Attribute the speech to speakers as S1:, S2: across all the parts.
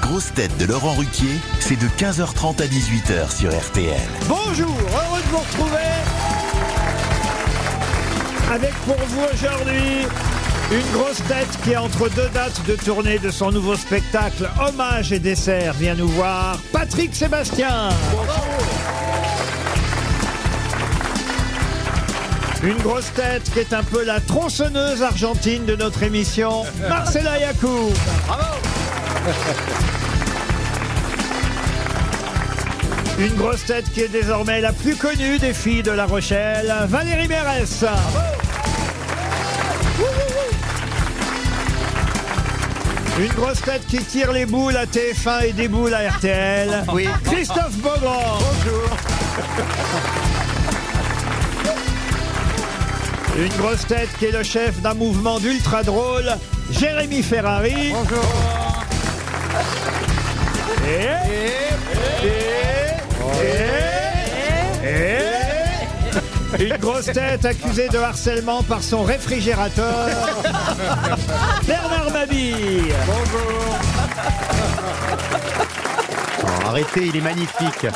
S1: grosses têtes de Laurent Ruquier, c'est de 15h30 à 18h sur RTL.
S2: Bonjour, heureux de vous retrouver avec pour vous aujourd'hui une grosse tête qui, entre deux dates de tournée de son nouveau spectacle Hommage et dessert, vient nous voir Patrick Sébastien. Une grosse tête qui est un peu la tronçonneuse argentine de notre émission, Marcela Yacoub. Une grosse tête qui est désormais la plus connue des filles de La Rochelle, Valérie Mérès. Une grosse tête qui tire les boules à TF1 et des boules à RTL.
S3: Oui.
S2: Christophe Beaugrand. Bonjour. Une grosse tête qui est le chef d'un mouvement d'ultra drôle, Jérémy Ferrari. Bonjour. Une grosse tête accusée de harcèlement par son réfrigérateur, Bernard Mabille. Bonjour.
S3: Oh, arrêtez, il est magnifique.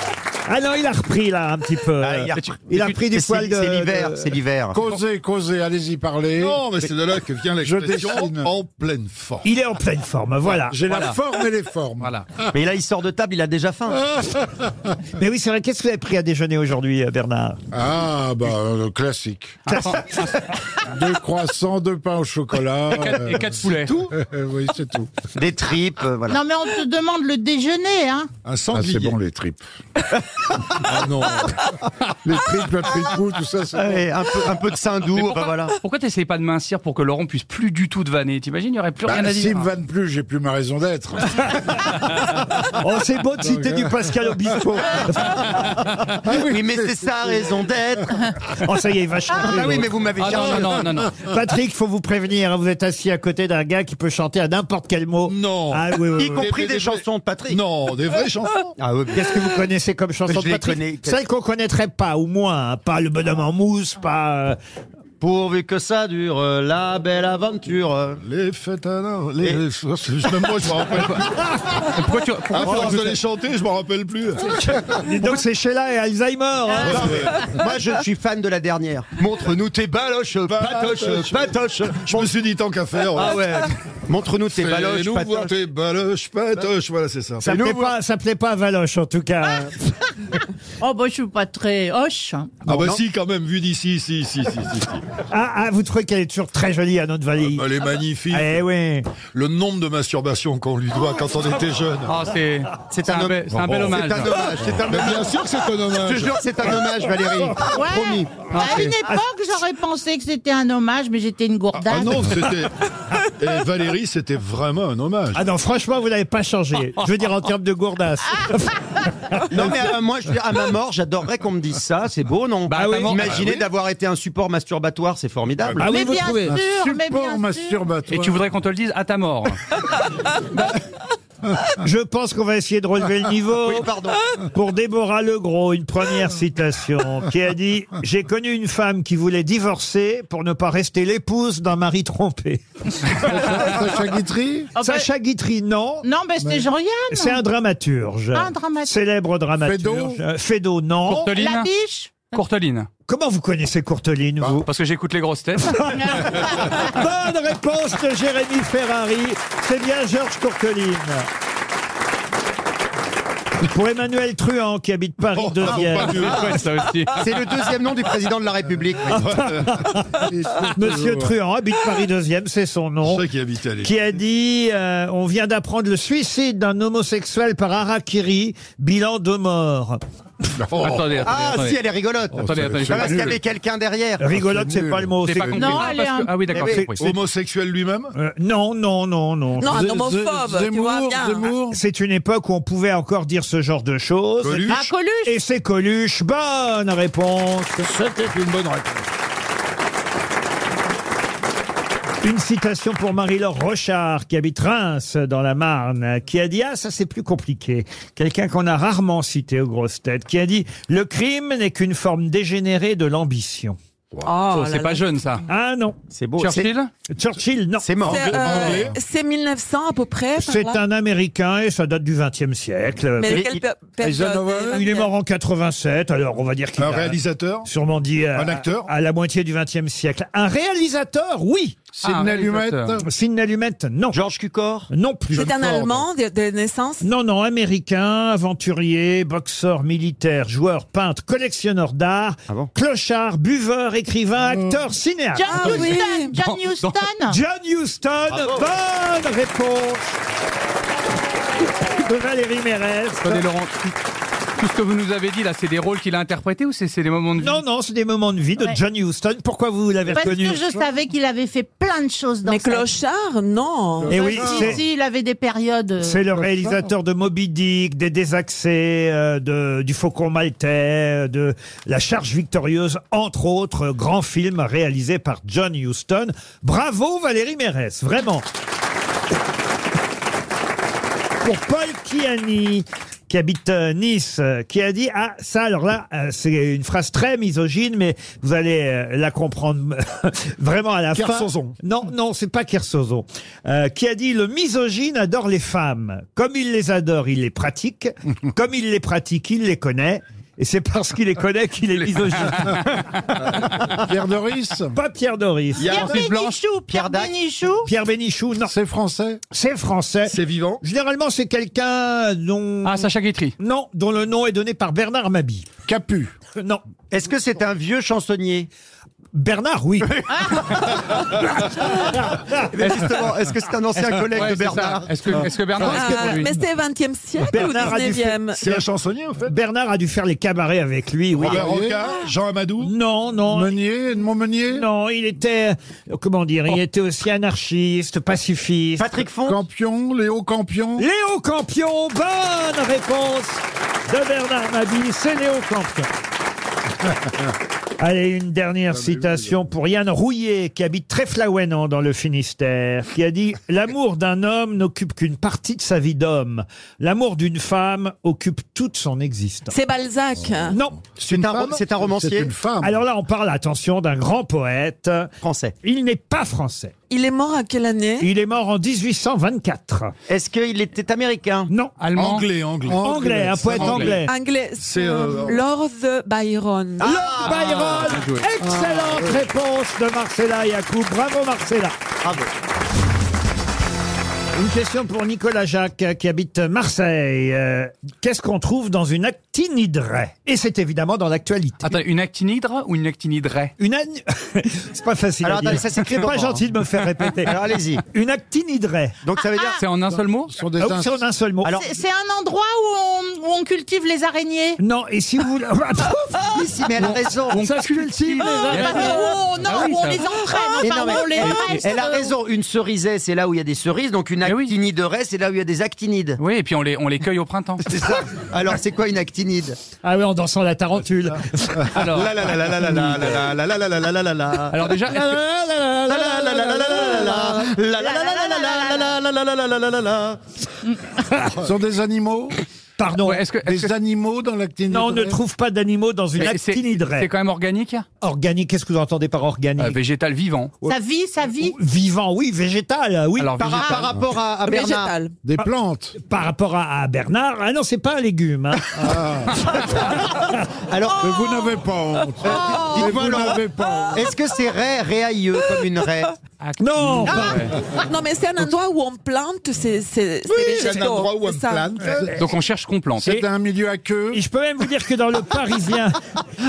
S2: Ah non, il a repris là un petit peu.
S3: Ah, il a repris.
S2: Euh, Il a
S3: Mais tu-
S2: pris du
S3: mais c'est-
S2: poil de.
S3: c'est l'hiver,
S2: de-
S3: c'est l'hiver.
S4: Causez, causez, allez-y parler.
S5: Non, mais c'est de là que vient
S4: Je
S5: l'expression
S4: dessine.
S5: en
S2: oh.
S5: pleine forme.
S2: Il est en pleine forme, Bah, voilà.
S4: J'ai la
S3: Voilà.
S4: forme et les formes.
S3: Voilà. Mais là, il sort de table, il a déjà faim.
S2: Mais oui, c'est vrai. Qu'est-ce que vous avez pris à déjeuner aujourd'hui, euh, Bernard
S4: Ah, bah, euh, classique. deux croissants, deux pains au chocolat. euh,
S6: Et quatre poulets.
S4: tout Euh, Oui, c'est tout.
S3: Des tripes, euh, voilà.
S7: Non, mais on te demande le déjeuner, hein
S5: Un
S4: Ah,
S5: sanglier.
S4: c'est bon, les tripes.
S5: Ah non.
S4: Les tripes, la tripou, tout ça, c'est bon.
S3: Ouais, un, peu, un peu de Saint-Doux,
S6: Mais
S3: enfin, voilà.
S6: Pourquoi t'essayes pas de mincir pour que Laurent puisse plus du tout te vanner T'imagines, il n'y aurait plus rien
S4: Bah,
S6: à
S4: S'ils
S6: dire.
S4: me vannent plus, j'ai plus ma raison d'être.
S2: Oh, c'est beau de citer
S4: Donc,
S2: du
S4: euh,
S2: Pascal Obispo.
S4: Ah
S3: Oui, mais c'est sa raison d'être.
S2: Oh, ça y est, il va chanter.
S3: Ah oui, mais vous m'avez
S6: Ah
S3: dit.
S6: non, non, non, non, non.
S2: Patrick, faut vous prévenir, hein, vous êtes assis à côté d'un gars qui peut chanter à n'importe quel mot.
S5: Non.
S2: Ah oui, oui,
S3: Y
S2: oui.
S3: compris des chansons de Patrick.
S5: Non, des vraies chansons.
S3: Ah oui, bien
S2: Qu'est-ce que vous connaissez comme chanson
S3: Je
S2: de
S3: les
S2: Patrick
S3: connais.
S2: Celle qu'on connaîtrait pas, ou moins. hein, Pas le bonhomme en mousse, pas. euh,
S3: Pourvu que ça dure, euh, la belle aventure. euh.
S5: Les fêtes à l'heure, les... Même moi, je m'en rappelle pas.
S6: Pourquoi tu.
S5: À
S6: Pourquoi
S5: force de les chanter, je m'en rappelle plus.
S2: Dis donc, c'est Sheila et Alzheimer. hein.
S3: Moi, je suis fan de la dernière. Montre-nous tes baloches, patoches,
S5: Patoches,
S3: patoches.
S5: Je me suis dit, tant qu'à faire.
S3: Ah ouais. Montre-nous tes
S5: Fais-nous
S3: baloches,
S5: voir
S3: patoches.
S5: tes baloches, patoches. Voilà, c'est
S3: Ah,
S5: ça.
S2: Ça plaît,
S3: hein.
S2: pas, ça plaît pas à Valoche, en tout cas.
S7: Oh, bah, je suis pas très hoche.
S5: Ah bah
S3: non.
S5: si, quand même, vu d'ici, si, si, si, si. si. Ah,
S2: Ah, ah, vous trouvez qu'elle est toujours très jolie à notre valise
S5: Elle est magnifique.
S2: Eh oui.
S5: Le nombre de masturbations qu'on lui doit quand on était jeune. Oh,
S6: Ah, c'est. C'est un,
S3: homme-
S6: bel- c'est un bel
S3: C'est
S6: hommage.
S3: un hommage, c'est un
S5: Mais
S3: hommage. Ah.
S5: bien sûr que c'est un
S3: Je te
S5: hommage.
S3: jure, c'est un hommage, Valérie.
S2: Ah,
S7: Ouais.
S3: Promis.
S7: à une époque, j'aurais pensé que c'était un hommage, mais j'étais une gourdade.
S5: Ah non, c'était. Et Valérie, c'était vraiment un hommage.
S2: Ah non, franchement, vous n'avez pas changé. Je veux dire en termes de gourdasse.
S5: Ah
S3: Non, mais euh, moi, je veux dire, à ma mort, j'adorerais qu'on me dise ça. C'est beau, non
S6: Bah, Ah oui.
S3: Imaginez
S6: bah oui.
S3: d'avoir été un support masturbatoire, c'est formidable.
S2: Ah oui,
S7: mais,
S2: vous
S7: bien
S2: trouvez
S7: sûr, mais
S4: Support
S7: bien sûr,
S6: Et
S4: masturbatoire.
S6: tu voudrais qu'on te le dise à ta mort.
S2: Je pense qu'on va essayer de relever le niveau.
S3: Oui, pardon.
S2: Pour Déborah Legros, une première citation qui a dit « J'ai connu une femme qui voulait divorcer pour ne pas rester l'épouse d'un mari trompé.
S4: Sacha Guitry »
S2: Sacha Guitry, non.
S7: Ah Non, mais c'était Jean-Yann.
S2: C'est un dramaturge.
S7: Un dramaturge.
S2: Célèbre dramaturge.
S4: Fédot
S2: Euh, Fédot, non.
S7: La
S6: Courteline
S7: biche
S6: Courteline.
S2: Comment vous connaissez Courteline, vous
S6: Parce que j'écoute les grosses têtes.
S2: Bonne réponse de Jérémy Ferrari. C'est bien Georges Courteline. Pour Emmanuel Truand, qui habite Paris
S5: Oh, pardon,
S2: 2e.
S5: pas mieux.
S6: Ouais, ça aussi.
S3: Ah, C'est le deuxième nom du président de la République.
S2: Ah,
S3: euh.
S2: Monsieur Truand habite Paris 2e, c'est son nom.
S5: C'est ça qui habitait les-
S2: Qui a dit euh, On vient d'apprendre le suicide d'un homosexuel par Harakiri, bilan de morts.
S5: Oh,
S6: Attendez, attendez.
S3: Ah,
S6: attendez.
S3: si, elle est rigolote.
S2: Oh,
S6: Attendez, attendez.
S3: Ah, parce
S6: je-
S3: qu'il y avait quelqu'un derrière.
S2: Rigolote, c'est pas le mot.
S6: J'ai
S2: c'est-
S6: pas compris.
S7: Non,
S6: Ah,
S7: elle
S6: parce
S7: est un-
S6: que- Ah oui, d'accord.
S3: Mais
S6: j'ai
S3: oui,
S6: compris.
S5: Homosexuel lui-même
S2: Euh, non, non, non, non. Ah,
S8: Non, un
S4: Ze-
S8: homophobe, tu vois
S4: Zemmour,
S8: bien.
S4: Zemmour.
S2: C'est une époque où on pouvait encore dire ce genre de choses.
S5: Coluche
S7: Ah, Coluche
S2: Et c'est Coluche. Bonne réponse.
S4: C'était une bonne réponse.
S2: Une citation pour Marie-Laure Rochard, qui habite Reims, dans la Marne, qui a dit, ah, ça c'est plus compliqué. Quelqu'un qu'on a rarement cité aux grosses têtes, qui a dit, le crime n'est qu'une forme dégénérée de l'ambition.
S6: Oh,
S8: Oh
S6: c'est
S8: là
S6: pas
S8: là.
S6: jeune ça.
S2: Ah non.
S3: C'est beau. C'est-
S6: Churchill
S2: Churchill, non.
S3: C'est mort.
S8: C'est, euh,
S5: Anglais.
S8: c'est 1900 à peu près. par
S2: C'est
S8: là.
S2: un Américain et ça date du XXe siècle.
S8: Mais
S3: Mais
S8: quelle
S3: il-
S8: pe- période
S5: Eisenhower,
S8: euh,
S2: Il est mort en 87, alors on va dire qu'il
S5: Un
S2: a
S5: réalisateur
S2: sûrement dit à,
S5: Un acteur
S2: à la moitié du XXe siècle. Un réalisateur, oui.
S5: C'est
S6: Ah,
S5: une allumette
S6: réalisateur.
S2: Sidney Lumet, non.
S3: Georges Cucor
S2: Non plus.
S8: C'est un
S5: Ford.
S8: Allemand de, de naissance.
S2: Non, non, américain, aventurier, boxeur, militaire, joueur, peintre, collectionneur d'art,
S3: Ah bon
S2: clochard, buveur, écrivain,
S5: Mmh.
S2: acteur, cinéaste.
S7: John
S8: Ah oui.
S7: Huston John
S6: Dans-
S7: Huston
S2: John Huston, bonne réponse de Valérie Mérez.
S6: Attendez, Laurent. tout- Tout ce que vous nous avez dit là, c'est des rôles qu'il a interprétés ou c'est c'est des moments de vie
S2: Non, non, c'est des moments de vie de
S7: Ouais.
S2: John Huston. Pourquoi vous l'avez
S7: Parce
S2: reconnu
S7: que je savais qu'il avait fait plein de choses dans
S8: Mais
S7: sa vie.
S8: Clochard, non.
S2: Eh oui,
S7: Si,
S2: c'est...
S7: si, il avait des périodes. euh,
S2: C'est le réalisateur de Moby Dick, des Désaccès, euh, de, du Faucon Maltais, euh, de La Charge Victorieuse, entre autres euh, grands films réalisés par John Huston. Bravo Valérie Mérès, vraiment. Pour Paul Kiani, qui habite euh, Nice, euh, qui a dit Ah, ça, alors là, euh, c'est une phrase très misogyne, mais vous allez euh, la comprendre vraiment à la
S5: Kersozon.
S2: fin. Non, non, c'est pas Kersozon. Euh, qui a dit Le misogyne adore les femmes. Comme il les adore, il les pratique. Comme il les pratique, il les connaît. Et c'est parce qu'il les connaît qu'il est misogyne.
S5: Pierre Doris
S2: Pas Pierre Doris.
S7: Pierre
S6: Francis Blanche.
S7: Bénichou, Pierre
S3: Pierre Dac.
S7: Bénichou.
S2: Pierre Bénichou, non,
S5: C'est français
S2: c'est français.
S5: C'est vivant
S2: Généralement, c'est quelqu'un dont...
S6: Ah, Sacha Guitry.
S2: Non, dont le nom est donné par Bernard Mabi.
S5: Capu
S2: Non.
S3: Est-ce que c'est un vieux chansonnier
S2: Bernard, oui. Ah.
S3: Eh ben, Justement, est-ce que c'est un ancien collègue
S6: Ouais,
S3: de
S6: c'est ça.
S3: Bernard
S6: Est-ce que, est-ce que Bernard est
S8: Ah,
S6: pour lui
S8: mais c'était 20e siècle
S2: Bernard
S8: ou
S2: a dû
S8: 19e
S5: C'est un chansonnier en fait
S2: Bernard a dû faire les cabarets avec lui, oui.
S5: Robert
S3: Ah
S5: Roca, Jean Amadou
S2: Non, non.
S5: Meunier, Edmond Meunier Oh.
S2: Non, il était, euh, comment dire, il était aussi anarchiste, pacifiste.
S3: Patrick Font
S5: Campion, Léo Campion
S2: Léo Campion, bonne réponse de Bernard Mabie, c'est Léo Campion. Allez, une dernière citation pour Yann Rouillet, qui habite Tréflaouénan dans le Finistère, qui a dit « L'amour d'un homme n'occupe qu'une partie de sa vie d'homme. L'amour d'une femme occupe toute son existence.
S8: C'est Balzac. »
S2: Non.
S3: C'est un, ro- c'est un
S5: C'est
S3: romancier
S5: une femme
S2: Alors là, on parle, attention, d'un grand poète.
S3: français.
S2: Il n'est pas français.
S8: Il est mort à quelle année
S2: Il est mort en 1824.
S3: Est-ce qu'il était américain
S2: Non,
S6: Allemand.
S5: Anglais, anglais.
S2: anglais, un poète anglais.
S8: Anglais. C'est
S5: euh,
S8: Lord Byron.
S2: Ah, Lord
S4: Ah,
S2: Byron
S6: joué.
S2: Excellente réponse de Marcella Yacoub. Bravo Marcella.
S3: Bravo.
S2: Une question pour Nicolas Jacques euh, qui habite Marseille. Euh, Qu'est-ce qu'on trouve dans une actinidrae Et c'est évidemment dans l'actualité.
S6: Attends, une actinidre ou une actinidrae
S2: Une agne- c'est pas facile.
S3: Alors,
S2: à dire.
S3: attendez, ça s'écrit
S2: C'est pas
S3: comment, hein
S2: gentil de me faire répéter.
S3: Alors allez-y.
S2: Une actinidrae.
S3: Donc ça veut dire.
S6: C'est en un seul mot
S5: Ce sont des
S2: Ah oui,
S5: ins-
S2: c'est en un seul mot.
S3: Alors,
S7: C'est- C'est un endroit où on, où on cultive les araignies
S2: non, et si vous
S3: Ah,
S2: voulez...
S3: oui, si, mais elle a raison.
S2: ça cultive
S3: ah,
S2: les
S7: Pas
S2: araignées.
S7: où on, oh, non,
S6: Ah oui,
S7: où on
S6: ça-
S7: les entraîne,
S3: Mais
S7: enfin,
S3: non, mais
S7: où on les
S3: elle,
S7: dresse,
S3: elle a
S7: euh,
S3: raison. Une cerisier, c'est là où il y a des cerises. Donc une
S6: Eh oui.
S3: actinide c'est là où il y a des actinides.
S6: Oui, et puis on les, on les cueille au printemps.
S3: C'est ça. Alors c'est quoi une actinide
S2: Ah oui, en dansant la tarentule.
S6: Alors,
S3: la la la la la la la la la la la la la la la.
S6: alors déjà, est-ce que-
S5: Ce sont des animaux
S2: Pardon.
S6: ouais, est-ce que, est-ce
S5: Des
S6: que-
S5: animaux dans l'actinide
S2: Non, on ne trouve pas d'animaux dans une
S6: c'est- c'est
S2: actinidrae.
S6: c'est quand même organique
S2: Organique, qu'est-ce que vous entendez par
S6: Euh,
S2: organique
S6: Végétal vivant.
S7: Sa vie, sa vie.
S2: Vivant, oui, végétal, euh, oui.
S6: Alors,
S3: Par
S6: végétal.
S3: par rapport à à Bernard.
S8: Végétal.
S5: Des plantes
S2: Ah, Par rapport à, à Bernard, ah non, c'est pas un légume. hein.
S5: Ah.
S3: Alors
S5: Mais vous n'avez pas honte Mais
S3: dites-moi
S5: vous
S3: Laurent,
S5: n'avez pas honte
S3: Est-ce que c'est raie, réailleux comme une raie
S4: Ah,
S2: non, pas-
S6: Ah.
S8: Ah. Non, mais c'est un endroit où on plante ces, ces, ces végétaux. c'est ça.
S6: Donc on cherche ce qu'on plante.
S5: C'est un milieu aqueux
S2: Et je peux même vous dire que dans le Parisien,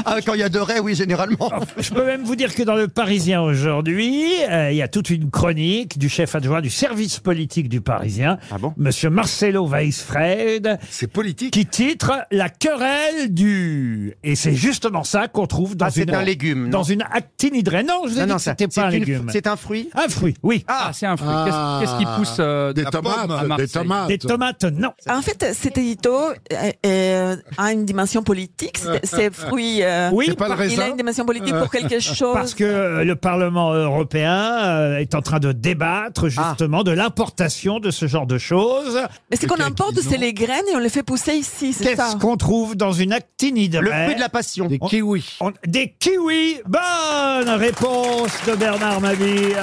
S3: Ah, quand il y a deux raies, oui, généralement.
S2: je peux même vous dire que dans le Parisien aujourd'hui, euh, il y a toute une chronique du chef adjoint du service politique du Parisien,
S3: Ah bon
S2: Monsieur Marcelo Weisfried,
S5: C'est politique
S2: qui titre La querelle du. Et c'est justement ça qu'on trouve dans
S3: Ah, c'est
S2: une.
S3: un légume, non
S2: Dans une actinidrae. Non, je vous ai
S3: Non,
S2: dit
S3: non,
S2: que
S3: ça-
S2: c'était
S3: c'est
S2: pas un
S3: une-
S2: légume.
S3: C'est un fruit. fruit
S2: Un fruit, oui.
S6: Ah, c'est un fruit. Qu'est-ce-
S4: Ah.
S6: Qu'est-ce qui pousse euh,
S4: Des
S5: la
S4: tomates,
S5: pomme à Marseille.
S4: des tomates.
S2: Des tomates, non.
S8: Euh, En fait, cet édito euh, euh, a une dimension politique. C'est- C'est fruit. euh,
S2: Oui, euh,
S4: pas le
S8: par- il
S4: raisin Euh.
S8: a une dimension politique pour quelque chose.
S2: Parce que euh, le Parlement européen euh, est en train de débattre
S4: Ah.
S2: justement de l'importation de ce genre de choses.
S8: Mais ce qu'on importe, c'est les graines et on les fait pousser ici, c'est ça.
S2: Qu'est-ce qu'on trouve dans une actinidae
S3: Le fruit de la passion.
S4: Des kiwis.
S2: On- Des kiwis. Bonne réponse de Bernard Mabille.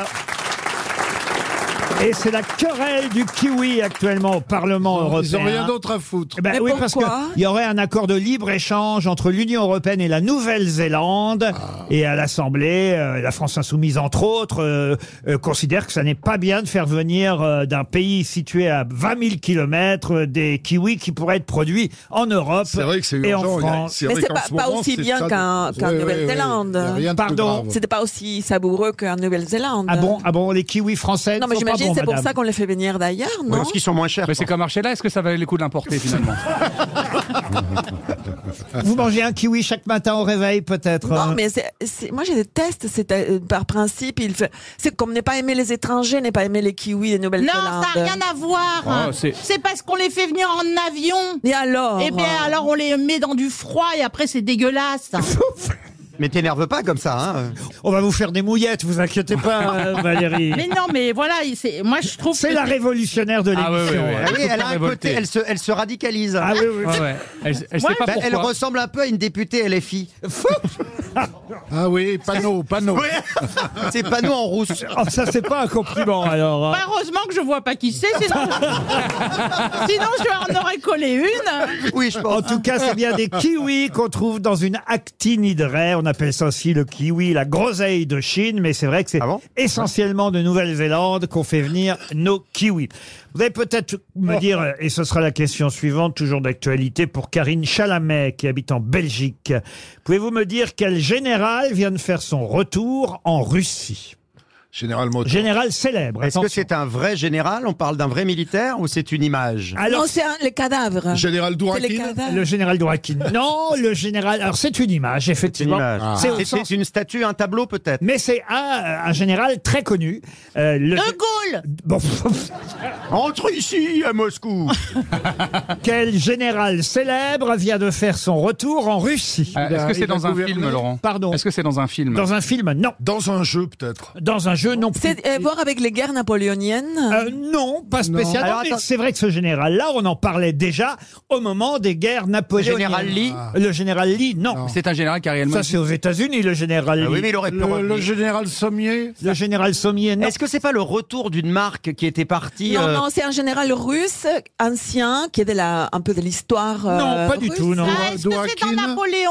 S2: Et c'est la querelle du kiwi actuellement au Parlement européen.
S4: Ils ont rien d'autre à foutre.
S2: Eh ben
S8: Mais
S2: oui, parce
S8: pourquoi
S2: qu'il y aurait un accord de libre-échange entre l'Union européenne et la Nouvelle-Zélande.
S5: Ah.
S2: Et à l'Assemblée, euh, la France insoumise, entre autres, euh, euh, considère que ça n'est pas bien de faire venir euh, d'un pays situé à 20 000 kilomètres euh, des kiwis qui pourraient être produits en Europe
S5: C'est vrai que c'est
S2: et en
S5: urgent. il y a-
S2: France.
S5: vrai
S8: Mais c'est
S5: qu'en
S8: pas-
S5: ce
S8: pas
S5: moment,
S8: aussi
S5: c'est
S8: bien
S5: ça de-
S8: qu'en- qu'en
S4: Ouais, ouais,
S8: Nouvelle-Zélande.
S4: ouais, ouais. Y a rien de plus
S2: Pardon.
S4: grave.
S8: C'était pas aussi savoureux qu'en Nouvelle-Zélande.
S2: Ah bon, ah bon, les kiwis français
S8: Non,
S2: ne
S8: mais
S2: sont pas
S8: j'imagine
S2: bons,
S8: c'est pour
S2: madame.
S8: ça qu'on les fait venir d'ailleurs, non
S3: Parce qu'ils sont moins chers.
S6: Mais c'est comme Marcella, est-ce que ça valait le coup de l'importer finalement
S2: Vous mangez un kiwi chaque matin au réveil, peut-être
S8: Non,
S2: euh,
S8: mais c'est- c'est- moi je déteste, c'est euh, par principe, il fait- c'est comme ne pas aimer les étrangers, ne pas aimer les kiwis de
S7: Non,
S8: Nouvelle-Zélande.
S7: ça n'a rien à voir.
S6: Ah,
S7: hein.
S6: c'est-
S7: c'est parce qu'on les fait venir en avion.
S8: Et alors
S7: Et Hum. Eh bien
S8: euh,
S7: alors on les met dans du froid et après c'est dégueulasse.
S3: Mais t'énerve pas comme ça. Hein.
S2: On va vous faire des mouillettes, vous inquiétez pas, euh, Valérie.
S7: mais non, mais voilà, Ah, il- c'est- moi je trouve.
S2: C'est
S7: que-
S2: la révolutionnaire de l'émission.
S6: Ah ouais, ouais, ouais.
S2: hein.
S3: Ah oui, elle
S6: Elle
S3: a
S6: est
S3: un
S6: révoltée.
S3: côté, elle se, elle se radicalise.
S2: Ah oui, oui.
S6: Ouais, ouais. Elle, elle sait pas
S3: Ben, elle
S6: pourquoi.
S3: ressemble un peu à une députée LFI.
S4: Ah oui, panneau, panneau.
S3: C'est pas nous en rousse.
S2: Oh, ça, c'est pas un compliment, alors. hein.
S7: Bah, heureusement que je vois pas qui c'est, sinon, sinon je leur en aurais collé une.
S3: Oui, je pense.
S2: En tout cas, c'est bien des kiwis qu'on trouve dans une actinidrae. On appelle ça aussi le kiwi, la groseille de Chine, mais c'est vrai que c'est
S3: Ah bon
S2: essentiellement de Nouvelle-Zélande qu'on fait venir nos kiwis. Vous allez peut-être
S3: Oh.
S2: me dire, et ce sera la question suivante, toujours d'actualité, pour Karine Chalamet, qui habite en Belgique. Pouvez-vous me dire quel général vient de faire son retour en Russie
S5: Généralement,
S2: Général célèbre.
S3: Est-ce que
S2: attention.
S3: c'est un vrai général On parle d'un vrai militaire ou c'est une image
S2: Alors,
S8: non, c'est un- les cadavres. C'est
S5: Général
S8: les
S5: Dourakin.
S8: cadavres.
S2: le général Dourakine. Non, le général. Alors, c'est une image,
S3: C'est une
S2: effectivement.
S3: image.
S2: C'est au
S3: C'est-
S2: sens-
S3: C'est une statue, un tableau peut-être.
S2: Mais c'est un, un général très connu. Euh, le...
S7: De Gaulle
S2: Bon,
S3: Entre ici à Moscou.
S2: quel général célèbre vient de faire son retour en Russie
S6: Euh, Est-ce que c'est dans un film, Laurent
S2: Pardon.
S6: Est-ce que c'est dans un film
S2: Dans un film, non.
S5: Dans un jeu, peut-être.
S2: Dans un jeu, non plus.
S8: C'est euh, voir avec les guerres napoléoniennes.
S2: Euh, non, pas spécialement.
S3: Alors,
S2: mais
S3: attends.
S2: c'est vrai que ce général-là, on en parlait déjà au moment des guerres napoléoniennes.
S3: général Lee
S2: Le général Lee, non.
S6: C'est un général qui a réellement.
S2: Ça, c'est aux États-Unis, le général Lee.
S3: Ah oui, mais il aurait pu
S4: Le,
S3: revenir.
S4: le général Sommier
S2: Le général Sommier, non.
S3: Est-ce que c'est pas le retour d'une marque qui était partie
S8: non,
S3: euh,
S8: non, c'est un général russe ancien qui est de la, un peu de l'histoire.
S2: Non,
S8: euh,
S2: pas du
S8: russe.
S2: tout, non.
S7: Ah, Est-ce que c'est dans
S4: Dourakine
S7: Napoléon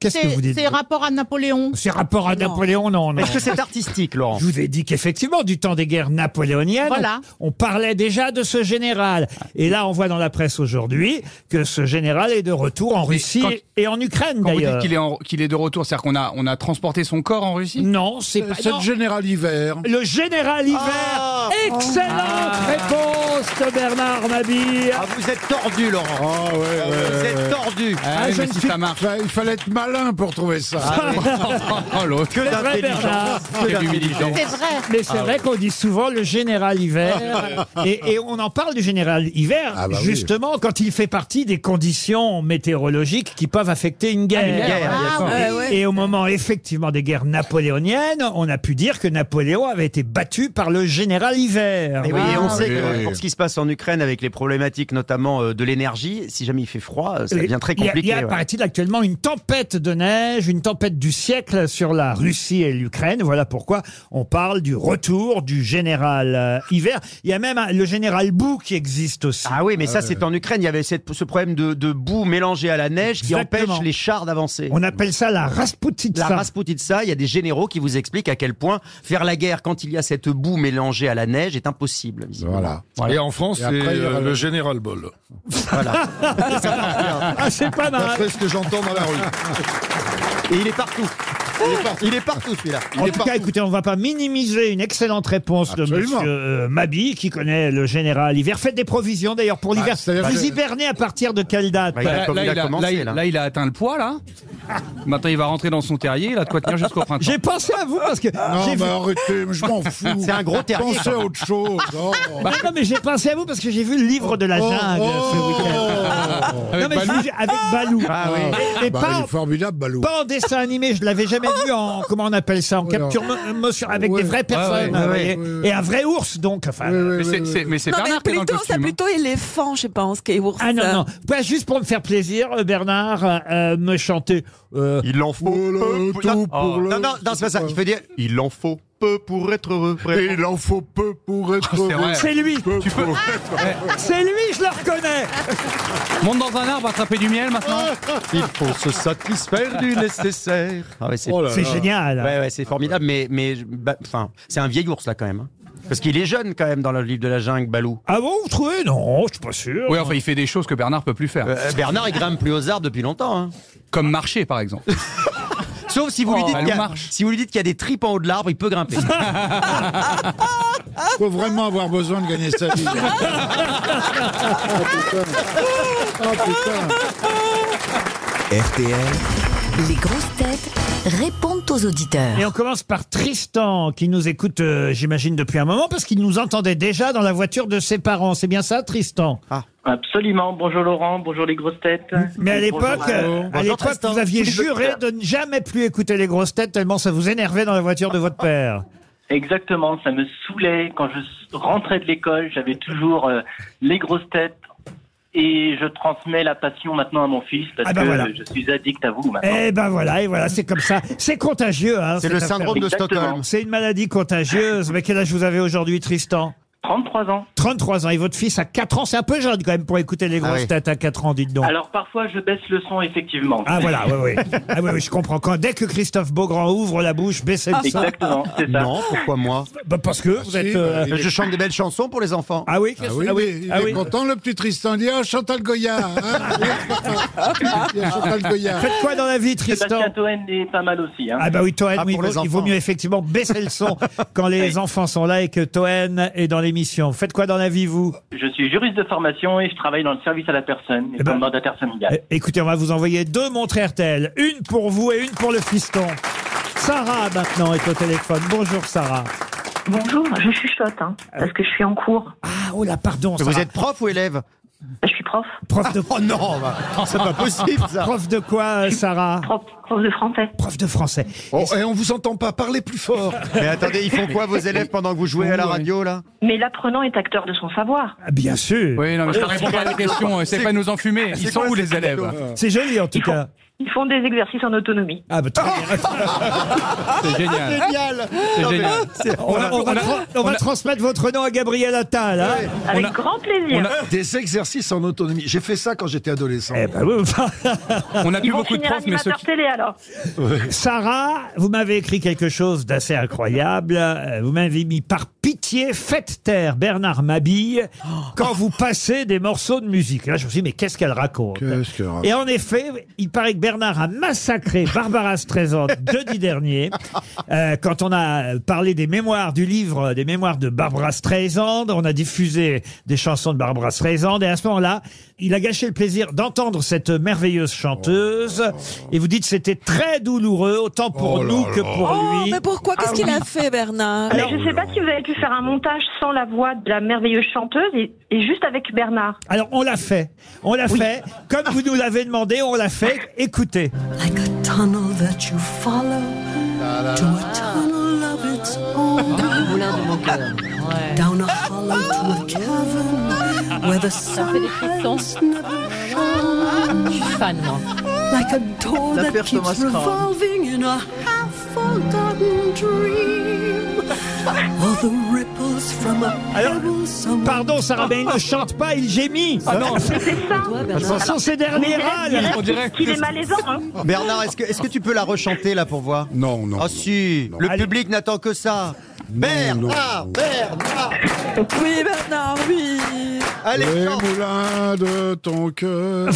S2: Qu'est-ce que
S7: C'est
S2: vous dites
S7: c'est rapport à Napoléon.
S2: C'est rapport à
S8: Non.
S2: Napoléon, non, non.
S3: Est-ce que c'est artistique, Laurent
S2: Je vous ai dit qu'effectivement, du temps des guerres napoléoniennes,
S7: Voilà.
S2: on, on parlait déjà de ce général. Et là, on voit dans la presse aujourd'hui que ce général est de retour en Russie
S6: quand-
S2: et en Ukraine
S6: Quand vous dites
S2: d'ailleurs.
S6: qu'il est, en- qu'il est de retour, c'est-à-dire qu'on a, on a transporté son corps en Russie
S2: Non, c'est
S3: Euh,
S2: pas
S4: C'est
S2: non.
S4: le général hiver.
S2: le général hiver.
S3: Ah
S2: Excellente réponse de Bernard Mabille.
S3: Ah, vous êtes tordu, Laurent.
S4: Ah ouais, ouais,
S3: vous
S4: ouais,
S3: êtes
S4: ouais.
S3: tordu.
S6: Ah,
S2: je
S6: mais
S2: ne
S6: si
S2: suis-
S6: ça marche.
S4: Fa- Bah, Il fallait être malin pour trouver ça.
S6: Oh, l'autre.
S3: Que
S2: C'est vrai, Bernard.
S3: d'intelligence. Que
S6: Quelle
S3: d'intelligence.
S6: humilité.
S7: C'est vrai.
S2: Mais c'est vrai qu'on dit souvent le général hiver.
S3: Ah
S2: et, et on en parle du général hiver,
S4: Ah bah oui.
S2: justement, quand il fait partie des conditions météorologiques qui peuvent affecter une guerre.
S3: Guerre,
S7: Ah,
S3: d'accord.
S8: ouais, ouais.
S2: Et au moment effectivement des guerres napoléoniennes, on a pu dire que Napoléon avait été battu par le général Hiver.
S3: Et oui, et on
S4: Ah,
S3: sait
S4: oui,
S3: que
S4: oui.
S3: pour ce qui se passe en Ukraine avec les problématiques notamment euh, de l'énergie, si jamais il fait froid, euh, ça
S2: Et
S3: devient très
S2: il y a-
S3: compliqué.
S2: Il y a,
S3: ouais.
S2: paraît-il, actuellement une tempête de neige, une tempête du siècle sur la Russie et l'Ukraine. Voilà pourquoi on parle du retour du général euh, Hiver. Il y a même euh, le général Bou qui existe aussi.
S3: Ah oui, mais ça c'est en Ukraine, il y avait cette- ce problème de, de boue mélangée à la neige qui
S2: Exactement.
S3: empêche les chars d'avancer.
S2: On appelle ça la Rasputitsa.
S3: La Rasputitsa, il y a des généraux qui vous expliquent à quel point faire la guerre quand il y a cette boue mélangée à la neige est impossible. visiblement.
S4: Voilà.
S5: Et en France,
S4: Et
S5: c'est
S4: après, il y
S5: euh,
S4: aura le-
S5: le Général Ball.
S2: Ah, c'est pas mal.
S5: D'après ce que j'entends dans la rue.
S3: Et il est partout. Il est partout, il est partout celui-là.
S2: En tout cas, écoutez, on ne va pas minimiser une excellente réponse
S4: Absolument.
S2: de Monsieur euh, Mabi, qui connaît le général hiver. Faites des provisions d'ailleurs pour l'hiver.
S4: c'est-à-dire
S2: Vous
S4: que-
S2: hibernez à partir de quelle date
S3: Bah, il a-
S6: Là,
S3: comme
S6: là,
S3: il a
S6: il a-
S3: commencé,
S6: là, il-
S3: là.
S6: là, il a atteint le poids, là. Maintenant, il va rentrer dans son terrier, il a de quoi tenir jusqu'au printemps.
S2: J'ai pensé à vous parce que
S4: Non,
S2: j'ai
S4: mais
S2: vu-
S4: arrêtez, mais je m'en fous.
S9: C'est un gros terrier,
S4: Pensez à autre chose. Oh.
S2: Bah, non, mais j'ai pensé à vous parce que j'ai vu le livre de la
S4: Oh,
S2: jungle ce
S4: oh.
S2: week-end. Non, mais je vous- avec Balou.
S9: Ah oui.
S2: Et
S4: Bah,
S2: pas,
S4: il est formidable, Balou.
S2: pas en dessin animé, je l'avais jamais vu en comment on appelle ça, en
S4: Oui,
S2: capture mo- motion avec
S4: Ouais.
S2: des vraies personnes, vous
S6: ouais,
S9: ouais,
S2: voyez.
S4: ouais, ouais.
S2: et un vrai ours donc. Enfin,
S4: Oui, oui,
S6: Mais c'est-
S4: oui,
S6: c'est- mais c'est
S10: Non, mais
S6: Bernard qui est dans le
S10: plutôt, c'est
S6: costume. hein.
S10: plutôt éléphant, je pense, qui est ours.
S2: Ah non non, Bah, juste pour me faire plaisir, euh, Bernard euh, euh, me chanter. euh, Ah,
S5: Il en faut
S4: Voilà,
S5: peu
S4: tout
S5: pour... Non,
S4: pour
S5: oh,
S4: le-
S5: non, non, non, c'est pas ça. Il faut dire, il en faut peu pour être heureux.
S4: Et
S5: vraiment. Ah,
S4: il en faut peu pour être
S6: C'est
S4: heureux.
S6: vrai.
S2: c'est lui,
S4: Peu
S6: Tu peux-
S4: pour-
S2: c'est lui, je le reconnais.
S10: Ah.
S6: Monte dans un arbre, attraper du miel maintenant.
S5: Il faut se satisfaire du nécessaire.
S9: Ah ouais, c'est
S4: Oh là
S2: C'est
S4: là.
S2: génial.
S9: ouais, ouais, c'est formidable, mais, mais je- bah, enfin, c'est un vieil ours là quand même. hein. Parce qu'il est jeune quand même dans le livre de la jungle, Balou.
S2: Ah bon, vous trouvez Non, je suis pas sûr.
S6: Oui, enfin, il fait des choses que Bernard peut plus faire.
S9: Euh, Bernard, il grimpe plus aux arbres depuis longtemps. hein.
S6: Comme marcher, par exemple.
S9: Sauf si vous, lui
S6: Oh,
S9: dites
S6: Balou
S9: qu'il y a-
S6: marche.
S9: si vous lui dites qu'il y a des tripes en haut de l'arbre, il peut grimper.
S4: faut vraiment avoir besoin de gagner sa vie. oh putain. Oh putain.
S11: RTL,
S12: Les grosses têtes répondent aux auditeurs.
S2: Et on commence par Tristan qui nous écoute, euh, j'imagine, depuis un moment parce qu'il nous entendait déjà dans la voiture de ses parents. C'est bien ça, Tristan
S5: Ah.
S13: Absolument. Bonjour Laurent, bonjour les grosses têtes.
S2: Mais
S13: Bonjour,
S2: à l'époque,
S13: euh,
S2: euh, à
S9: Bonjour,
S2: l'époque,
S9: Tristan.
S2: vous aviez
S13: Tous les
S2: juré
S13: auditeurs.
S2: de ne jamais plus écouter les grosses têtes tellement ça vous énervait dans la voiture de votre père.
S13: Exactement, ça me saoulait. Quand je rentrais de l'école, j'avais toujours euh, les grosses têtes. Et je transmets la passion maintenant à mon fils parce
S2: Ah bah
S13: que
S2: voilà.
S13: je suis addict à vous maintenant.
S2: Eh ben voilà, et voilà, c'est comme ça. C'est contagieux, hein.
S5: C'est le
S2: cette
S5: syndrome de
S13: Exactement.
S5: Stockholm.
S2: affaire. C'est une maladie contagieuse. Mais quel âge vous avez aujourd'hui, Tristan
S13: 33 ans.
S2: 33 ans. Et votre fils à 4 ans, c'est un peu jeune quand même pour écouter les grosses
S5: Ah oui.
S2: têtes à 4 ans, dites donc.
S13: Alors parfois, je baisse le son, effectivement.
S2: Ah voilà, oui, oui. Ah oui, oui, je comprends. Quand, dès que Christophe Beaugrand ouvre la bouche, baissez le son.
S13: Exactement, c'est ça.
S9: non, pourquoi moi
S2: Bah, parce que vous
S4: si,
S2: êtes... euh,
S4: bah, Il est-
S9: Je chante des belles chansons pour les enfants.
S2: Ah oui,
S4: Ah
S2: qu'est-ce-
S4: oui,
S2: ah oui,
S4: il est- il
S2: ah
S4: est
S2: oui.
S4: content le petit Tristan. Il dit Ah, Chantal Goya. hein. Il y a Chantal Goya.
S2: Faites quoi dans la vie, Tristan
S13: Sébastien Toen est pas mal aussi. hein.
S2: Ah bah oui, Toen,
S9: Ah,
S2: oui, il,
S9: pour
S2: vaut,
S9: les
S2: il vaut
S9: enfants.
S2: mieux effectivement baisser le son quand les enfants sont là et que Toen est dans l'émission. Faites quoi dans la vie, vous
S13: Je suis juriste de formation et je travaille dans le service à la personne et
S2: Eh ben-
S13: comme mandataire familial.
S2: Eh, Écoutez, on va vous envoyer deux montres RTL. Une pour vous et une pour le fiston. Sarah, maintenant, est au téléphone. Bonjour, Sarah.
S12: Bonjour, je chuchote, hein, parce que je suis en cours. Bah,
S2: Ah, oh là, pardon, Sarah.
S9: Vous êtes prof ou élève
S12: Je suis prof,
S2: prof de,
S9: Oh non, bah, c'est pas possible ça.
S2: prof de quoi, euh, Sarah
S12: prof, prof de français.
S2: Prof de français.
S5: Oh, et on vous entend pas, parlez plus fort.
S9: Mais attendez, ils font quoi vos élèves pendant que vous jouez
S6: Oh,
S9: à la radio là
S12: Mais l'apprenant est acteur de son savoir.
S2: Ah, Bien sûr.
S6: Oui, non, mais je te réponds pas à la question. euh, C'est pas nous enfumer. Ils sont où les
S9: Euh,
S6: élèves
S2: C'est joli, en tout cas.
S12: Ils font des exercices en autonomie.
S2: Ah, bah, très bien.
S6: C'est génial.
S9: Génial
S6: C'est
S12: euh,
S6: génial.
S2: On va, on va tra- on va transmettre votre nom à Gabriel Attal. Hein
S12: Avec
S6: a-
S12: grand plaisir.
S6: on a-
S5: Des exercices en autonomie. J'ai fait ça quand j'étais adolescent.
S2: Eh ben oui, enfin,
S6: On a
S12: Ils
S6: plus
S12: vont
S6: beaucoup de
S12: finir
S6: profs, mais ceux
S12: animateurs
S6: qui.
S12: télé alors.
S2: Sarah, vous m'avez écrit quelque chose d'assez incroyable. Euh, Vous m'avez mis par pitié, faites taire Bernard Mabille quand vous passez des morceaux de musique. Là, je me suis dit, mais qu'est-ce qu'elle raconte
S4: Qu'est-ce que raconte
S2: Et en effet, il paraît que Bernard a massacré Barbara Streisand jeudi dernier. Euh, quand on a parlé des mémoires du livre, des mémoires de Barbara Streisand, on a diffusé des chansons de Barbara Streisand. Et à ce moment-là, il a gâché le plaisir d'entendre cette merveilleuse chanteuse. Et vous dites c'était très douloureux, autant pour
S4: Oh là
S2: nous que
S4: là.
S2: pour
S10: Oh,
S2: lui.
S10: mais pourquoi Qu'est-ce qu'il a fait, Bernard
S12: Ah Mais je ne sais pas si vous avez pu faire un montage sans la voix de la merveilleuse chanteuse et, et juste avec Bernard.
S2: Alors on l'a fait, on l'a fait. Comme vous nous l'avez demandé, on l'a fait. Écoutez.
S12: Like a tunnel that you follow to a tunnel of its own. Down a hollow to a cavern where the sun has never shone. Like a door that keeps revolving in a half forgotten dream. Or the ripples from a
S2: Alors,
S12: pebble somewhere.
S2: Pardon Sarah, mais il ne chante pas, il gémit.
S6: Ah non,
S2: Ce sont ses derniers râles.
S6: on dirait
S12: Qu'il est malaisant, hein.
S9: Bernard, est-ce que, est-ce que tu peux la rechanter là pour voir
S4: Non, non.
S9: Ah
S4: non.
S9: si, le
S2: Allez.
S9: public n'attend que ça. Bernard,
S12: Ah,
S4: non.
S9: Bernard
S10: Oui, Bernard, oui.
S4: Alexandre. Les moulins de ton cœur.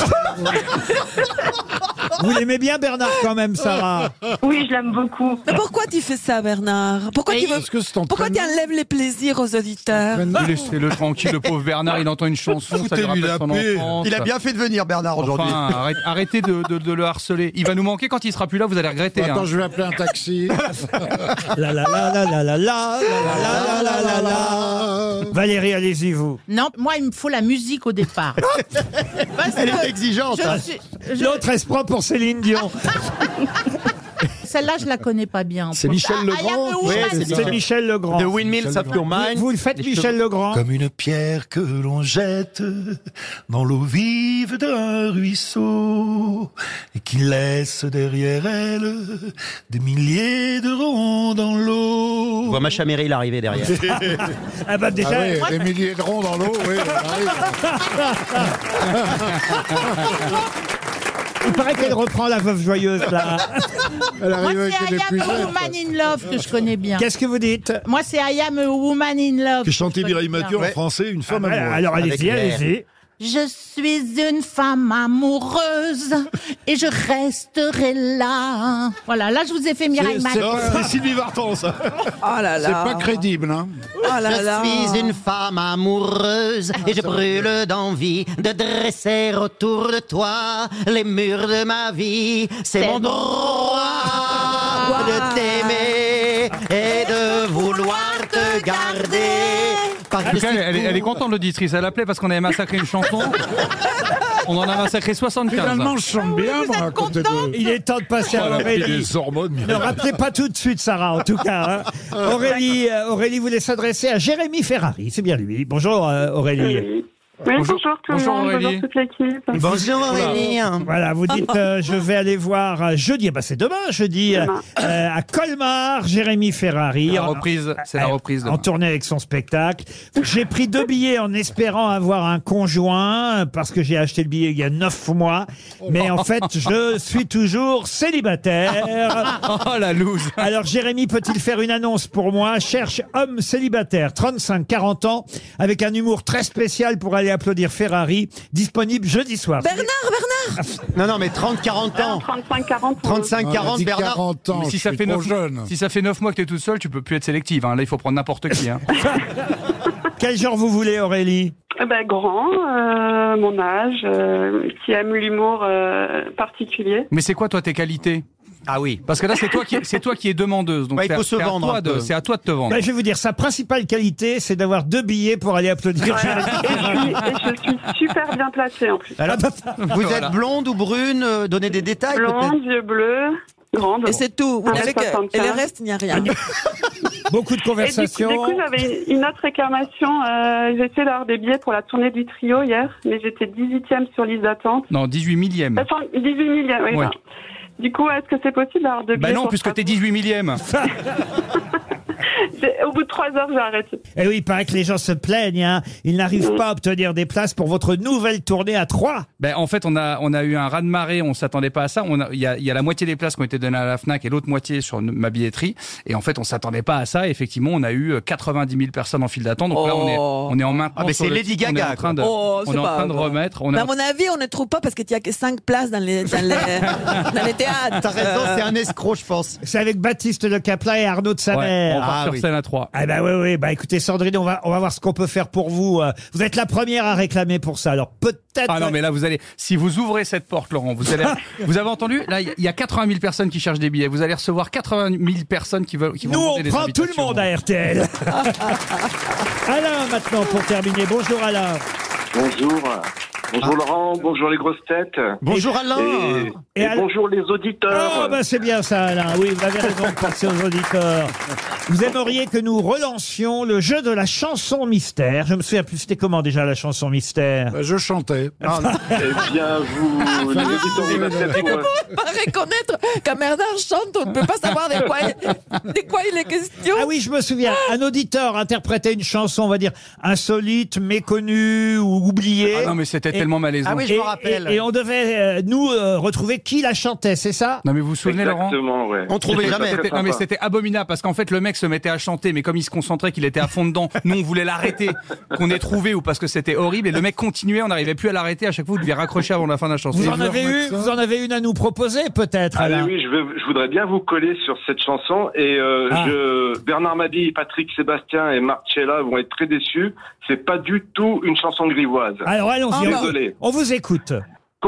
S2: Vous l'aimez bien, Bernard, quand même, Sarah
S8: Oui, je l'aime beaucoup. Mais pourquoi tu fais ça, Bernard Pourquoi tu veux... Pourquoi tu enlèves les plaisirs aux auditeurs
S2: Bah,
S6: Vous Laissez-le tranquille, le pauvre Bernard, il entend une chanson, ça lui
S14: Foutez-lui
S6: rappelle
S14: la
S6: son
S14: paix.
S6: enfance.
S14: Il a bien fait de venir, Bernard, aujourd'hui.
S6: Enfin, arrête- arrêtez de, de- de le harceler. Il va nous manquer quand il sera plus là, vous allez regretter.
S4: Attends,
S6: hein.
S4: je vais appeler un taxi.
S2: La la la la la la la la la la la la la. Valérie, allez-y, vous.
S7: Non, moi, il me faut la musique au départ. Parce
S2: Elle est
S7: que
S2: exigeante,
S7: je
S2: hein.
S7: suis- je-
S2: L'autre, elle se prend pour Céline Dion.
S7: Celle-là, je la connais pas bien.
S2: C'est
S7: Faut-
S2: Michel
S7: Ah, I am
S2: Legrand
S7: a
S2: qui-
S7: woman.
S2: Ouais, c'est ça. Michel Legrand.
S9: The Windmills of Your Mind.
S2: Vous- vous le faites,
S9: Les
S2: Michel Legrand
S5: Comme une pierre que l'on jette dans l'eau vive d'un ruisseau et qui laisse derrière elle des milliers de ronds dans l'eau.
S9: On voit Macha Merrill arriver derrière.
S2: ah bah
S4: Ah oui, des milliers de ronds dans l'eau, oui.
S2: Il paraît qu'elle reprend la veuve joyeuse, là.
S7: Moi, c'est I am a woman in love que je connais bien.
S2: Qu'est-ce que vous dites
S7: Moi, c'est I am a woman in love.
S15: Que chantait
S7: je
S15: Mireille
S7: connais bien.
S15: Mathieu en français, une femme
S2: Ah,
S15: amoureuse.
S2: alors, allez-y, Avec allez-y. l'air.
S7: Je suis une femme amoureuse et je resterai là. Voilà, là je vous ai fait Mireille
S15: C'est- c'est-
S7: Mathieu.
S15: C'est Sylvie Vartan, ça.
S7: Oh là là.
S4: C'est pas crédible, hein.
S7: Oh là
S9: je
S7: là.
S9: suis une femme amoureuse et je brûle d'envie de dresser autour de toi les murs de ma vie. C'est mon droit de t'aimer et de vouloir te garder. Parce que
S6: Parce qu'elle-
S9: c'est
S6: elle, est- elle est
S9: tout.
S6: contente, l'auditrice. Elle appelait parce qu'on avait massacré une chanson. On en a massacré 75.
S4: Finalement, je chante bien, moi, à côté de...
S2: Il est temps de passer
S6: Oh,
S2: à
S6: elle a pris
S2: Aurélie.
S6: des hormones,
S2: Ne
S6: Mireille.
S2: rappelez pas tout de suite, Sarah, en tout cas. hein. Aurélie, euh, Aurélie voulait s'adresser à Jérémy Ferrari. C'est bien lui. Bonjour, euh, Aurélie.
S10: Oui, bonjour, tout le monde, bonjour toute l'équipe.
S2: Voilà, vous dites, euh, je vais aller voir euh, jeudi, Ah bah c'est demain, jeudi, euh, euh, à Colmar, Jérémy Ferrari.
S6: La
S2: En-
S6: reprise, c'est la
S2: euh,
S6: reprise demain.
S2: En tournée avec son spectacle. J'ai pris deux billets en espérant avoir un conjoint, euh, parce que j'ai acheté le billet il y a neuf mois. Mais
S6: Oh.
S2: en fait, je suis toujours célibataire.
S6: Oh la loose
S2: Alors Jérémy peut-il faire une annonce pour moi Cherche homme célibataire, 35-40 ans, avec un humour très spécial pour aller applaudir Ferrari, disponible jeudi soir. Ah,
S8: Bernard, Bernard
S9: Non, non, mais 30-40 ans.
S10: 35-40.
S9: 35-40, Bernard.
S6: Mais si, ça fait 9, si ça fait 9 mois que tu es toute seule, tu peux plus être sélective. hein. Là, il faut prendre n'importe qui. hein.
S2: Quel genre vous voulez, Aurélie
S10: Eh ben, grand, euh, mon âge, euh, qui aime l'humour euh, particulier.
S6: Mais c'est quoi, toi, tes qualités
S9: Ah oui.
S6: Parce que là, c'est toi qui, c'est toi qui es demandeuse. Donc
S9: Ouais, il
S6: c'est à-
S9: faut se
S6: c'est à
S9: vendre
S6: toi
S9: un
S6: de-
S9: peu.
S6: C'est à toi de te vendre.
S2: Bah, Je vais vous dire, sa principale qualité, c'est d'avoir deux billets pour aller applaudir Jérémy Ferrari.
S10: Et je suis super bien placée en plus.
S9: Alors, vous
S6: Voilà.
S9: êtes blonde ou brune euh, Donnez des détails
S10: Blonde,
S9: peut-être.
S10: yeux bleus, grande.
S8: Et c'est tout. Vous savez que-
S10: 1m75.
S8: et le reste, il n'y a rien.
S2: Beaucoup de
S10: Et du coup,
S2: conversations.
S10: du coup, j'avais une autre réclamation. Euh, J'étais d'avoir des billets pour la tournée du trio hier, mais j'étais 18e sur liste d'attente.
S6: Non, 18 millième.
S10: Enfin, 18 millième, oui.
S6: Ouais.
S10: ben. Du coup, est-ce que c'est possible d'avoir deux
S6: Bah
S10: billets
S6: non,
S10: pour
S6: puisque t'es 18 millième.
S10: J'ai- Au bout de trois heures, j'ai arrêté.
S2: Et Eh oui, il paraît que les gens se plaignent. hein. Ils
S10: Mm.
S2: n'arrivent pas à obtenir des places pour votre nouvelle tournée à Troyes.
S6: Ben, en fait, on a, on a eu un raz-de-marée, on s'attendait pas à ça. On a- Il y a, il y a la moitié des places qui ont été données à la FNAC et l'autre moitié sur n- ma billetterie. Et en fait, on s'attendait pas à ça. Et effectivement, on a eu euh, 90 000 personnes en file d'attente. Donc là, on est, on est en main.
S9: Ah, mais c'est Lady
S6: On est
S9: Gaga,
S6: en train de,
S8: Oh,
S6: on
S8: c'est
S6: est en
S8: pas
S6: train de
S8: grave.
S6: remettre. On est
S8: Mais
S6: en-
S8: à mon avis, on ne trouve pas parce qu'il n'y a que 5 places dans les, dans les, dans les théâtres.
S9: T'as raison, c'est un escroc, je pense.
S2: C'est avec Baptiste Le Capla et Arnaud de sa
S6: Ouais,
S2: mère.
S6: on part
S9: Ah
S6: sur
S9: oui.
S6: scène à 3.
S2: Ah bah oui, oui, bah écoutez Sandrine, on va, on va voir ce qu'on peut faire pour vous. Euh, Vous êtes la première à réclamer pour ça, alors peut-être...
S6: Ah non, mais là, vous allez, si vous ouvrez cette porte, Laurent, vous allez, vous avez entendu? Là, il y a 80 000 personnes qui cherchent des billets. Vous allez recevoir 80 000 personnes qui veulent, qui vont
S2: Nous,
S6: demander
S2: on
S6: des
S2: prend tout le
S6: invitations.
S2: monde à RTL. Alain, maintenant, pour terminer. Bonjour Alain.
S13: Bonjour. Bonjour Laurent, bonjour les grosses têtes.
S9: Bonjour Alain.
S13: Et,
S2: Et
S13: et
S2: Ah. Alain-
S13: bonjour les auditeurs.
S2: Oh, bah c'est bien ça, Alain. Oui, vous avez raison de penser aux auditeurs. Vous aimeriez que nous relancions le jeu de la chanson mystère. Je me souviens plus, c'était comment déjà la chanson mystère
S4: Bah, Je chantais. Ah,
S13: Eh bien,
S2: Ah,
S13: vous, les auditeurs vous m'appelez pour, euh,
S8: pas reconnaître quand Bernard chante, on ne peut pas savoir de quoi, il- de quoi il est question.
S2: Ah oui, je me souviens. Un auditeur interprétait une chanson, on va dire, insolite, méconnue ou oubliée.
S6: Ah non, mais c'était
S2: Et
S6: tellement malaisant.
S2: Et- Et, et on devait, euh, nous, euh, retrouver qui la chantait, c'est ça
S6: Non, mais vous vous souvenez,
S13: Exactement,
S6: Laurent
S13: ouais.
S6: On trouvait
S13: C'était
S6: jamais.
S13: très
S6: C'était- Non, mais
S13: sympa.
S6: c'était abominable parce qu'en fait, le mec se mettait à chanter, mais comme il se concentrait, qu'il était à fond dedans, nous, on voulait l'arrêter, qu'on ait trouvé ou parce que c'était horrible. Et le mec continuait, on n'arrivait plus à l'arrêter. À chaque fois, vous deviez raccrocher avant la fin de la chanson.
S2: Vous en, avez eu, vous en avez une à nous proposer, peut-être
S13: Allez,
S2: Alain
S13: Ah, oui, je, veux- je voudrais bien vous coller sur cette chanson et euh,
S2: Ah.
S13: je- Bernard Mabille, Patrick Sébastien et Marcella vont être très déçus. C'est pas du tout une chanson grivoise.
S2: Alors allons-y, on-
S13: Désolé.
S2: on vous écoute.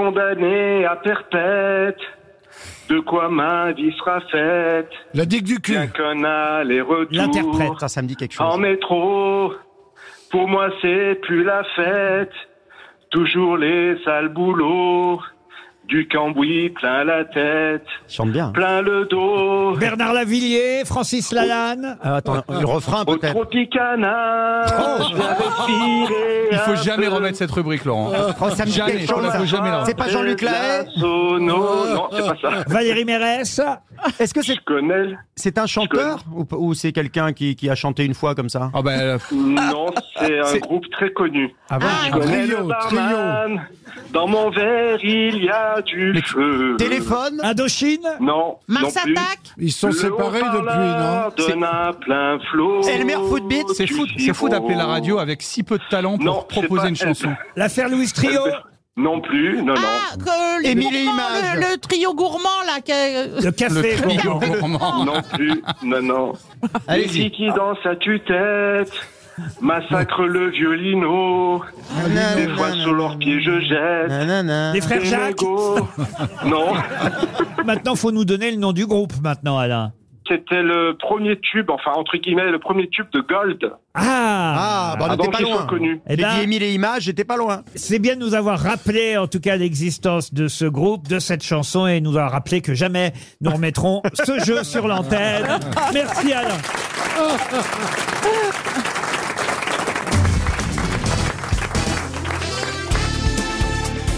S13: Condamné à perpète, de quoi ma vie sera faite. La digue du cul. Bien qu'un aller-retour.
S3: L'interprète,
S13: ça, me dit quelque chose. En métro, pour moi c'est plus la fête. Toujours les sales boulots, du cambouis plein la tête.
S3: Chante
S6: Ah.
S3: bien.
S13: Plein le dos.
S2: Bernard Lavillier, Francis Lalanne.
S3: Oh. Ah, attends, le refrain peut-être. Oh.
S13: Tropicana.
S6: Il faut jamais remettre cette rubrique, Laurent.
S3: Oh,
S6: jamais, je la fous jamais, Laurent.
S13: Non,
S3: Oh.
S13: non, c'est pas ça.
S2: Valérie Mérès.
S3: Est-ce que c'est C'est un chanteur ou, p- ou c'est quelqu'un qui, qui a chanté une fois comme ça
S13: Non, c'est un groupe très connu.
S6: Ah
S13: Je connais le barman. Dans mon verre, il y a du feu.
S3: Téléphone
S2: Indochine
S13: Non.
S3: Mars
S13: non plus.
S3: Attack
S4: Ils sont
S13: Le
S4: séparés depuis,
S13: haut-parleur
S4: non
S13: donne un plein flot.
S6: C'est le meilleur foot beat. C'est fou, c'est fou d'appeler la radio avec si peu de talent pour
S13: Non, c'est
S6: proposer
S13: pas
S6: une
S13: elle.
S6: chanson.
S2: L'affaire Louise Trio
S13: Non plus, non, non.
S7: Que le
S13: Émilie
S7: gourmand,
S13: Image.
S7: Le, le trio gourmand, là. Que...
S13: Le
S7: Le
S13: trio
S7: café
S13: gourmand. Non plus, non, non. Les
S7: Allez-y.
S13: filles qui dansent à tue-tête, massacrent le violino. Des fois sur leurs pieds, je jette.
S2: Les frères
S13: Des
S2: Jacques
S13: mégots. Non,
S2: Maintenant, faut nous donner le nom du groupe, maintenant, Alain.
S13: c'était le premier tube, enfin, entre guillemets, le premier tube de Gold.
S2: Ah,
S13: Ah, bah, on Ah, était donc pas ils sont loin. connus.
S2: Eh
S13: J'ai
S2: ben,
S13: dit
S3: Mille et images, j'étais pas loin.
S2: c'est bien de nous avoir rappelé, en tout cas, l'existence de ce groupe, de cette chanson, et nous avoir rappelé que jamais nous remettrons ce jeu sur l'antenne. Merci, Alain.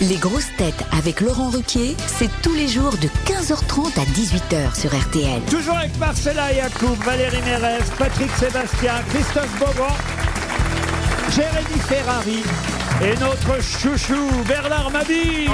S11: Les grosses têtes avec Laurent Ruquier, c'est tous les jours de 15h30 à 18h sur RTL.
S2: Toujours avec Marcella Yacoub, Valérie Mérez, Patrick Sébastien, Christophe Beaugrand, Jérémy Ferrari et notre chouchou Bernard Mabille.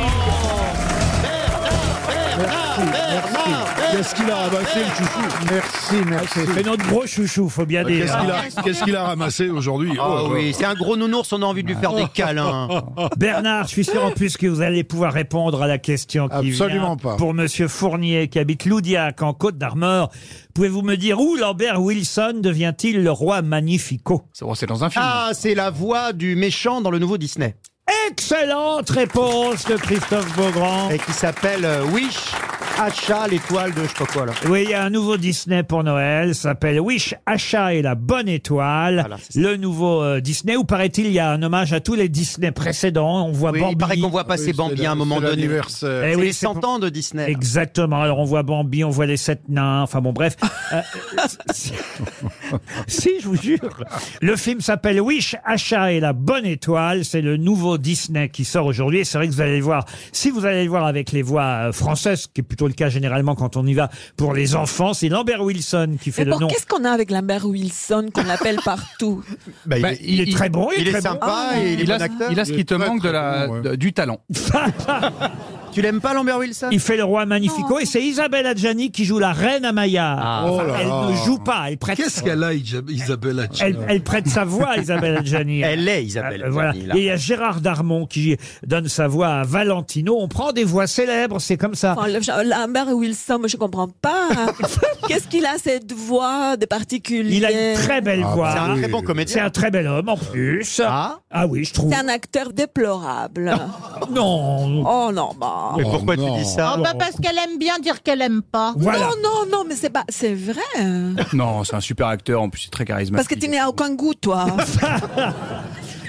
S5: Qu'est-ce qu'il a ramassé, le chouchou
S2: Merci, merci. Ah, C'est notre gros chouchou, faut bien dire.
S5: Qu'est-ce qu'il a, qu'est-ce qu'il a ramassé aujourd'hui
S3: Ah
S5: Oh,
S3: oui, c'est un gros nounours, on a envie de lui faire des câlins.
S2: Oh. Bernard, je suis sûr en plus que vous allez pouvoir répondre à la question qui
S4: Absolument
S2: vient
S4: pas.
S2: pour Monsieur Fournier qui habite Loudiac en Côte d'Armor. Pouvez-vous me dire où Lambert Wilson devient-il le roi magnifico
S6: C'est dans un
S3: Ah, c'est la voix du méchant dans le nouveau Disney.
S2: Excellente réponse de Christophe Beaugrand.
S3: Et qui s'appelle euh, Wish, achat, l'étoile de je sais pas quoi là.
S2: Oui, il y a un nouveau Disney pour Noël, ça s'appelle Wish, Achat et la bonne étoile. le nouveau euh, Disney, où paraît-il, il y a un hommage à tous les Disney précédents. On voit
S3: Oui,
S2: Bambi.
S3: il paraît qu'on voit passer Bambi à un moment donné.
S2: Eh
S3: C'est
S2: oui,
S3: les
S2: c'est
S3: 100
S2: pour-
S3: ans de Disney. là.
S2: Exactement. Alors on voit Bambi, on voit les sept nains. Enfin bon, bref. Euh, si, si, je vous jure. Le film s'appelle Wish, Achat et la bonne étoile. C'est le nouveau Disney qui sort aujourd'hui. Et C'est vrai que vous allez le voir. Si vous allez le voir avec les voix euh, françaises, ce qui est plutôt le cas généralement quand on y va pour les enfants, c'est Lambert Wilson qui fait
S8: Mais
S2: le
S8: bon,
S2: nom.
S8: qu'est-ce qu'on a avec Lambert Wilson qu'on l'appelle partout
S2: Bah, il, est, très bon. Il, est, très bon.
S6: Ah, il, a, il a ce qui te manque de la, de- du talent.
S3: tu l'aimes pas Lambert Wilson
S2: Il fait le roi magnifico et c'est Isabelle Adjani qui joue la reine Amaya.
S3: Ah.
S2: Ah, Enfin,
S16: Oh là
S2: elle
S16: là.
S2: ne joue pas, elle prête.
S16: Qu'est-ce qu'elle a, Isa- Isabelle Adjani
S2: elle, elle prête sa voix, Isabelle Adjani.
S3: Elle est Isabelle
S2: Euh, voilà.
S3: Adjani, là.
S2: Et il y a Gérard Darmon qui donne sa voix à Valentino. On prend des voix célèbres, c'est comme ça.
S8: Enfin, Oh, le- Euh, Lambert Wilson, moi, je comprends pas. Qu'est-ce qu'il a cette voix de particulier
S2: Il a une très belle
S6: Ah,
S2: voix.
S3: Ah, bah, c'est
S6: bah
S3: un très bon comédien.
S2: C'est un très bel homme en plus. Ah, oui, je trouve.
S8: C'est un acteur déplorable.
S2: Non.
S8: Oh non, bah.
S3: Mais pourquoi tu dis ça
S7: Ah bah parce qu'elle aime bien dire qu'elle aime pas.
S6: Voilà.
S8: Non, non, non, mais c'est pas, c'est vrai.
S6: Non, c'est un super acteur, en plus, c'est très
S8: Parce que
S6: charismatique.
S8: tu n'as aucun goût, toi.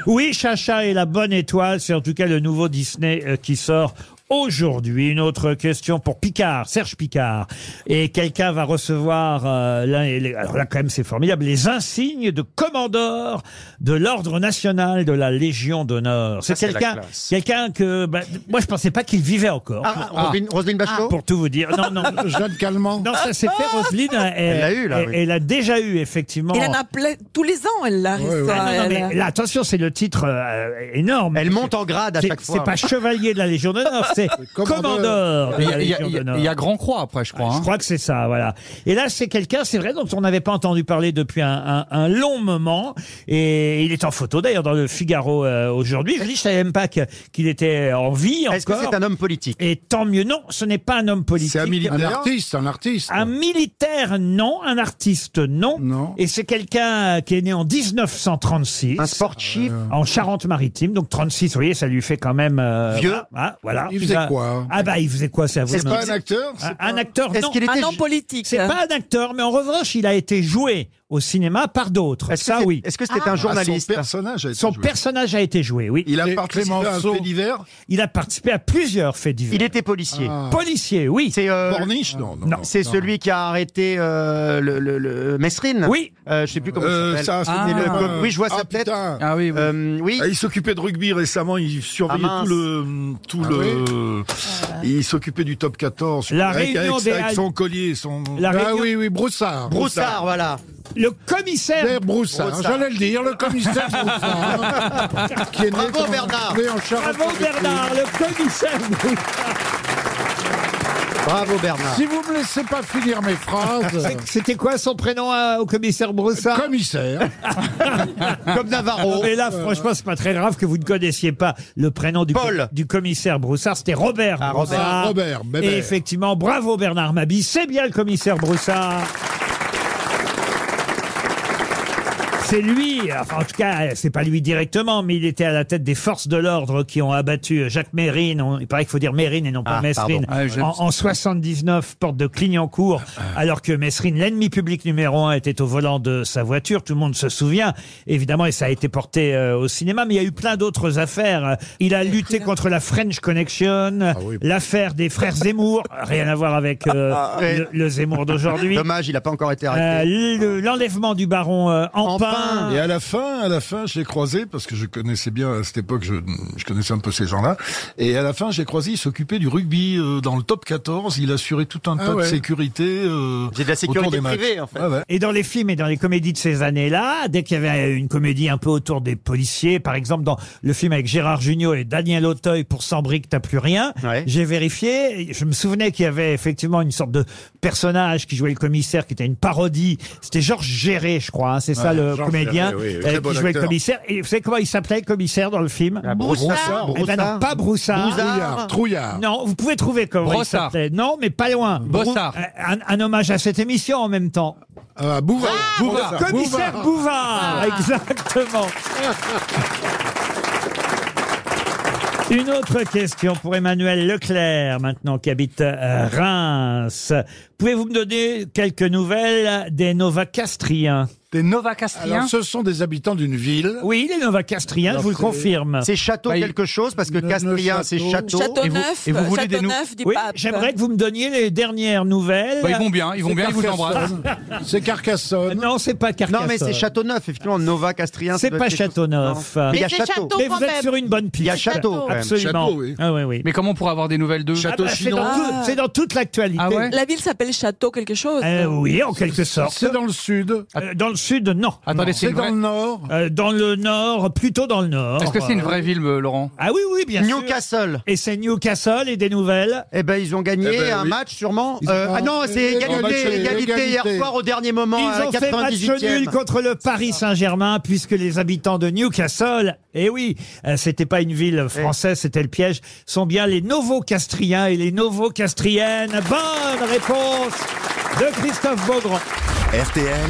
S2: Oui, Chacha et la bonne étoile, c'est en tout cas le nouveau Disney euh, qui sort aujourd'hui. Une autre question pour Picard, Serge Picard. Et quelqu'un va recevoir, euh, là, et les- alors là quand même c'est formidable, les insignes de commandeur de l'Ordre national de la Légion d'honneur. C'est
S3: Ça, c'est la
S2: quelqu'un
S3: classe.
S2: quelqu'un que... bah, moi je pensais pas qu'il vivait encore.
S3: Ah, ah, Roselyne- Roselyne Bachelot
S2: Pour tout vous dire. Non, non.
S4: Jeanne Calment.
S2: Non, ça s'est fait Roselyne. Elle,
S4: l'a eu, là,
S2: elle-
S4: oui.
S2: elle a déjà eu effectivement.
S8: Il en a plein, tous les ans, elle l'a.
S2: Ah,
S8: ça,
S2: non, non,
S8: elle
S2: mais
S8: a-
S2: là, attention, c'est le titre euh, énorme. Elle monte en grade
S3: à chaque fois.
S2: C'est pas chevalier de la Légion d'honneur, c'est commandeur de la
S6: Il y a-
S2: Légion
S6: il y a-
S2: d'honneur. Ah,
S6: il y a Grand Croix après, je crois. hein.
S2: Je crois que c'est ça, voilà. Et là, c'est quelqu'un, c'est vrai, dont on n'avait pas entendu parler depuis un, un- un long moment. Et il est en photo, d'ailleurs, dans le Figaro euh, aujourd'hui. Je dis, je savais même pas que- qu'il était en vie encore. Est-ce que c'est un homme politique Et tant mieux, non, ce n'est pas un homme politique. C'est un
S4: militaire. Un artiste,
S2: un artiste. Un militaire, non. Un artiste, non. Et c'est quelqu'un qui est né en 1936. Un sportif.
S4: Euh.
S2: En Charente-Maritime. Donc 36, vous voyez, ça lui fait quand même... euh,
S4: Vieux.
S2: Ah, ah, voilà.
S4: Il faisait
S2: Ah,
S4: quoi
S2: Ah bah, il faisait quoi, c'est à vous
S4: C'est
S2: de me
S4: pas
S2: dire.
S4: un acteur, c'est
S2: Un,
S4: pas-
S2: un acteur,
S4: Est-ce
S2: non.
S4: qu'il était Un homme ju-
S8: politique.
S2: C'est pas un acteur, mais en revanche, il a été joué au cinéma par d'autres. Ça, oui.
S4: est-ce que c'était Ah. un journaliste
S2: Ah,
S4: Son personnage a été
S2: Son
S4: joué.
S2: personnage a été joué, oui.
S4: Il a Et participé à un Clémenceau. fait divers
S2: Il a participé à plusieurs faits divers.
S3: Il était policier. Ah.
S2: Policier, oui.
S3: C'est euh,
S2: Borniche, non, non, non.
S3: C'est
S2: Non.
S3: celui qui a arrêté euh, le, le, le Mesrine.
S2: Oui.
S3: Euh, je sais plus comment
S5: Euh,
S3: il
S5: ça,
S3: s'appelle.
S5: c'est des-
S3: le-
S5: euh,
S3: oui, je vois
S5: ah,
S3: sa tête.
S5: putain.
S3: Ah oui. Euh, oui.
S5: Ah, il s'occupait de rugby récemment, il surveillait
S3: Ah, mince.
S5: tout le. Tout
S4: Ah
S5: le Ah, Il s'occupait du top 14.
S2: La
S5: avec,
S2: réunion
S5: avec-
S2: des
S5: avec
S2: Halles-
S5: son collier, son.
S4: Mm.
S2: La
S5: Ah
S2: réunion-
S5: oui, oui, Broussard.
S3: Broussard, voilà.
S2: Le commissaire.
S4: Pierre Broussard,
S5: Broussard.
S4: j'allais le dire, le commissaire Broussard. hein, qui est né
S3: Bravo,
S4: comme un
S3: Bernard.
S4: blé en Charente.
S2: Bravo Bernard, le commissaire Broussard.
S3: Bravo Bernard.
S4: Si vous me laissez pas finir mes phrases. Euh,
S2: C'est- C'était quoi son prénom euh, au commissaire Broussard
S4: Commissaire.
S3: Comme Navarro.
S2: Et là, franchement, c'est pas très grave que vous ne connaissiez pas le prénom du,
S3: Paul.
S2: du commissaire Broussard. C'était Robert
S3: Ah, Robert.
S2: Broussard.
S4: Ah, Robert, Bébert.
S2: Et effectivement, bravo Bernard Mabi, c'est bien le commissaire Broussard. C'est lui, enfin en tout cas, c'est pas lui directement, mais il était à la tête des forces de l'ordre qui ont abattu Jacques Mérine. On- il paraît qu'il faut dire Mérine et non pas
S3: Ah, pardon.
S2: Messrine.
S3: Ah, j'aime
S2: en,
S3: ça.
S2: en 79, porte de Clignancourt,
S3: Ah,
S2: alors que Messrine, l'ennemi public numéro un, était au volant de sa voiture. Tout le monde se souvient, évidemment, et ça a été porté euh, au cinéma, mais il y a eu plein d'autres affaires. Il a lutté contre la French Connection,
S3: Ah
S2: l'affaire des frères Zemmour, rien à voir avec euh,
S3: ouais.
S2: le, le Zemmour d'aujourd'hui.
S3: Ah, Dommage, il n'a pas encore été
S2: Euh,
S3: arrêté.
S2: le- L'enlèvement du baron euh, Empin.
S5: Et à la fin, à la fin, j'ai croisé parce que je connaissais bien à cette époque, je, je connaissais un peu ces gens-là. Et à la fin, j'ai croisé, il s'occupait du rugby euh, dans le top 14. Il assurait tout un
S4: Ah
S5: tas
S4: ouais.
S5: de sécurité. euh,
S3: J'ai de la sécurité
S5: autour des matchs.
S3: privée, en fait.
S5: Ouais, ouais.
S2: Et dans les films et dans les comédies de ces années-là, dès qu'il y avait une comédie un peu autour des policiers, par exemple dans le film avec Gérard Jugnot et Daniel Auteuil pour Sans briques, t'as plus rien,
S3: Ouais.
S2: j'ai vérifié. et Je me souvenais qu'il y avait effectivement une sorte de personnage qui jouait le commissaire, qui était une parodie. C'était Georges Géré, je crois. hein, c'est ça
S4: Ouais,
S2: le
S4: Georges
S2: comédien
S4: Géré, oui, oui,
S2: euh,
S4: très bon
S2: qui jouait le
S4: acteur.
S2: commissaire. Et vous savez comment il s'appelait le commissaire dans le film
S8: Broussard.
S2: Eh ben non, pas Broussard.
S4: Brouillard, Trouillard.
S2: Non, vous pouvez trouver comment il
S6: Brossard.
S2: s'appelait. Non, mais pas loin.
S6: Bossard.
S2: Un, un hommage à cette émission en même temps.
S4: Ah, Bouvard. Bouvard.
S2: Commissaire Bouvard, exactement. Une autre question pour Emmanuel Leclerc, maintenant qui habite euh, Reims. Pouvez-vous me donner quelques nouvelles des Novacastriens
S6: Des Novacastriens
S4: Alors, ce sont des habitants d'une ville.
S2: Oui, les Novacastriens, je vous le
S4: c'est-
S2: confirme.
S3: C'est château
S6: Bah, il-
S3: quelque chose parce que
S4: Le- le
S3: Castrien, c'est château.
S4: château.
S8: Château
S6: Et vous-
S8: Neuf, euh,
S6: et vous voulez des
S8: Château
S6: nou-
S8: Neuf du
S2: Oui,
S8: pape.
S2: j'aimerais que vous me donniez les dernières nouvelles.
S6: Bah, ils vont bien, ils vont bien, ils vous embrassent.
S4: C'est Carcassonne.
S2: Non, c'est pas
S3: Non,
S2: Carcassonne.
S3: mais c'est Châteauneuf, effectivement. Nova Castrien.
S2: C'est
S3: ça doit
S2: pas
S3: être quelque chose-
S2: Châteauneuf.
S3: Non. Mais il y a
S7: Mais c'est
S3: château.
S7: château
S2: Mais
S7: quand
S2: vous êtes
S7: même.
S2: sur une bonne piste.
S3: Il y a château, quand même.
S2: Absolument.
S5: Château, oui.
S2: Ah oui, oui.
S6: Mais comment on pourrait avoir des nouvelles d'eux
S2: Ah bah, c'est dans, tout- c'est dans toute l'actualité.
S6: Ah ouais
S8: La ville s'appelle Château quelque chose.
S2: Euh, oui, en quelque sorte.
S4: C'est dans le sud.
S2: Euh, dans le sud, non.
S6: Attendez, c'est
S4: C'est
S6: une
S4: dans
S6: vraie...
S4: le nord.
S2: Euh, dans le nord, plutôt dans le nord.
S6: Est-ce que c'est une vraie ville, euh, Laurent
S2: Ah oui, oui, bien sûr.
S3: Newcastle.
S2: Et c'est Newcastle et des nouvelles.
S3: Eh ben, ils ont gagné
S5: Eh ben,
S3: un
S5: oui.
S3: match, sûrement.
S4: Ils ont-
S3: Euh, ah non, c'est
S4: Ils ont
S3: égalité,
S4: matché,
S3: égalité, hier
S4: égalité.
S3: soir au dernier moment,
S2: Ils
S3: à
S2: ont fait match
S3: 98e.
S2: nul contre le Paris Saint-Germain puisque les habitants de Newcastle, et oui, euh, c'était pas une ville française, c'était le piège, sont bien les Novocastriens et les Novocastriennes. Bonne réponse de Christophe Beaugrand.
S1: RTL,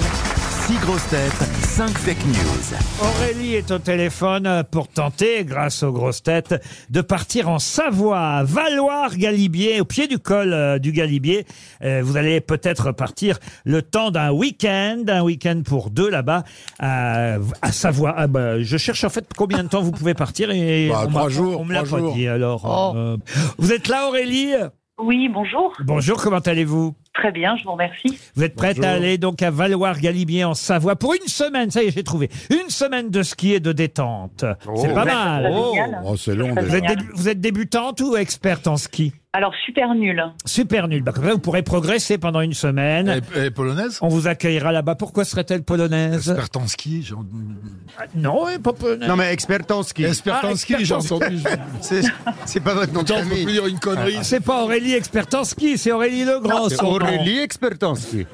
S1: 6 grosses têtes, 5 5 fake news.
S2: Aurélie est au téléphone pour tenter, grâce aux grosses têtes, de partir en Savoie, à Valoir-Galibier, au pied du col euh, du Galibier. Euh, vous allez peut-être partir le temps d'un week-end, un week-end pour deux là-bas, à, à Savoie. Ah bah, je cherche en fait combien de temps vous pouvez partir et
S4: Bah,
S2: on
S4: trois
S2: m'a-
S4: jours,
S2: on me l'a
S4: trois
S2: pas
S4: jours.
S2: dit alors. euh, vous êtes là, Aurélie
S10: Oui, bonjour.
S2: Bonjour, comment allez-vous
S10: Très bien, je vous remercie.
S2: Vous êtes prête
S10: Bonjour.
S2: à aller donc à Valoir-Galibier en Savoie pour une semaine, ça y est, j'ai trouvé. Une semaine de ski et de détente. C'est pas
S4: Oh.
S2: mal.
S4: Oh, oh, c'est long
S2: Vous
S4: déjà.
S2: êtes, débu- vous êtes débutante ou experte en ski
S10: Alors, super nul.
S2: Super nul. Bah, comme ça, vous pourrez progresser pendant une semaine. Et, polonaise On vous accueillera là-bas. Pourquoi serait-elle polonaise Experte en ski Non, Ah, ouais, pas polonaise.
S9: Non, mais expert en ski.
S2: Expert en ski, j'ai entendu.
S9: C'est- C'est pas votre nom de
S2: Attends, on
S9: famille.
S2: peut plus dire une connerie. C'est pas Aurélie expert en ski, c'est Aurélie Legrand.
S9: Non, c'est
S2: son nom.
S9: Aurélie expert en ski.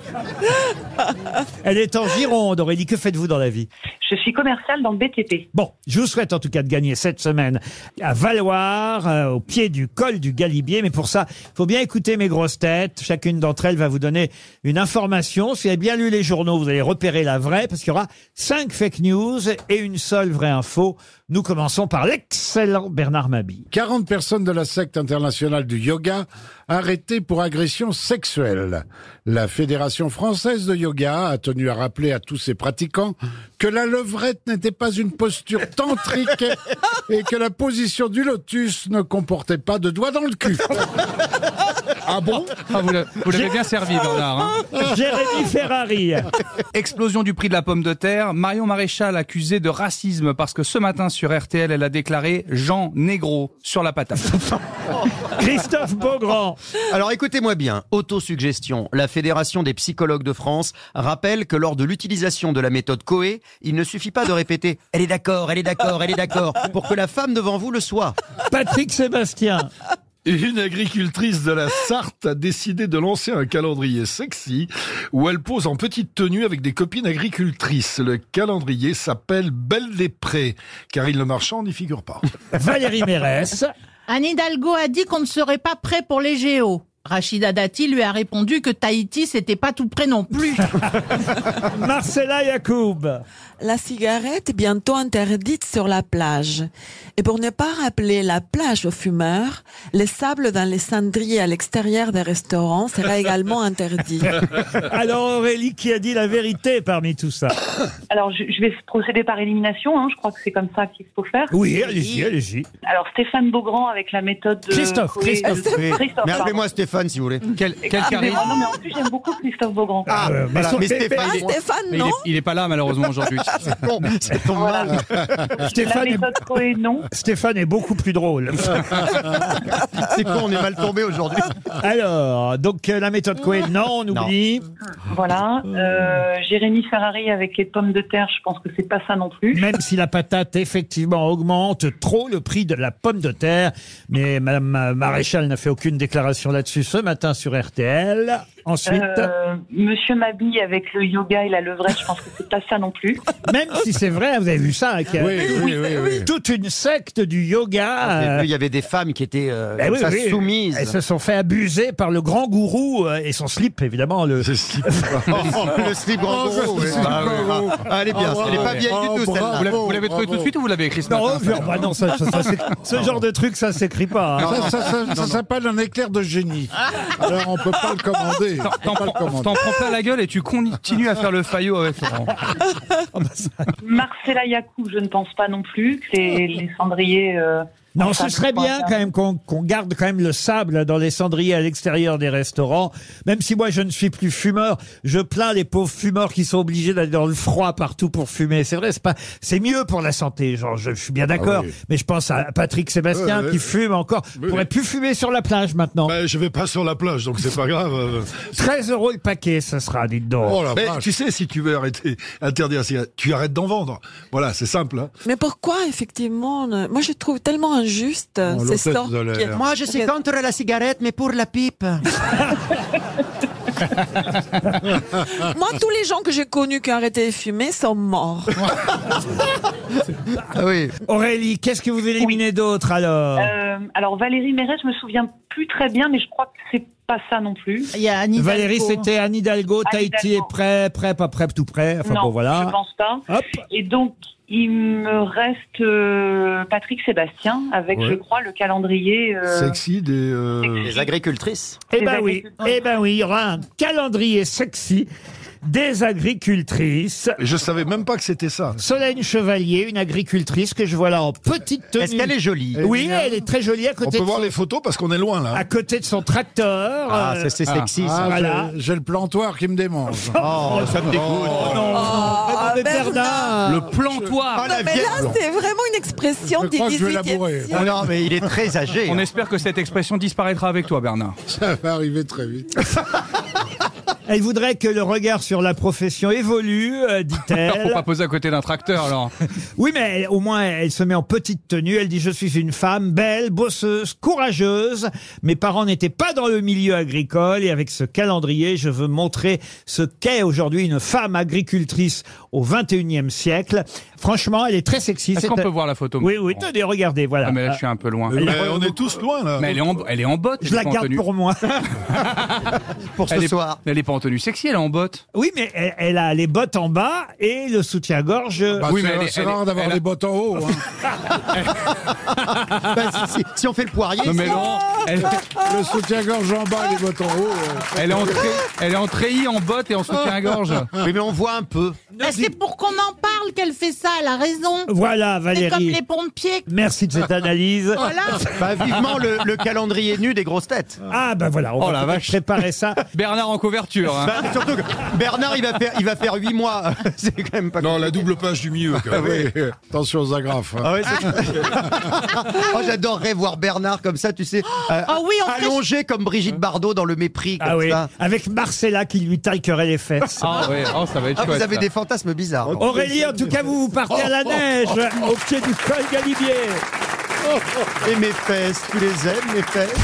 S2: Elle est en Gironde, Aurélie. Que faites-vous dans la vie
S10: Je suis commerciale dans le BTP.
S2: Bon, je vous souhaite en tout cas de gagner cette semaine à Valoir, euh, au pied du col du Galibier. Mais pour ça, il faut bien écouter mes grosses têtes. Chacune d'entre elles va vous donner une information. Si vous avez bien lu les journaux, vous allez repérer la vraie, parce qu'il y aura cinq fake news et une seule vraie info. Nous commençons par l'excellent Bernard Mabille.
S4: 40 personnes de la secte internationale du yoga arrêtées pour agression sexuelle. La Fédération française de yoga a tenu à rappeler à tous ses pratiquants que la levrette n'était pas une posture tantrique et que la position du lotus ne comportait pas de doigts dans le cul.
S6: Ah bon Vous l'a- vous l'avez bien servi, Bernard. hein.
S2: Ah, Jérémy Ferrari.
S6: Explosion du prix de la pomme de terre. Marion Maréchal accusée de racisme parce que ce matin sur RTL, elle a déclaré Jean Négro sur la patate.
S2: Christophe Beaugrand.
S9: Alors écoutez-moi bien, autosuggestion. La Fédération des psychologues de France rappelle que lors de l'utilisation de la méthode Coé, il ne suffit pas de répéter Elle est d'accord, elle est d'accord, elle est d'accord, pour que la femme devant vous le soit.
S2: Patrick
S10: Euh,
S2: Sébastien.
S5: Une agricultrice de la Sarthe a décidé de lancer un calendrier sexy où elle pose en petite tenue avec des copines agricultrices. Le calendrier s'appelle Belle des Prés, car il le marchand n'y figure pas.
S2: Valérie Mérès.
S7: Anne Hidalgo a dit qu'on ne serait pas prêt pour les géos. Rachida Dati lui a répondu que Tahiti, c'était pas tout près non plus.
S2: Marcella Yacoub.
S8: La cigarette est bientôt interdite sur la plage. Et pour ne pas rappeler la plage aux fumeurs, les sables dans les cendriers à l'extérieur des restaurants sera également interdit.
S2: Alors Aurélie qui a dit la vérité parmi tout ça
S10: Alors, je, je vais procéder par élimination. hein. Je crois que c'est comme ça qu'il faut faire.
S2: Oui, allez-y, allez-y.
S10: Alors, Stéphane Beaugrand avec la méthode de.
S9: Christophe,
S10: Oui,
S9: Christophe.
S10: euh,
S9: Oui.
S10: Christophe,
S9: Mais
S10: pardon.
S9: appelez-moi Stéphane si vous voulez. Quel,
S10: Excusez-moi, non, mais en plus, j'aime beaucoup Christophe Beaugrand.
S9: Ah,
S6: Euh,
S9: voilà,
S6: son
S9: mais
S6: pépé-
S9: Stéphane, il est-
S6: Mais il est- Il est pas là Ah, malheureusement aujourd'hui.
S9: C'est ton mal.
S2: Stéphane, est...
S10: Coé, non.
S2: Stéphane est beaucoup plus drôle.
S9: C'est quoi, on est mal tombé aujourd'hui
S2: Alors, donc euh, la méthode Cohen, non, on oublie.
S10: Voilà. euh, Jérémy Ferrari avec les pommes de terre, je pense que c'est pas ça non plus.
S2: Même si la patate, effectivement, augmente trop le prix de la pomme de terre. Mais Madame euh, Maréchal n'a fait aucune déclaration là-dessus ce matin sur RTL. Ensuite,
S10: Euh, Monsieur Mabille avec le yoga et la levrette, je pense que c'est pas ça non plus.
S2: même si c'est vrai, vous avez vu ça, hein, qu'il y a
S9: Oui, oui, oui, oui.
S2: toute une secte du
S9: J'ai
S2: yoga.
S9: vu,
S2: euh,
S9: Il y avait des femmes qui étaient euh,
S2: Ben
S9: comme
S2: oui,
S9: Eh, ça,
S2: oui.
S9: soumises.
S2: Elles se sont fait abuser par le grand gourou euh, et son slip, évidemment. Le slip.
S9: Le slip grand gros, oui. Ah, oui. Ah, elle est
S6: Oh,
S9: bien, elle est pas vieille du tout, celle-là.
S6: Vous l'avez- vous l'avez trouvé tout de suite ou vous l'avez écrit ce
S2: Non,
S6: matin
S2: oh, bah non, ça- ça- ça, c'est- ce genre de truc, ça s'écrit pas. hein.
S4: Ça, ça, ça- ça s'appelle un éclair de génie. Alors on peut pas le commander. On peut
S6: T'en
S4: pas le
S6: prends, t'en
S4: commander.
S6: prends plein la gueule et tu continues à faire le faillot avec Laurent.
S10: Marcella Yacoub, je ne pense pas non plus. que C'est les cendriers. euh,
S2: Non,
S10: ça,
S2: ce
S10: je
S2: serait
S10: crois
S2: bien
S10: pas.
S2: quand même qu'on qu'on garde quand même le sable dans les cendriers à l'extérieur des restaurants. Même si moi je ne suis plus fumeur, je plains les pauvres fumeurs qui sont obligés d'aller dans le froid partout pour fumer. C'est vrai, c'est pas, c'est mieux pour la santé. Genre, je, je suis bien d'accord.
S5: Ah oui.
S2: Mais je pense à Patrick Sébastien
S5: Ouais, ouais.
S2: qui fume encore.
S5: Oui,
S2: Pourrait
S5: oui.
S2: plus fumer sur la plage maintenant.
S5: Ben, je vais pas sur la plage, donc c'est pas grave. euh.
S2: 13 euros le paquet, ça sera, dites donc.
S5: Oh la Mais tu sais, si tu veux arrêter, interdire la cigarette, tu arrêtes d'en vendre. Voilà, c'est simple. hein.
S8: Mais pourquoi, effectivement ne- Moi, je trouve tellement injuste
S4: Oh,
S8: euh, ces
S5: l'hôtesse
S8: sortes
S5: de
S8: qui-
S5: l'air. Moi,
S9: je suis contre la cigarette, mais pour la pipe.
S8: Moi, tous les gens que j'ai connus qui ont arrêté de fumer sont morts.
S9: oui.
S2: Ah Aurélie, qu'est-ce que vous éliminez d'autre alors
S10: Euh, alors Valérie Mérès, je me souviens plus très bien, mais je crois que c'est pas ça non plus.
S2: Valérie, c'était Anne Hidalgo,
S10: Anne
S2: Tahiti
S10: Hidalgo.
S2: est prêt, prêt, pas prêt, tout prêt. Enfin
S10: non,
S2: bon, voilà.
S10: je pense pas. Et donc, il me reste euh, Patrick Sébastien avec,
S5: Ouais.
S10: je crois, le calendrier. euh,
S5: Sexy des.
S9: Les agricultrices.
S2: Eh ben oui, eh ben oui, il y aura un calendrier sexy des agricultrices.
S5: Je savais même pas que c'était ça.
S2: Solène Chevalier, une agricultrice que je vois là en petite tenue. Euh,
S5: Est-ce qu'elle est
S2: Oui,
S5: jolie Elle est mignonne.
S2: elle est très jolie à
S5: On
S2: côté.
S5: peut
S2: de
S5: voir
S2: son-
S5: les photos parce qu'on est loin là.
S2: À côté de son tracteur.
S5: Ah,
S2: euh,
S5: ça, c'est sexy, ça.
S4: Ah,
S2: voilà.
S4: j'ai- J'ai le plantoir qui me démange.
S2: Oh,
S5: ça me dégoûte.
S4: Oh,
S2: non.
S4: Ah,
S2: mais
S4: Bernard.
S2: Bernard.
S4: Le plantoir.
S8: Non, mais là, c'est vraiment une expression
S4: Je
S8: du
S4: crois que je vais
S8: 18e
S4: labourer.
S8: siècle.
S4: Ah non,
S9: mais il est très âgé,
S6: On
S9: hein.
S6: espère que cette expression disparaîtra avec toi, Bernard.
S4: Ça va arriver très vite.
S2: Elle voudrait que le regard sur la profession évolue, euh, dit-elle.
S6: Faut pas poser à côté d'un tracteur, alors.
S2: Oui, mais elle- au moins, elle se met en petite tenue. Elle dit, je suis une femme belle, bosseuse, courageuse. Mes parents n'étaient pas dans le milieu agricole et avec ce calendrier, je veux montrer ce qu'est aujourd'hui une femme agricultrice au 21e siècle. Franchement, elle est très sexy.
S6: Est-ce
S2: C'est
S6: qu'on
S2: un-
S6: peut voir la photo
S2: Oui, oui, tenez, regardez, voilà.
S6: Ah, mais là, je suis un peu loin.
S2: Elle-
S5: Mais on est tous loin là.
S6: Mais elle est en, elle est en botte.
S2: Je la garde pour moi.
S9: pour
S2: ce
S9: soir.
S6: Elle est pas en tenue sexy, elle est en botte.
S2: Oui, mais elle, elle a les bottes en bas et le soutien-gorge.
S4: Bah, c'est- c'est rare d'avoir des bottes en
S6: Ah,
S4: haut. hein.
S9: Bah, si, si- si on fait le poirier.
S6: Non, mais
S9: ça-
S6: non. Elle,
S4: Le soutien-gorge en bas, les bottes en haut.
S9: Ah
S4: euh.
S6: elle est en trai- elle est en treillis, en botte et en soutien-gorge.
S9: Oui, mais on voit un peu.
S7: Bah, c'est pour qu'on en parle qu'elle fait ça, elle a raison.
S2: Voilà,
S7: C'est comme
S2: Valérie.
S7: les pompiers.
S2: Merci de cette analyse.
S7: Voilà.
S9: Bah, vivement le, le calendrier nu des grosses têtes.
S2: Ah, ben voilà, on
S9: Oh,
S2: va
S9: la
S2: peut-être
S9: vache.
S2: préparer ça.
S6: Bernard en couverture. hein.
S9: Bah, surtout que Bernard, il va faire, il va faire 8 mois. C'est quand même pas.
S5: Non, la double page du milieu. quand
S9: Ah
S5: même.
S9: oui.
S4: Oui, Attention aux agrafes. hein.
S9: Ah ouais, c'est- oh, j'adorerais voir Bernard comme ça, tu sais, euh,
S7: Ah oui, en fait,
S9: allongé comme Brigitte Bardot dans le mépris comme
S2: Ah oui,
S9: ça.
S2: avec Marcella qui lui taillerait les fesses.
S6: Ah ouais, oh, ça va être
S9: Ah,
S6: chouette,
S9: vous avez
S6: ça.
S9: des fantasmes bizarres. Oh,
S2: Aurélie, en tout cas, vous vous partez à la neige au pied du col Galibier.
S9: Oh, Et mes fesses, tu les aimes, mes fesses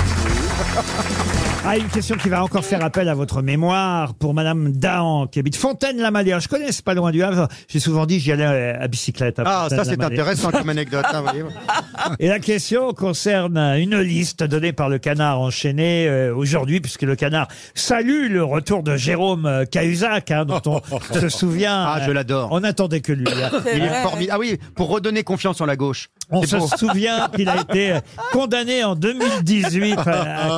S2: Ah, une question qui va encore faire appel à votre mémoire pour Madame Dahan qui habite Fontaine-la-Mallée. Alors, Je connais, c'est pas loin du Havre. J'ai souvent dit j'y allais euh, à bicyclette. à
S9: Ah, ça c'est
S2: Fontaine-la-Mallée.
S9: intéressant comme anecdote. hein, voyez-vous.
S2: Et la question concerne une liste donnée par le canard enchaîné euh, aujourd'hui, puisque le canard salue le retour de Jérôme euh, Cahuzac, hein, dont on se souvient.
S9: Ah, je
S2: euh,
S9: l'adore.
S2: On attendait que lui. hein.
S8: C'est
S9: Il est
S8: vrai.
S9: formidable. Ah oui, pour redonner confiance en la gauche.
S2: On
S9: C'est
S2: se
S9: beau.
S2: souvient qu'il a été euh, condamné en 2018 euh,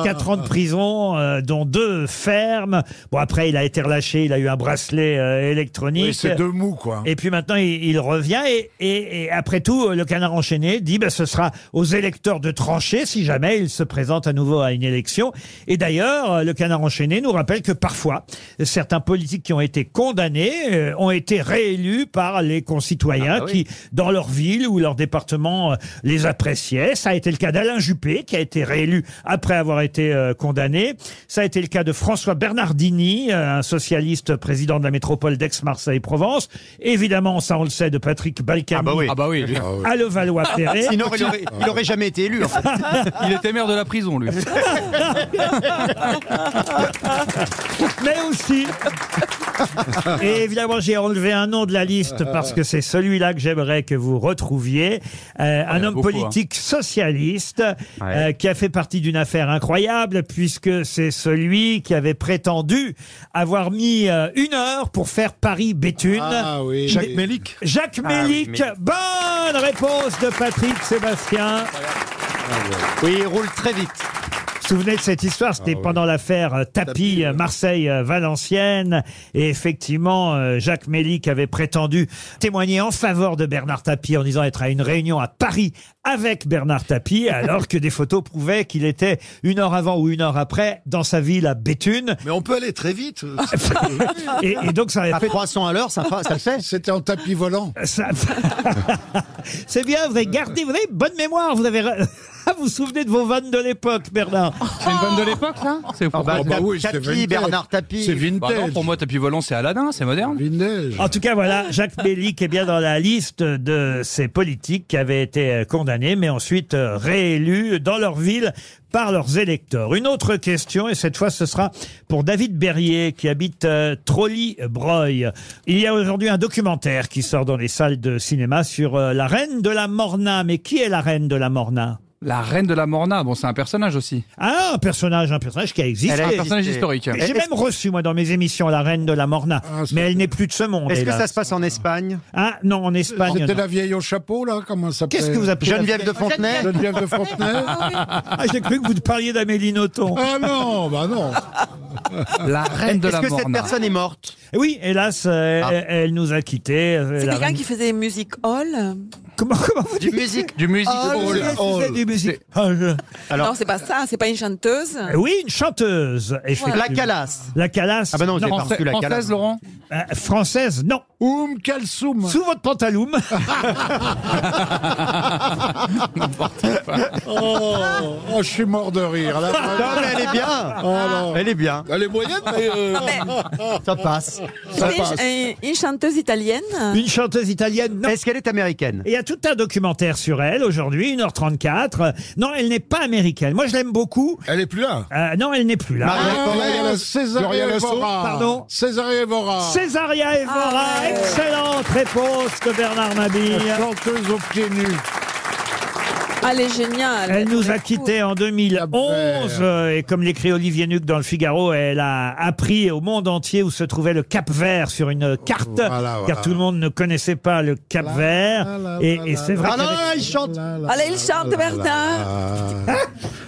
S2: à 4 ans de prison, euh, dont deux fermes. Bon, après, il a été relâché, il a eu un bracelet euh, électronique.
S4: Oui, c'est deux mous, quoi.
S2: Et puis maintenant, il, il revient et, et- et après tout, euh, le canard enchaîné dit bah, ce sera aux électeurs de trancher si jamais ils se présentent à nouveau à une élection. Et d'ailleurs, euh, le canard enchaîné nous rappelle que parfois, certains politiques qui ont été condamnés euh, ont été réélus par
S4: Ah
S2: les
S4: bah
S2: concitoyens qui, dans leur ville ou leur département, euh, les appréciaient. Ça a été le cas d'Alain Juppé, qui a été réélu après avoir été euh, condamné. Ça a été le cas de François Bernardini, euh, un socialiste président de la métropole d'Aix-Marseille-Provence. Évidemment, ça on le sait, de Patrick Balkany
S6: Ah bah oui, lui.
S2: à Levallois-Perret.
S9: Ah bah Sinon, il aurait, il aurait jamais été élu. en fait.
S6: il était maire de la prison, lui.
S2: Ah, mais aussi. Et évidemment, j'ai enlevé un nom de la liste parce que c'est celui-là que j'aimerais que vous retrouviez. Euh, un
S6: en a
S2: homme
S6: beaucoup, hein.
S2: politique socialiste euh, qui a fait partie d'une affaire incroyable puisque c'est celui qui avait prétendu avoir mis euh, une heure pour faire Paris-Béthune.
S4: Ah oui.
S5: Jacques Mélic.
S2: Jacques
S6: Ah,
S2: Mélic,
S9: oui, Mélic.
S2: bonne réponse de Patrick Sébastien.
S9: Oui, il roule très vite.
S2: Souvenez de cette histoire, c'était pendant l'affaire euh, Tapie, euh, Marseille, euh, Valenciennes. Et effectivement, euh, Jacques Mélic avait prétendu témoigner en faveur de Bernard Tapie en disant être à une réunion à Paris avec Bernard Tapie, alors que des photos prouvaient qu'il était une heure avant ou une heure après dans sa ville à Béthune.
S5: Mais on peut aller très vite.
S2: Et, et donc, ça avait
S9: À
S2: fait
S9: 300 à l'heure, ça, fa- ça le fait.
S4: C'était en tapis volant.
S2: Ça- C'est bien, vous avez gardé, vous avez bonne mémoire, vous avez. re- Ah, vous vous souvenez de vos vannes de l'époque, Bernard
S6: C'est une vanne de l'époque, ça C'est
S2: Ah bah, bah oui, c'était vintage. C'est vintage.
S6: Bah non, pour moi, tapis volant, c'est Aladdin, c'est moderne.
S2: En tout cas, voilà, Jacques Bellic est bien dans la liste de ces politiques qui avaient été euh, condamnés, mais ensuite euh, réélus dans leur ville par leurs électeurs. Une autre question, et cette fois ce sera pour David Berrier, qui habite euh, Trolly-Breuil. Il y a aujourd'hui un documentaire qui sort dans les salles de cinéma sur euh, la reine de la Morna. Mais qui est la reine de la Morna
S6: La reine de la Morna, bon, c'est un personnage aussi.
S2: Ah, un personnage, un personnage qui a existé.
S6: Elle a Un personnage existé. historique.
S2: J'ai même reçu, moi, dans mes émissions, la reine de la Morna.
S4: Ah,
S2: mais elle n'est plus de ce monde.
S9: Est-ce que
S2: hélas.
S9: ça se passe en Espagne
S2: Ah, non, en Espagne.
S4: C'était
S2: non.
S4: la vieille au chapeau, là Comment ça
S2: Qu'est-ce que vous appelez la
S9: Geneviève de Fontenay
S4: Geneviève de Fontenay
S2: Ah, j'ai cru que vous parliez d'Amélie Nothomb.
S4: Ah non, bah non
S6: La reine de la
S9: Est-ce que cette
S6: Morna.
S9: personne est morte
S2: Oui, hélas, euh, elle, elle nous a quittés. euh,
S8: C'est
S2: la
S8: quelqu'un
S2: reine-
S8: qui faisait music hall
S2: Comment, comment vous
S9: Du
S2: dites
S9: musique
S6: Du musique.
S2: Ah,
S4: Oh
S6: hall.
S2: oui, c'est du musique. Ah, je-
S8: Oh. Non, c'est pas ça, c'est pas une chanteuse.
S2: Euh, Oui, une chanteuse. effectivement.
S9: La calasse.
S2: La calasse.
S9: Ah bah non, j'ai pas
S6: Français-
S9: reçu la
S6: Française,
S9: calasse.
S6: Laurent
S2: Euh, française, non.
S5: Um
S4: Oum Kalsoum
S2: Sous votre pantaloum.
S4: oh,
S9: Ah
S4: oh, je suis mort de rire. Là,
S9: Non, mais elle est bien.
S4: Oh, là.
S9: Elle est bien.
S4: Elle est moyenne, mais... euh,
S9: Ça passe.
S8: C'était une- une chanteuse italienne.
S2: Euh, Une chanteuse italienne, non.
S9: Est-ce qu'elle est américaine
S2: Et Il y a tout un documentaire sur elle aujourd'hui, 1h34. Euh, Non, elle n'est pas américaine. Moi, je l'aime beaucoup.
S5: Elle est plus là.
S2: Euh, non, elle n'est plus là.
S9: Maria-
S4: Ah, là, il y a la Césaria
S5: Gloria Lasso.
S4: Evora.
S2: Pardon
S4: Césaria Evora.
S2: Césaria Evora,
S8: Ah ouais.
S2: excellente réponse de Bernard Mabille.
S4: La chanteuse aux pieds nus.
S8: Elle est géniale.
S2: Elle nous a quittés en 2011
S4: Ah ben.
S2: euh, et comme l'écrit Olivier Nuc dans le Figaro, elle a appris au monde entier où se trouvait le Cap Vert sur une carte,
S4: Voilà, voilà.
S2: car tout le monde ne connaissait pas le Cap Vert. et et c'est vrai.
S9: Ah non, il
S2: qu'avec-
S9: chante.
S8: Allez, il chante, Bernard.
S4: Ah,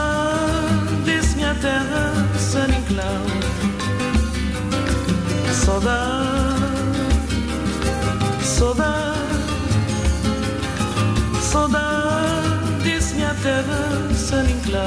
S12: Saudades, minha terra, sunny cloud. Saudade, saudade, saudades, minha terra, sunny cloud.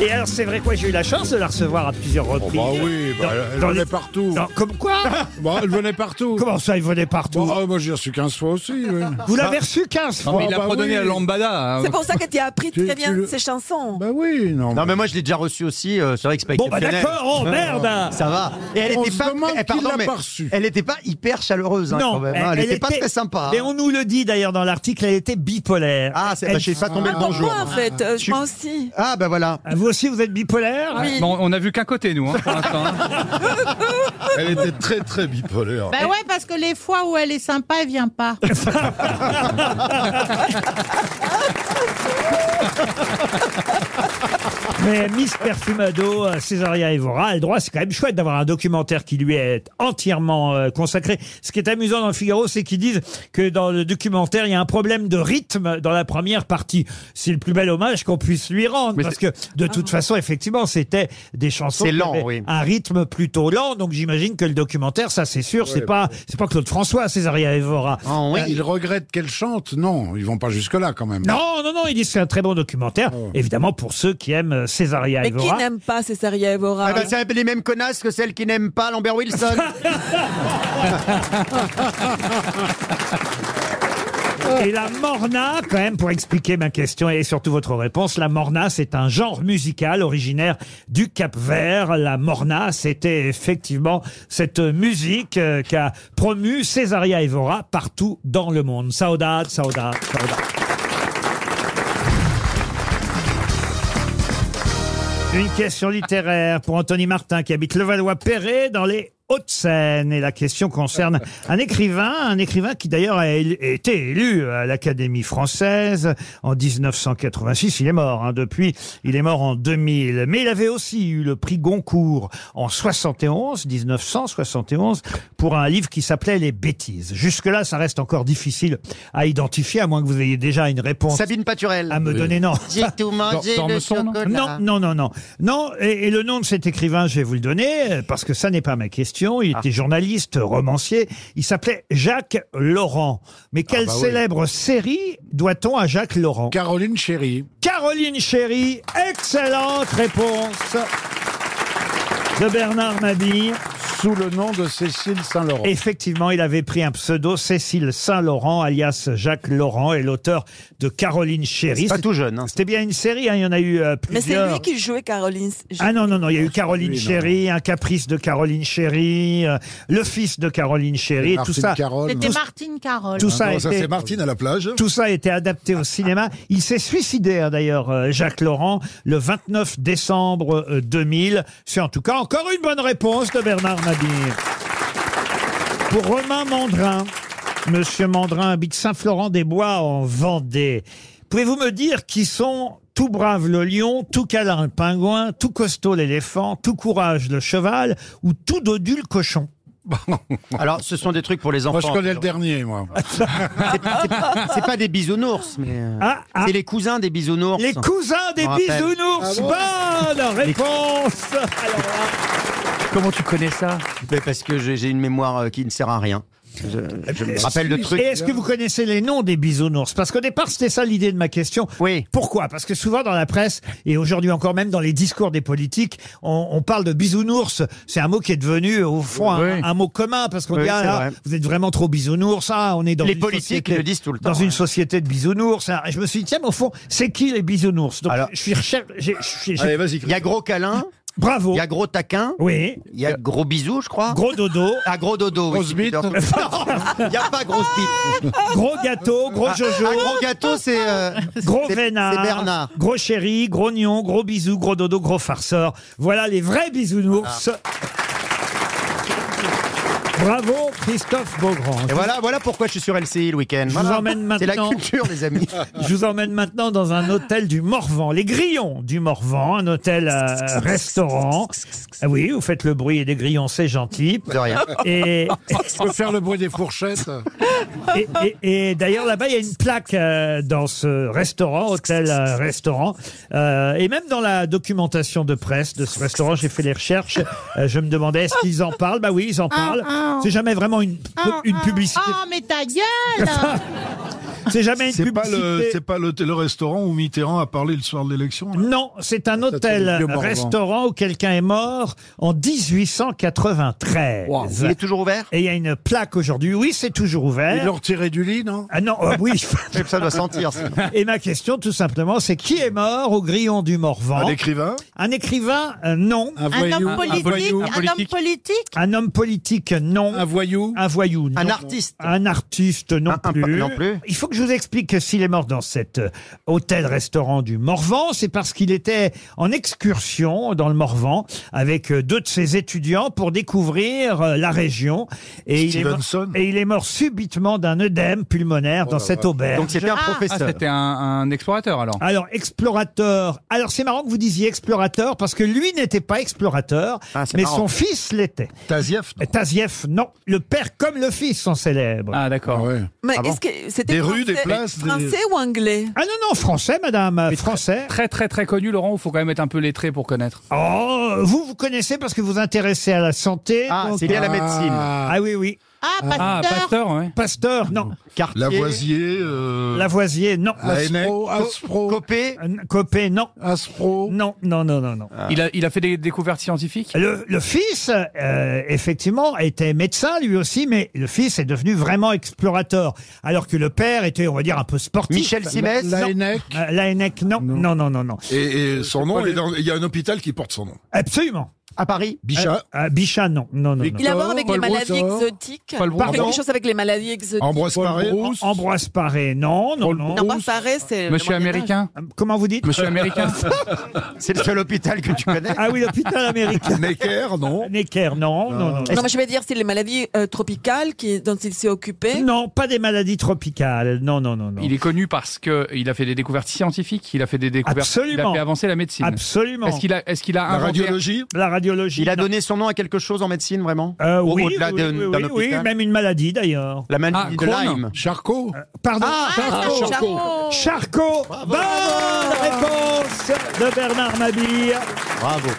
S2: Et alors, c'est vrai quoi, j'ai eu la chance de la recevoir à plusieurs
S9: Oh,
S2: reprises.
S4: bah oui, bah, elle
S2: les-
S4: venait partout.
S2: Dans- comme quoi
S4: Bon, elle venait partout.
S2: Comment ça, il venait partout
S4: Bon, ah, moi, j'ai reçu 15 fois aussi. oui.
S2: Vous l'avez reçu 15
S6: Non,
S2: fois.
S6: mais il a
S4: bah
S6: redonné
S4: oui.
S6: la lambada. hein.
S8: C'est pour ça que tu as appris
S4: Tu-
S8: très
S4: tu
S8: bien
S4: le-
S8: ses chansons.
S4: Bah oui, non.
S9: Non, mais moi, je l'ai déjà reçue aussi. euh, c'est vrai que c'est pas
S2: Bon, bah
S9: exceptionnel.
S2: d'accord, oh merde
S9: Ah, Ça va. Et elle
S4: On
S9: était
S4: se
S9: pas,
S4: demande
S9: eh,
S4: qui
S9: pardon,
S4: l'a
S9: mais
S4: pas reçue.
S9: elle était pas hyper chaleureuse hein, quand même. hein. Elle, était pas très sympa.
S2: Mais
S9: hein.
S2: on nous le dit d'ailleurs dans l'article, elle était bipolaire.
S9: Ah, c'est, bah,
S2: Elle-
S9: je suis pas tombé le
S8: Pourquoi,
S9: bonjour.
S8: en fait euh, Moi aussi.
S9: Ah, bah voilà.
S2: Ah, Vous aussi, vous êtes bipolaire
S8: Oui.
S6: Bon, Ah, on a vu qu'un côté, nous, hein, pour l'instant. hein.
S5: Elle était très, très bipolaire.
S8: Bah
S7: Ben ouais, parce que les fois où elle est sympa, elle vient pas.
S2: Mais Miss Perfumado, euh, Césaria Evora a le droit, c'est quand même chouette d'avoir un documentaire qui lui est entièrement euh, consacré. Ce qui est amusant dans le Figaro, c'est qu'ils disent que dans le documentaire, il y a un problème de rythme dans la première partie. C'est le plus bel hommage qu'on puisse lui rendre,
S6: Mais
S2: parce que de toute
S8: Ah.
S2: façon, effectivement, c'était des chansons
S9: C'est
S2: qui
S9: lent,
S2: avaient
S9: oui.
S2: un rythme plutôt lent, donc j'imagine que le documentaire, ça c'est sûr, c'est pas c'est pas Claude François, Césaria Euh, Evora.
S9: Ah, oui.
S4: Ils regrettent qu'elle chante Non, ils vont pas jusque-là quand même.
S2: Non, non, non, il dit que c'est un très bon documentaire,
S9: Oh.
S2: évidemment pour ceux qui aiment euh, Césaria
S8: Mais qui
S2: Evora.
S8: n'aime pas Césaria Evora hein
S9: Ah bah, c'est les mêmes connasses que celles qui n'aiment pas Lambert Wilson.
S2: Et la morna, quand même, pour expliquer ma question et surtout votre réponse, la morna, c'est un genre musical originaire du Cap Vert. La morna, c'était effectivement cette musique euh, qu'a promu Césaria Evora partout dans le monde. Saudade, saudade, saudade. Une question littéraire pour Anthony Martin qui habite Levallois-Perret dans les Hauts-de-Seine. Et la question concerne un écrivain, un écrivain qui d'ailleurs a él- été élu à l'Académie française en 1986. Il est mort hein, depuis, il est mort en 2000. Mais il avait aussi eu le prix Goncourt en 71, 1971, pour un livre qui s'appelait Les bêtises. Jusque-là, ça reste encore difficile à identifier, à moins que vous ayez déjà une réponse.
S9: Sabine Paturel.
S2: À Ah, me donner, non.
S9: J'ai tout mangé Dor- de Dormeson, non chocolat.
S2: Non, non, non, non. Non, et, et le nom de cet écrivain, je vais vous le donner, euh, parce que ça n'est pas ma question.
S4: Ah.
S2: Il était journaliste, romancier. Il s'appelait Jacques Laurent. Mais quelle
S4: bah oui.
S2: célèbre série doit-on à Jacques Laurent
S4: Caroline Chéry.
S2: Caroline Chéry, excellente réponse de Bernard Mabille.
S4: Sous le nom de Cécile Saint-Laurent.
S2: Effectivement, il avait pris un pseudo, Cécile Saint-Laurent, alias Jacques Laurent, et l'auteur de Caroline Chéry.
S9: C'est pas tout jeune.
S2: C'était bien une série, hein, il y en a eu euh,
S8: Mais c'est
S2: plusieurs.
S8: lui qui jouait Caroline. Je-
S2: Ah non, non, non, il y a eu Caroline
S8: Lui, non.
S2: Chéry, Un caprice de Caroline Chéry, euh, le fils de Caroline Chéry, tout ça.
S7: C'était
S2: tout-
S7: Martine Carole.
S2: Tout
S5: Ah
S9: Ah,
S2: ça, a été-
S5: à la plage.
S2: Tout ça a été adapté au cinéma. Il s'est suicidé hein, d'ailleurs, euh, Jacques Laurent, le 29 décembre euh, 2000. C'est en tout cas encore une bonne réponse de Bernard Mabir. Pour Romain Mandrin, Monsieur Mandrin habite Saint-Florent-des-Bois en Vendée. Pouvez-vous me dire qui sont tout brave le lion, tout câlin le pingouin, tout costaud l'éléphant, tout courage le cheval ou tout dodu le cochon
S9: Alors, ce sont des trucs pour les enfants.
S2: Moi, je connais le
S9: dernier, moi. c'est pas, c'est pas- c'est pas des bisounours, mais. euh, c'est les cousins des bisounours.
S2: Ah, Les cousins des
S9: Je me rappelle. Ah
S2: bisounours Bonne réponse
S9: Comment tu connais ça Ben, Parce que j'ai j'ai une mémoire euh, qui ne sert à rien. Je, je me rappelle de trucs.
S2: Et est-ce que vous connaissez les noms des bisounours Parce qu'au départ, c'était ça l'idée de ma question.
S9: Oui.
S2: Pourquoi Parce que souvent dans la presse, et aujourd'hui encore même dans les discours des politiques, on, on parle de bisounours. C'est un mot qui est devenu, au fond, un, un mot commun. Parce qu'on
S9: Oui,
S2: dit, ah,
S9: c'est
S2: là,
S9: vrai.
S2: vous êtes vraiment trop bisounours. Ah, on est dans
S9: Les
S2: une
S9: politiques
S2: société-
S9: le disent tout le temps,
S2: Dans une
S9: ouais.
S2: société de bisounours. Ah, Et je me suis dit, tiens, mais au fond, c'est qui les bisounours Donc, je suis recherche. j'ai- j'ai- j'ai-
S9: Il y a gros câlin.
S2: Bravo.
S9: Il y a gros taquin.
S2: Oui.
S9: Il y a gros bisous, je crois.
S2: Gros dodo.
S9: Ah, gros dodo, oui.
S2: Grosse bite.
S9: Non, Il n'y a pas grosse bite.
S2: Gros gâteau, gros
S9: Ah,
S2: jojo.
S9: ah, gros gâteau, c'est. euh,
S2: Gros
S9: c'est-
S2: vénard,
S9: C'est Bernard.
S2: gros chéri, gros gnon, gros bisou, gros dodo, gros farceur. Voilà les vrais bisounours. Bravo Christophe Beaugrand.
S9: Et voilà, voilà pourquoi je suis sur LCI le week-end.
S2: Je vous
S9: Voilà.
S2: emmène maintenant.
S9: C'est la culture, les amis.
S2: Je vous emmène maintenant dans un hôtel du Morvan, les Grillons du Morvan, un hôtel euh, restaurant. Ah oui, vous faites le bruit des grillons, c'est gentil.
S9: De rien.
S2: Et,
S4: Je peux faire le bruit des fourchettes.
S2: et, et- et d'ailleurs, là-bas, il y a une plaque euh, dans ce restaurant, hôtel-restaurant. Euh, et même dans la documentation de presse de ce restaurant, j'ai fait les recherches. Euh, je me demandais, est-ce qu'ils en parlent Bah oui, ils en parlent. C'est jamais vraiment une, une publicité. Ah,
S7: Oh, mais ta gueule
S2: C'est jamais une
S5: C'est
S2: publicité.
S5: pas, le, c'est pas le, le restaurant où Mitterrand a parlé le soir de l'élection là
S2: Non, c'est un
S5: le vieux Morvan.
S2: hôtel-restaurant où quelqu'un est mort en 1893.
S9: Il est toujours ouvert
S2: Et il y a une plaque aujourd'hui. Oui, c'est toujours ouvert.
S4: Ils l'ont retiré du lit, non
S2: Ah non, euh, oui.
S9: Ça doit sentir. sinon.
S2: Et ma question, tout simplement, c'est qui est mort au grillon du Morvan
S5: Un écrivain
S2: Un écrivain, euh, non.
S4: Un
S7: Un homme
S2: Un,
S7: politique
S2: voyou.
S7: Un homme politique
S2: Un homme politique, non.
S4: Un voyou
S2: Un voyou, non.
S9: Un artiste.
S2: Un artiste, non,
S9: un-
S2: plus.
S9: non plus.
S2: Il faut que je vous explique que s'il est mort dans cet euh, hôtel-restaurant du Morvan, c'est parce qu'il était en excursion dans le Morvan avec euh, deux de ses étudiants pour découvrir euh, la région. Et il, est mort,
S5: Stevenson
S2: et il est mort subitement d'un œdème pulmonaire dans cette auberge.
S9: Oh
S2: Ah,
S9: Donc c'était un
S6: Ah,
S9: professeur.
S6: c'était un, un explorateur alors.
S2: Alors, explorateur. Alors, c'est marrant que vous disiez explorateur parce que lui n'était pas explorateur,
S9: Ah, c'est
S2: mais
S9: marrant.
S2: son fils l'était.
S5: Tazieff non
S2: Tazieff, non. Le père comme le fils sont célèbres. Ah,
S6: Ah d'accord.
S8: Mais
S9: Ah bon
S8: est-ce que c'était
S5: Des rues, des
S8: français-
S5: places, des-
S8: français ou anglais
S2: Ah, non, non, français, madame. Français.
S6: Très très très connu Laurent, il faut quand même être un peu lettré pour connaître.
S2: Oh, vous, vous connaissez parce que vous vous intéressez à la santé.
S9: Ah,
S2: donc-
S9: c'est lié à la médecine.
S2: Ah oui, oui.
S7: Ah,
S6: Ah,
S7: pasteur
S6: Pasteur, ouais.
S2: Pasteur, non.
S9: Cartier.
S5: Lavoisier. euh,
S2: Lavoisier, non.
S4: Aspro, Aspro,
S9: Copé. Ah.
S2: Euh, Copé, non.
S4: Aspro.
S2: Non, non, non, non, non.
S6: Il a, il a fait des découvertes scientifiques
S2: Le, le fils, euh, effectivement, était médecin lui aussi, mais le fils est devenu vraiment explorateur, alors que le père était, on va dire, un peu sportif.
S9: Michel Simès.
S2: Non.
S4: Laennec.
S2: Euh, Laennec, non. non, non, non, non,
S5: Et, et son nom, il est dans- il y a un hôpital qui porte son nom.
S2: Absolument.
S9: à Paris
S2: Bichat Bichat, non. non, non, non.
S8: Il a à
S4: Oh,
S8: voir avec les maladies exotiques
S2: Paul Brossard.
S8: Quelque chose avec les maladies exotiques.
S2: Paul Brousse. Ambroise Paré, non, non, non. Euh,
S8: Non, pas Faré, c'est. le Moyen Âge.
S2: Comment vous dites
S8: Monsieur américain.
S9: C'est le seul hôpital que tu connais.
S2: Ah oui, l'hôpital américain.
S5: Necker, non.
S2: Necker, non, non, non.
S8: Non, mais je vais dire, c'est les maladies euh, tropicales qui, dont il s'est occupé.
S2: Non, pas des maladies tropicales. Non, non, non, non.
S6: Il est connu parce qu'il a fait des découvertes scientifiques, il a fait des découvertes. Il
S2: Absolument.
S6: a fait avancer la médecine.
S2: Absolument.
S6: Est-ce qu'il a, est-ce qu'il a inventé-
S2: La radiologie.
S9: Il a donné son nom à quelque chose en médecine, vraiment
S2: Euh, oui,
S9: Au-delà
S2: oui,
S9: d'un-
S2: oui,
S9: d'un
S2: oui, oui,
S9: hôpital
S2: même une maladie d'ailleurs.
S9: La
S6: Ah,
S9: maladie de Lyme.
S2: Charcot Pardon
S9: Ah,
S2: Charcot.
S9: Charcot.
S2: Charcot. Bonne réponse de Bernard Mabille.
S9: Bravo.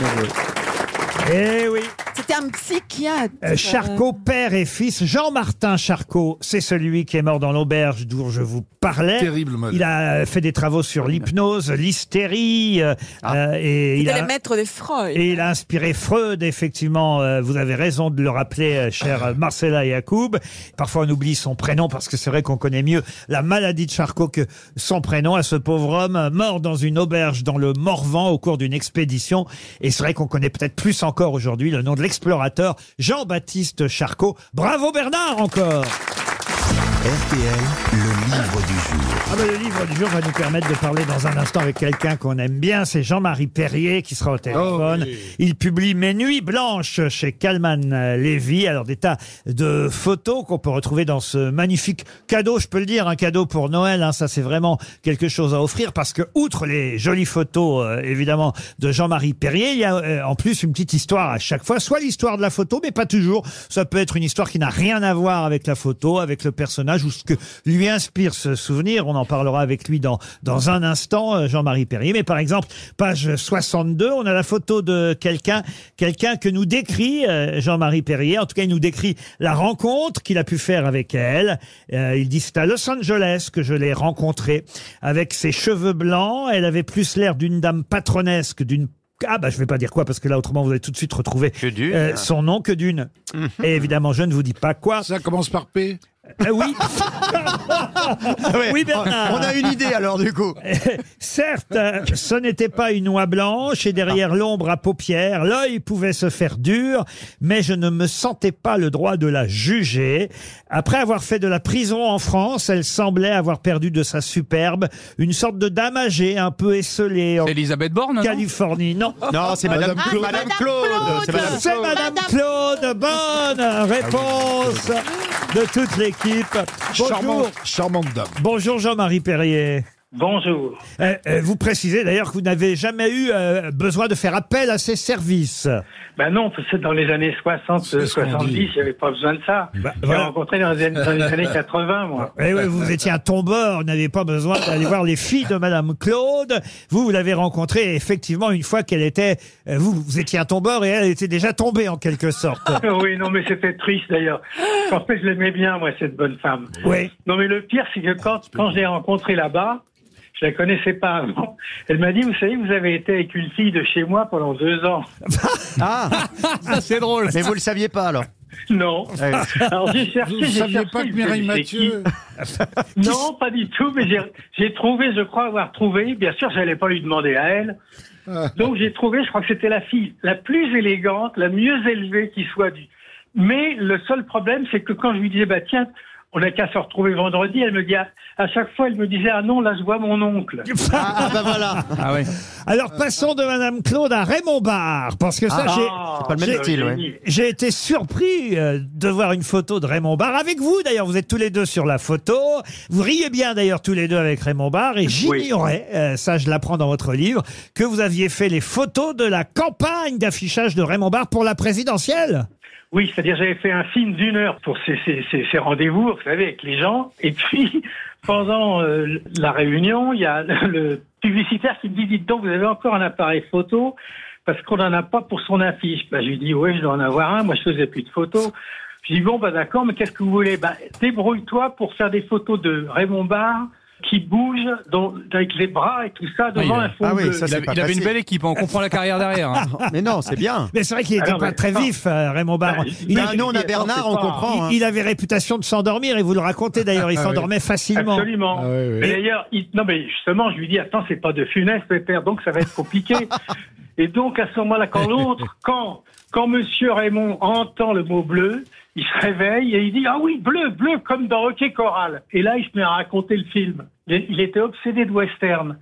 S17: Euh,
S2: Eh oui.
S8: C'était un psychiatre.
S2: Euh, Charcot, père et fils, Jean-Martin Charcot, c'est celui qui est mort dans l'auberge d'où je vous parlais.
S5: Terrible malade.
S2: Il a fait des travaux sur l'hypnose, l'hystérie, euh, euh, et il
S8: C'était
S2: a,
S8: le maître des Freud.
S2: et il a inspiré Freud. Effectivement, euh, vous avez raison de le rappeler, euh, cher euh, Marcella Yacoub. Parfois, on oublie son prénom parce que c'est vrai qu'on connaît mieux la maladie de Charcot que son prénom à ce pauvre homme euh, mort dans une auberge dans le Morvan au cours d'une expédition. Et c'est vrai qu'on connaît peut-être plus encore aujourd'hui le nom de l'explorateur Jean-Baptiste Charcot. Bravo Bernard encore.
S1: RTL, le livre du jour.
S2: Ah ben, le livre du jour va nous permettre de parler dans un instant avec quelqu'un qu'on aime bien, c'est Jean-Marie Perrier qui sera au téléphone. Il publie Mes Nuits Blanches chez Calman euh, Lévy. Alors des tas de photos qu'on peut retrouver dans ce magnifique cadeau, je peux le dire, un cadeau pour Noël. hein. ça c'est vraiment quelque chose à offrir parce que outre les jolies photos euh, évidemment de Jean-Marie Perrier, il y a euh, en plus une petite histoire à chaque fois, soit l'histoire de la photo, mais pas toujours. Ça peut être une histoire qui n'a rien à voir avec la photo, avec le personnage ou ce que lui inspire ce souvenir. On en parlera avec lui dans, dans un instant, euh, Jean-Marie Perrier. Mais par exemple, page 62, on a la photo de quelqu'un, quelqu'un que nous décrit euh, Jean-Marie Perrier. En tout cas, il nous décrit la rencontre qu'il a pu faire avec elle. Euh, il dit c'est à Los Angeles que je l'ai rencontrée. Avec ses cheveux blancs, elle avait plus l'air d'une dame patronesque, d'une ah bah je vais pas dire quoi parce que là autrement vous allez tout de suite retrouver euh, son nom que d'une. Et évidemment je ne vous dis pas quoi. Mhm. Ça commence par P. oui.
S9: Ah ouais.
S2: Oui Bernard.
S9: On a une idée, alors, du coup.
S2: Certes, euh, ce n'était pas une oie blanche et
S9: Ah.
S2: derrière l'ombre à paupières, l'œil pouvait se faire dur, mais je ne me sentais pas le droit de la juger. Après avoir fait de la prison en France, elle semblait avoir perdu de sa superbe, une sorte de dame âgée, un peu esselée. En
S6: Elisabeth Borne, non
S2: Californie, non.
S9: Non, c'est Madame Madame Claude. Claude. Madame Claude. C'est Madame
S2: C'est
S9: Claude. Ah
S2: Madame Claude. Bonne réponse de toute l'équipe. Bonjour.
S5: Charmante, charmante dame.
S2: Bonjour Jean-Marie Perrier.
S17: Bonjour.
S2: Euh, euh, vous précisez d'ailleurs que vous n'avez jamais eu euh, besoin de faire appel à ces services.
S17: Ben non, parce que dans les années 60,
S2: ce qu'on
S17: 70,
S2: dit.
S17: il n'y avait pas besoin de ça. J'ai
S2: Bah, voilà.
S17: rencontré dans les, années- dans les années 80, moi.
S2: Eh oui, vous étiez un tombeur, vous n'avez pas besoin d'aller voir les filles de Madame Claude. Vous, vous l'avez rencontrée effectivement une fois qu'elle était... euh, Vous, vous étiez un tombeur et elle était déjà tombée en quelque sorte.
S17: oui, non, mais c'était triste d'ailleurs. En fait, je l'aimais bien, moi, cette bonne femme.
S2: Oui.
S17: Non, mais le pire, c'est que quand, quand je l'ai rencontrée là-bas, je la connaissais pas avant. Elle m'a dit, vous savez, vous avez été avec une fille de chez moi pendant deux ans.
S9: Ah,
S6: ça c'est drôle.
S9: Mais vous le saviez pas, alors Eh
S17: Non.
S9: Ouais.
S17: Alors j'ai cherché.
S4: Vous
S17: j'ai
S4: saviez
S17: cherché,
S4: pas que
S17: j'ai
S4: Mireille
S17: dit,
S4: Mathieu-
S17: c'est qui Non, pas du tout. Mais j'ai- j'ai trouvé. Je crois avoir trouvé. Bien sûr, j'allais pas lui demander à elle.
S4: Ah.
S17: Donc j'ai trouvé. Je crois que c'était la fille la plus élégante, la mieux élevée qui soit du. Mais le seul problème, c'est que quand je lui disais, bah tiens. On n'a qu'à se retrouver vendredi. Elle me dit à, à chaque fois, elle me disait ah non, là je vois mon oncle.
S9: Ah, bah voilà.
S6: Ah oui.
S2: Alors passons de Madame Claude à Raymond Barre, parce que ça,
S9: Ah,
S2: j'ai-
S9: c'est pas le même
S2: j'ai-
S9: style, ouais.
S2: j'ai été surpris euh, de voir une photo de Raymond Barre avec vous. D'ailleurs, vous êtes tous les deux sur la photo. Vous riez bien d'ailleurs tous les deux avec Raymond Barre, et j'ignorais, euh, ça je l'apprends dans votre livre, que vous aviez fait les photos de la campagne d'affichage de Raymond Barre pour la présidentielle.
S17: Oui, c'est-à-dire j'avais fait un film d'une heure pour ces, ces- ces- ces rendez-vous, vous savez, avec les gens. Et puis, pendant euh, la réunion, il y a le, le publicitaire qui me dit, dites donc, vous avez encore un appareil photo parce qu'on n'en a pas pour son affiche. Bah, je lui dis, oui, je dois en avoir un, moi je faisais plus de photos. Je dis, bon, bah d'accord, mais qu'est-ce que vous voulez bah, Débrouille-toi pour faire des photos de Raymond Barre qui bouge dans- avec les bras et tout ça devant un fond
S9: Ah oui,
S17: bleu.
S9: ça,
S6: Il
S9: c'est
S6: avait,
S9: pas
S6: il avait une
S9: facile.
S6: belle équipe, hein, on comprend la carrière derrière. hein.
S9: Mais non, c'est bien.
S2: Mais c'est vrai qu'il n'était
S17: Alors,
S2: pas
S17: mais-
S2: très vif, euh, Raymond Barre. Il,
S9: Bah, nous, on a Bernard, on comprend. hein. Ah
S2: il- il avait réputation de s'endormir, et vous le racontez d'ailleurs, il s'endormait facilement.
S17: Ah Absolument. Et d'ailleurs, il- non mais justement, je lui dis, attends, c'est pas de funeste, Pépère, donc ça va être compliqué. Et donc, à ce moment-là, quand l'autre, quand, quand Monsieur Raymond entend le mot bleu, il se réveille et il dit Ah oui, bleu, bleu, comme dans Hockey Choral. Et là, il se met à raconter le film. Il, il était obsédé de western.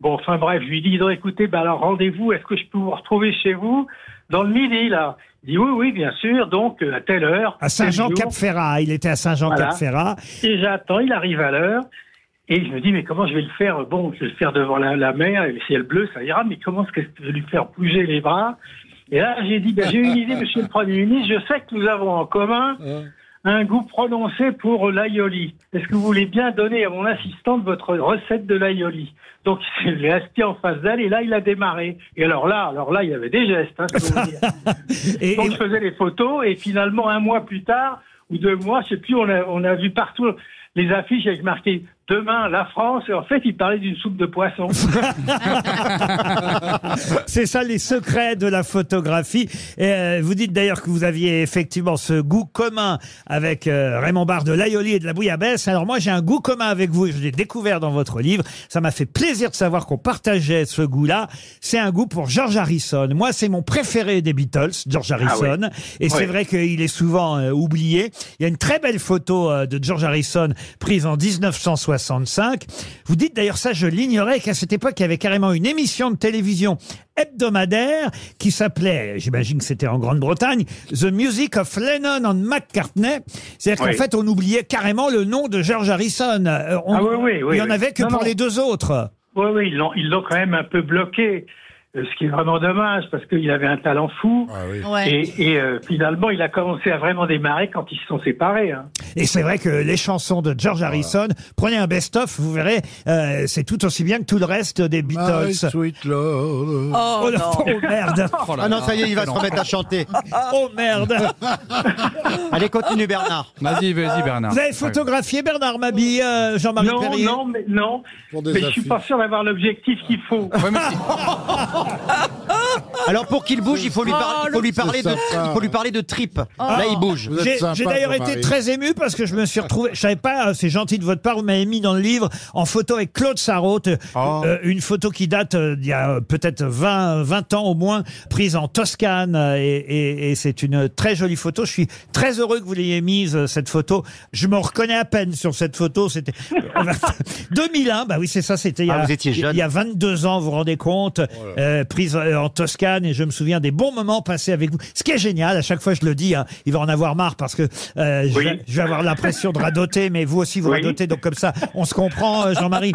S17: Bon, enfin bref, je lui dis Non, écoutez, ben alors rendez-vous, est-ce que je peux vous retrouver chez vous Dans le midi, là. Il dit Oui, oui, bien sûr, donc euh, à telle heure.
S2: À Saint-Jean-Cap-Ferrat. Il était à Saint-Jean-Cap-Ferrat.
S17: Et j'attends, il arrive à l'heure. Et je me dis, mais comment je vais le faire Bon, je vais le faire devant la, la mer, et si elle bleue, ça ira, mais comment est-ce que je vais lui faire bouger les bras Et là, j'ai dit, ben, j'ai une idée, monsieur le Premier ministre, je sais que nous avons en commun un goût prononcé pour l'aioli. Est-ce que vous voulez bien donner à mon assistante votre recette de l'aioli Donc, je l'ai assis en face d'elle, et là, il a démarré. Et alors là, alors là, il y avait des gestes. Hein, je peux vous dire. Donc, je faisais les photos, et finalement, un mois plus tard, ou deux mois, je sais plus, on a, on a vu partout les affiches avec marqué Demain, la France, et en fait, il parlait d'une soupe de poisson.
S2: C'est ça les secrets de la photographie. Et, euh, vous dites d'ailleurs que vous aviez effectivement ce goût commun avec euh, Raymond Barre de l'aioli et de la bouillabaisse. Alors moi, j'ai un goût commun avec vous. Je l'ai découvert dans votre livre. Ça m'a fait plaisir de savoir qu'on partageait ce goût-là. C'est un goût pour George Harrison. Moi, c'est mon préféré des Beatles, George Harrison.
S18: ouais.
S2: Et c'est
S18: Ouais.
S2: vrai qu'il est souvent euh, oublié. Il y a une très belle photo euh, de George Harrison prise en 1965. Vous dites d'ailleurs ça, je l'ignorais, qu'à cette époque, il y avait carrément une émission de télévision hebdomadaire qui s'appelait, j'imagine que c'était en Grande-Bretagne, The Music of Lennon and McCartney. C'est-à-dire
S17: Oui.
S2: qu'en fait, on oubliait carrément le nom de George Harrison. Euh, on-
S17: Ah oui, oui, oui,
S2: il n'y en
S17: oui.
S2: avait que
S17: Non,
S2: pour
S17: non.
S2: les deux autres.
S17: Oui, oui, ils l'ont, ils l'ont quand même un peu bloqué, euh, ce qui est vraiment dommage parce qu'il avait un talent fou.
S2: Ah Ouais.
S17: Et, et, euh, finalement, il a commencé à vraiment démarrer quand ils se sont séparés. hein.
S2: Et c'est vrai que les chansons de George Harrison, prenez un best-of, vous verrez, euh, c'est tout aussi bien que tout le reste des Beatles.
S4: sweet love.
S2: Oh, là, oh, merde.
S9: Ah non, ça y est, il va se remettre à chanter.
S2: Oh merde
S9: Allez, continue Bernard.
S6: Vas-y, vas-y, Bernard.
S2: Vous avez photographié Bernard Mabille, euh, Jean-Marie
S17: non,
S2: Perrier
S17: non, mais, non. mais
S2: des
S17: je suis
S2: affiches.
S17: pas sûr d'avoir l'objectif qu'il faut.
S9: Alors pour qu'il bouge, il faut lui, par- il faut lui parler de, il faut lui parler de tripes.
S6: Oh.
S9: Là, il bouge.
S2: Ah. J'ai j'ai d'ailleurs été très ému parce que je me suis retrouvé. Je savais pas, euh, c'est gentil de votre part, vous m'avez mis dans le livre en photo avec Claude Sarraute, euh, euh, une photo qui date euh, d'il y a euh, peut-être 20, 20 ans au moins, prise en Toscane. euh, Et, et- et c'est une très jolie photo. Je suis très heureux que vous l'ayez mise, euh, cette photo. Je m'en reconnais à peine sur cette photo. C'était euh, 2001, bah oui, c'est ça, c'était il y a-
S9: Ah, vous étiez
S2: il y a
S9: jeune.
S2: il y a 22 ans, vous vous rendez compte, euh, prise euh, en Toscane, et je me souviens des bons moments passés avec vous. Ce qui est génial, à chaque fois je le dis, hein, il va en avoir marre parce que euh, je, vais, je vais avoir l'impression de radoter, mais vous aussi vous radotez, donc comme ça, on se comprend, euh, Jean-Marie.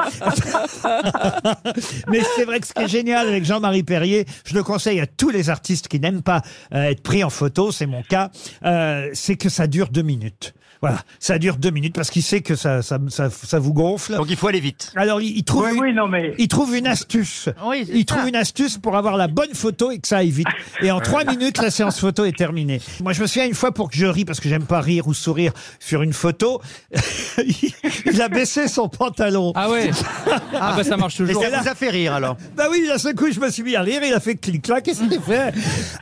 S2: mais c'est vrai que ce qui est génial avec Jean-Marie Perrier, je le conseille à tous les artistes qui n'aiment pas euh, être pris en photo, c'est mon cas, euh, c'est que ça dure deux minutes. Voilà, ça dure deux minutes parce qu'il sait que ça, ça, ça, ça vous gonfle.
S9: Donc il faut aller vite.
S2: Alors il, il trouve,
S17: Oui, oui, non, mais-
S2: il trouve une astuce.
S17: Oui, c'est
S2: il
S17: ça.
S2: trouve une astuce pour avoir la bonne photo et que ça aille vite. Et en trois minutes, la séance photo est terminée. Moi, je me souviens une fois pour que je rie, parce que j'aime pas rire ou sourire sur une photo, il a baissé son pantalon.
S6: Ah ouais Ah bah ça marche toujours.
S2: Et là- Bah oui, d'un seul coup, je me suis mis à rire, il a fait clic-clac et c'était fait.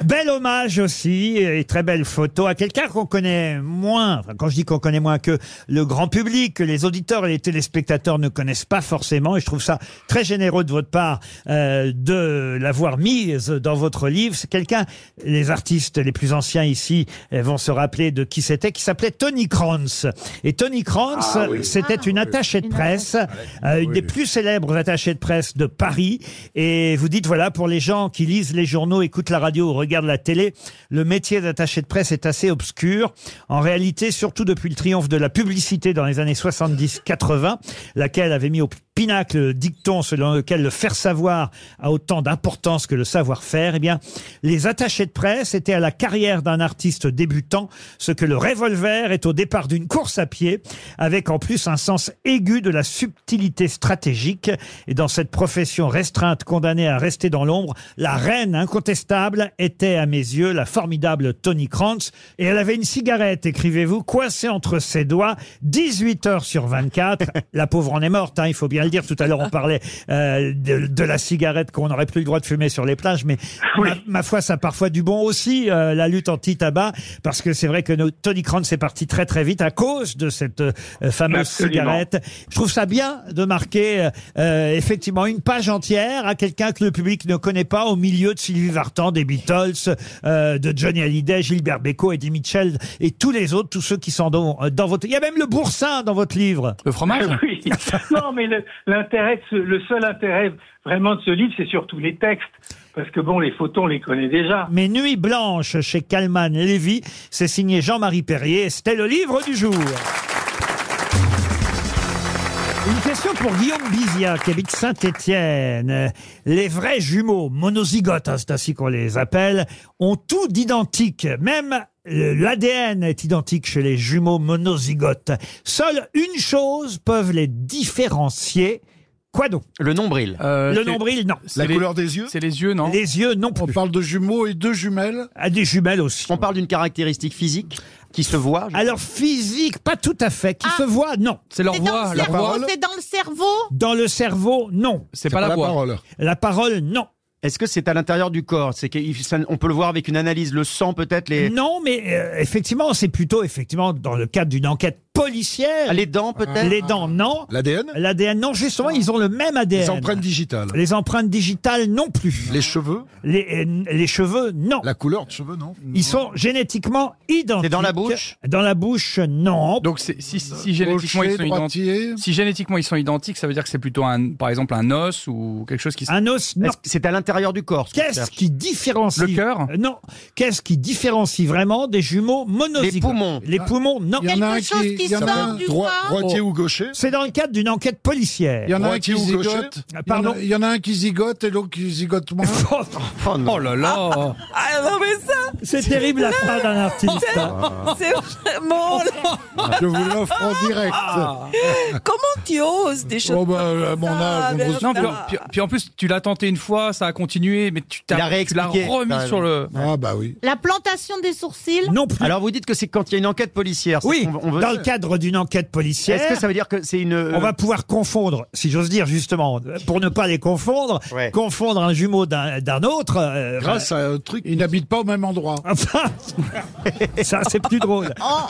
S2: Bel hommage aussi, et très belle photo à quelqu'un qu'on connaît moins. Enfin, quand je dis qu'on connaît moins que le grand public, que les auditeurs et les téléspectateurs ne connaissent pas forcément, et je trouve ça très généreux de votre part euh, de l'avoir mise dans votre livre. C'est quelqu'un, les artistes les plus anciens ici euh, vont se rappeler de qui c'était, qui s'appelait Tony Kranz. Et Tony Kranz,
S18: Ah oui.
S2: c'était une attachée de presse, euh, une des plus célèbres attachées de presse de Paris. Et vous dites, voilà, pour les gens qui lisent les journaux, écoutent la radio ou regardent la télé, le métier d'attaché de presse est assez obscur. En réalité, surtout depuis le triomphe de la publicité dans les années 70-80, laquelle avait mis au pinacle le dicton selon lequel le faire savoir a autant d'importance que le savoir-faire, eh bien, les attachés de presse étaient à la carrière d'un artiste débutant, ce que le revolver est au départ d'une course à pied, avec en plus un sens aigu de la subtilité stratégique. Et dans cette profession restreinte condamnée à rester dans l'ombre, la reine incontestable était à mes yeux la formidable Tony Krantz. Et elle avait une cigarette, écrivez-vous, coincée entre ses doigts, 18 heures sur 24. la pauvre en est morte, hein, il faut bien le le dire. Tout à l'heure, on parlait euh, de, de la cigarette qu'on n'aurait plus le droit de fumer sur les plages, mais ma, ma foi, ça a parfois du bon aussi, euh, la lutte anti-tabac, parce que c'est vrai que nos, Tony Krantz est parti très très vite à cause de cette euh, fameuse
S18: Absolument.
S2: cigarette. Je trouve ça bien de marquer euh, euh, effectivement une page entière à quelqu'un que le public ne connaît pas au milieu de Sylvie Vartan, des Beatles, euh, de Johnny Hallyday, Gilbert Bécaud, Eddie Mitchell et tous les autres, tous ceux qui sont dans, euh, dans votre... Il y a même le boursin dans votre livre.
S6: Le fromage
S17: Oui. Non, mais le- l'intérêt, de ce- le seul intérêt vraiment de ce livre, c'est surtout les textes. Parce que bon, les photos, on les connaît déjà.
S2: Mais Nuit blanche chez Calman Lévy, c'est signé Jean-Marie Perrier. et C'était le livre du jour. Une question pour Guillaume Bizia, qui habite Saint-Étienne. Les vrais jumeaux, monozygotes, hein, c'est ainsi qu'on les appelle, ont tout d'identique. Même euh, l'ADN est identique chez les jumeaux monozygotes. Seule une chose peuvent les différencier. Quoi donc
S9: Le nombril.
S2: Le nombril, non.
S5: La couleur des yeux
S6: Euh, C'est les yeux, non
S2: Les yeux, non
S5: On parle de jumeaux et de jumelles
S2: Ah, des jumelles aussi.
S9: On parle d'une caractéristique physique qui se voit.
S2: Alors physique, pas tout à fait. Qui se voit, non.
S6: Ah. C'est
S7: C'est dans le cerveau, c'est dans le cerveau.
S2: Dans le cerveau, non.
S6: C'est pas pas la la voix. parole.
S2: La parole, non.
S9: Est-ce que c'est à l'intérieur du corps C'est qu'il- ça- on peut le voir avec une analyse, le sang peut-être les.
S2: Non, mais euh, effectivement, c'est plutôt effectivement dans le cadre d'une enquête policière.
S9: Les dents, peut-être
S2: Les dents, non.
S5: L'ADN
S2: L'ADN, non. Justement, ils ont le même ADN.
S5: Les empreintes digitales.
S2: Les empreintes digitales, non plus.
S5: Les cheveux
S2: Les, euh, les cheveux, non.
S5: La couleur de cheveux, non
S2: Ils sont génétiquement identiques.
S5: C'est dans la bouche
S2: Dans la bouche, non.
S6: Donc c'est si, si génétiquement ils sont identiques, si génétiquement ils sont identiques, ça veut dire que c'est plutôt un, par exemple un os ou quelque chose qui. se-
S2: Un os, non.
S6: Est-ce que
S9: C'est à l'intérieur du corps.
S2: Qu'est-ce qui différencie
S6: Le cœur
S2: Euh, Non. Qu'est-ce qui différencie vraiment des jumeaux monozygotes Les poumons. Les poumons, non. Oh.
S5: Il y en a Quelque un chose qui- qui il y en a sort un du droit- corps droitier ou gaucher
S2: C'est dans le cadre d'une enquête policière.
S5: Il y en a un Droitier qui ou zigote. gaucher
S2: Ah, Pardon.
S4: Il y en a un qui zigote et l'autre qui zigote moins.
S9: oh,
S6: là là
S4: Ah non mais ça
S2: C'est terrible la fin d'un artiste.
S8: C'est vraiment...
S4: Je vous l'offre en direct.
S8: Comment tu oses des choses
S4: Oh,
S5: ben,
S4: bah, à mon
S5: Ah,
S2: Ah,
S4: âge, on
S8: comme
S4: ose
S8: ça,
S6: Non, puis,
S8: Bernard
S6: puis- puis en plus, tu l'as tenté une fois, ça a continué, mais tu
S9: Il a
S6: t'as- tu l'as
S9: réexpliqué.
S6: remis
S9: T'as
S6: sur le.
S4: Ah bah oui.
S7: La plantation des sourcils.
S2: Non plus.
S9: Alors vous dites que c'est quand il y a une enquête policière. c'est
S2: Oui,
S9: qu'on- on veut-
S2: dans le cadre d'une enquête policière.
S9: Est-ce que ça veut dire que c'est une. euh,
S2: On va pouvoir confondre, si j'ose dire justement, pour ne pas les confondre, confondre un jumeau d'un d'un autre. euh,
S5: Grâce à un truc.
S4: Ils n'habitent pas au même endroit.
S2: Enfin, ça c'est plus drôle.
S7: Oh,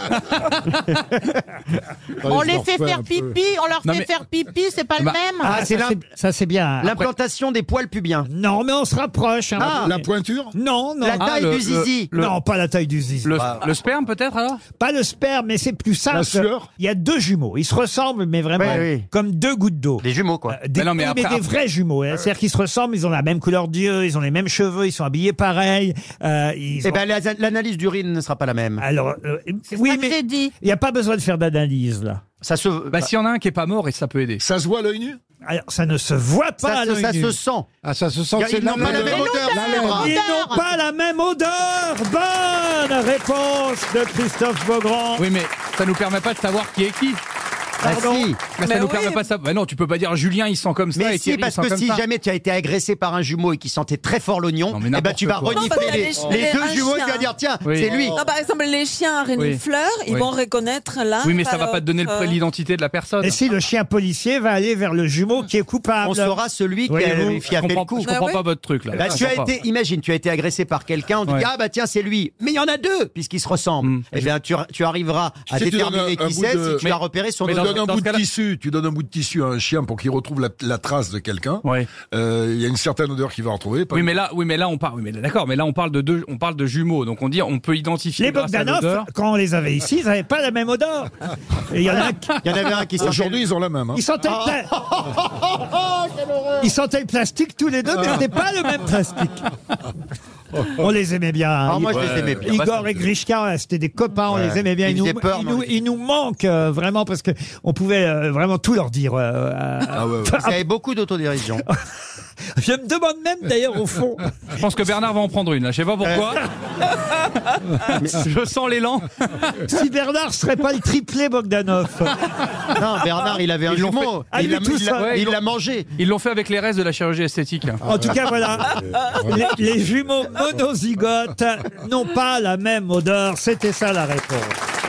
S9: Ah,
S7: on les fait faire pipi, on leur
S2: Non,
S7: fait
S2: mais-
S7: faire pipi, c'est pas le même.
S2: Ah, c'est l'im- ça c'est bien.
S9: L'implantation des poils pubiens.
S2: Non, mais on se rapproche. hein.
S9: Ah. La
S5: pointure
S2: Non, non.
S9: La
S2: Ah,
S9: taille
S2: le-
S9: du zizi.
S2: le- Non, pas la taille du zizi.
S6: Le, le sperme peut-être alors
S2: Pas le sperme, mais c'est plus simple.
S6: La sueur
S2: Il y a deux jumeaux. Ils se ressemblent, mais vraiment
S9: Ouais, oui.
S2: comme deux gouttes d'eau. Euh,
S9: Des jumeaux quoi.
S2: Des,
S6: Mais Ah non, mais
S2: oui, mais
S6: après-
S2: des vrais jumeaux. hein. C'est-à-dire qu'ils se ressemblent, ils ont la même couleur d'yeux, ils ont les mêmes cheveux, ils sont habillés pareil. euh, ils
S9: Eh
S2: ont-
S9: ben la- l'analyse d'urine ne sera pas la même.
S2: Alors, euh, oui, mais il n'y a pas besoin de faire d'analyse, là.
S9: Ça se.
S6: Bah, s'il y en a un qui est pas mort, et ça peut aider.
S5: Ça se voit à l'œil nu
S2: Alors, ça ne se voit pas
S9: Ça
S2: à
S9: se-
S2: l'œil
S9: ça
S2: nu.
S9: se sent.
S4: Ah ça se sent,
S9: Ils
S4: c'est
S9: n'ont pas la
S4: l'odeur.
S9: même odeur,
S4: La
S9: c'est
S4: lèvre.
S9: vrai.
S2: Ils
S7: odeur.
S2: n'ont pas la même odeur Bonne réponse de Christophe Beaugrand
S6: Oui, mais ça nous permet pas de savoir qui est qui.
S9: Ah,
S2: Pardon
S9: si.
S6: Bah, ça
S8: Mais
S6: nous
S8: oui.
S6: permet pas de savoir. Bah non, tu peux pas dire Julien, il sent comme ça.
S9: Mais
S6: et
S9: si,
S6: Thierry,
S9: parce
S6: il sent
S9: que
S6: comme
S9: si
S6: ça.
S9: jamais tu as été agressé par un jumeau et qui sentait très fort l'oignon,
S6: Non, mais
S9: eh ben
S6: n'importe
S9: tu vas
S6: quoi.
S8: Non, parce
S9: renifler
S8: qu'il y a
S9: les,
S8: des chiens,
S9: Oh. les deux
S8: un
S9: jumeaux et tu
S8: chien.
S9: vas dire tiens,
S6: Oui.
S9: c'est lui.
S8: Non, par exemple, les chiens à renifleurs, ils
S6: Oui.
S8: vont reconnaître là. euh,
S6: Oui, mais ça va pas te donner le- l'identité de la personne.
S2: Et si le chien policier va aller vers le jumeau qui est coupable
S9: On saura celui qui a,
S2: Voyez-vous,
S9: qui a fait
S6: Je
S9: le
S6: comprends,
S9: coup.
S6: je comprends
S8: Ah
S6: pas votre truc là.
S9: Bah,
S6: Je
S9: tu as
S6: comprends pas.
S9: été, imagine, tu as été agressé par quelqu'un, on te
S6: Ouais. Mm.
S9: dit ah bah tiens c'est lui, mais il y en a deux puisqu'ils se ressemblent. Eh bien tu, tu arriveras à
S5: Si tu donnes
S9: déterminer
S5: un- un
S9: qui
S5: bout
S9: c'est
S5: de-
S9: si tu
S5: Mais-
S9: as repéré son
S5: Tu
S9: odeur.
S5: donnes un
S6: dans
S5: bout
S6: ce
S5: de
S6: cas-là-
S5: tissu, tu donnes un bout de tissu à un chien pour qu'il retrouve la, la trace de quelqu'un.
S6: Ouais.
S5: Euh, Il y a une certaine odeur qu'il va retrouver. pas
S6: Oui,
S5: une-
S6: mais là, oui, mais là, on parle, oui, mais là, d'accord, mais là, on parle de deux, on parle de jumeaux, donc on dit, on peut identifier
S2: Les
S6: grâce à
S2: Bogdanov,
S6: l'odeur.
S2: quand on les avait ici, ils n'avaient pas la même odeur. Et il y en a qui...
S9: Il y en avait un qui sentait-
S5: Aujourd'hui, ils ont la même. hein.
S2: Ils sentaient, le pla- ils sentaient le plastique tous les deux, mais c'était pas le même plastique. On les aimait bien. hein.
S9: Ah, moi, je les aimais bien.
S2: Igor et Grishka, c'était des copains, on
S9: Ouais.
S2: les aimait bien.
S9: Ils
S2: Ils, nous,
S9: faisaient peur,
S2: ils
S9: mais on
S2: nous-
S9: les aimait.
S2: ils nous manquent euh, vraiment parce que on pouvait euh, vraiment tout leur dire. euh, à-
S5: Ah ouais, ouais.
S9: Ils avaient beaucoup d'autodérision.
S2: Je me demande même d'ailleurs au fond.
S6: Je pense que Bernard va en prendre une, là. Je sais pas pourquoi.
S9: Euh.
S6: Je sens l'élan.
S2: si Bernard serait pas le triplé Bogdanov.
S9: non Bernard il avait un
S6: Ils l'ont
S9: jumeau,
S2: Ah,
S9: il
S2: lui
S9: l'a-
S2: tout
S9: il l'a
S2: seul.
S9: il l'a mangé.
S6: hein. Ils l'ont fait avec les restes de la chirurgie esthétique.
S2: En tout cas, voilà. Les, les jumeaux monozygotes n'ont pas la même odeur. C'était ça la réponse.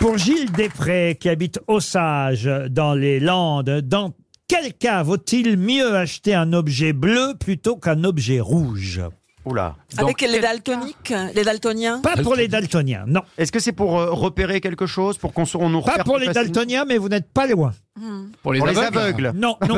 S2: Pour Gilles Després, qui habite Osage, dans les Landes, dans quel cas vaut-il mieux acheter un objet bleu plutôt qu'un objet rouge
S9: Oula.
S8: Avec les daltoniques, les daltoniens
S2: Pas pour les daltoniens, non.
S9: Est-ce que c'est pour euh, repérer quelque chose Pour qu'on se- on nous
S2: Pas
S9: repère
S2: pour
S9: plus
S2: les
S9: facilement
S2: daltoniens, mais vous n'êtes pas loin.
S8: Hmm.
S9: Pour les aveugles Bah,
S2: Non, non.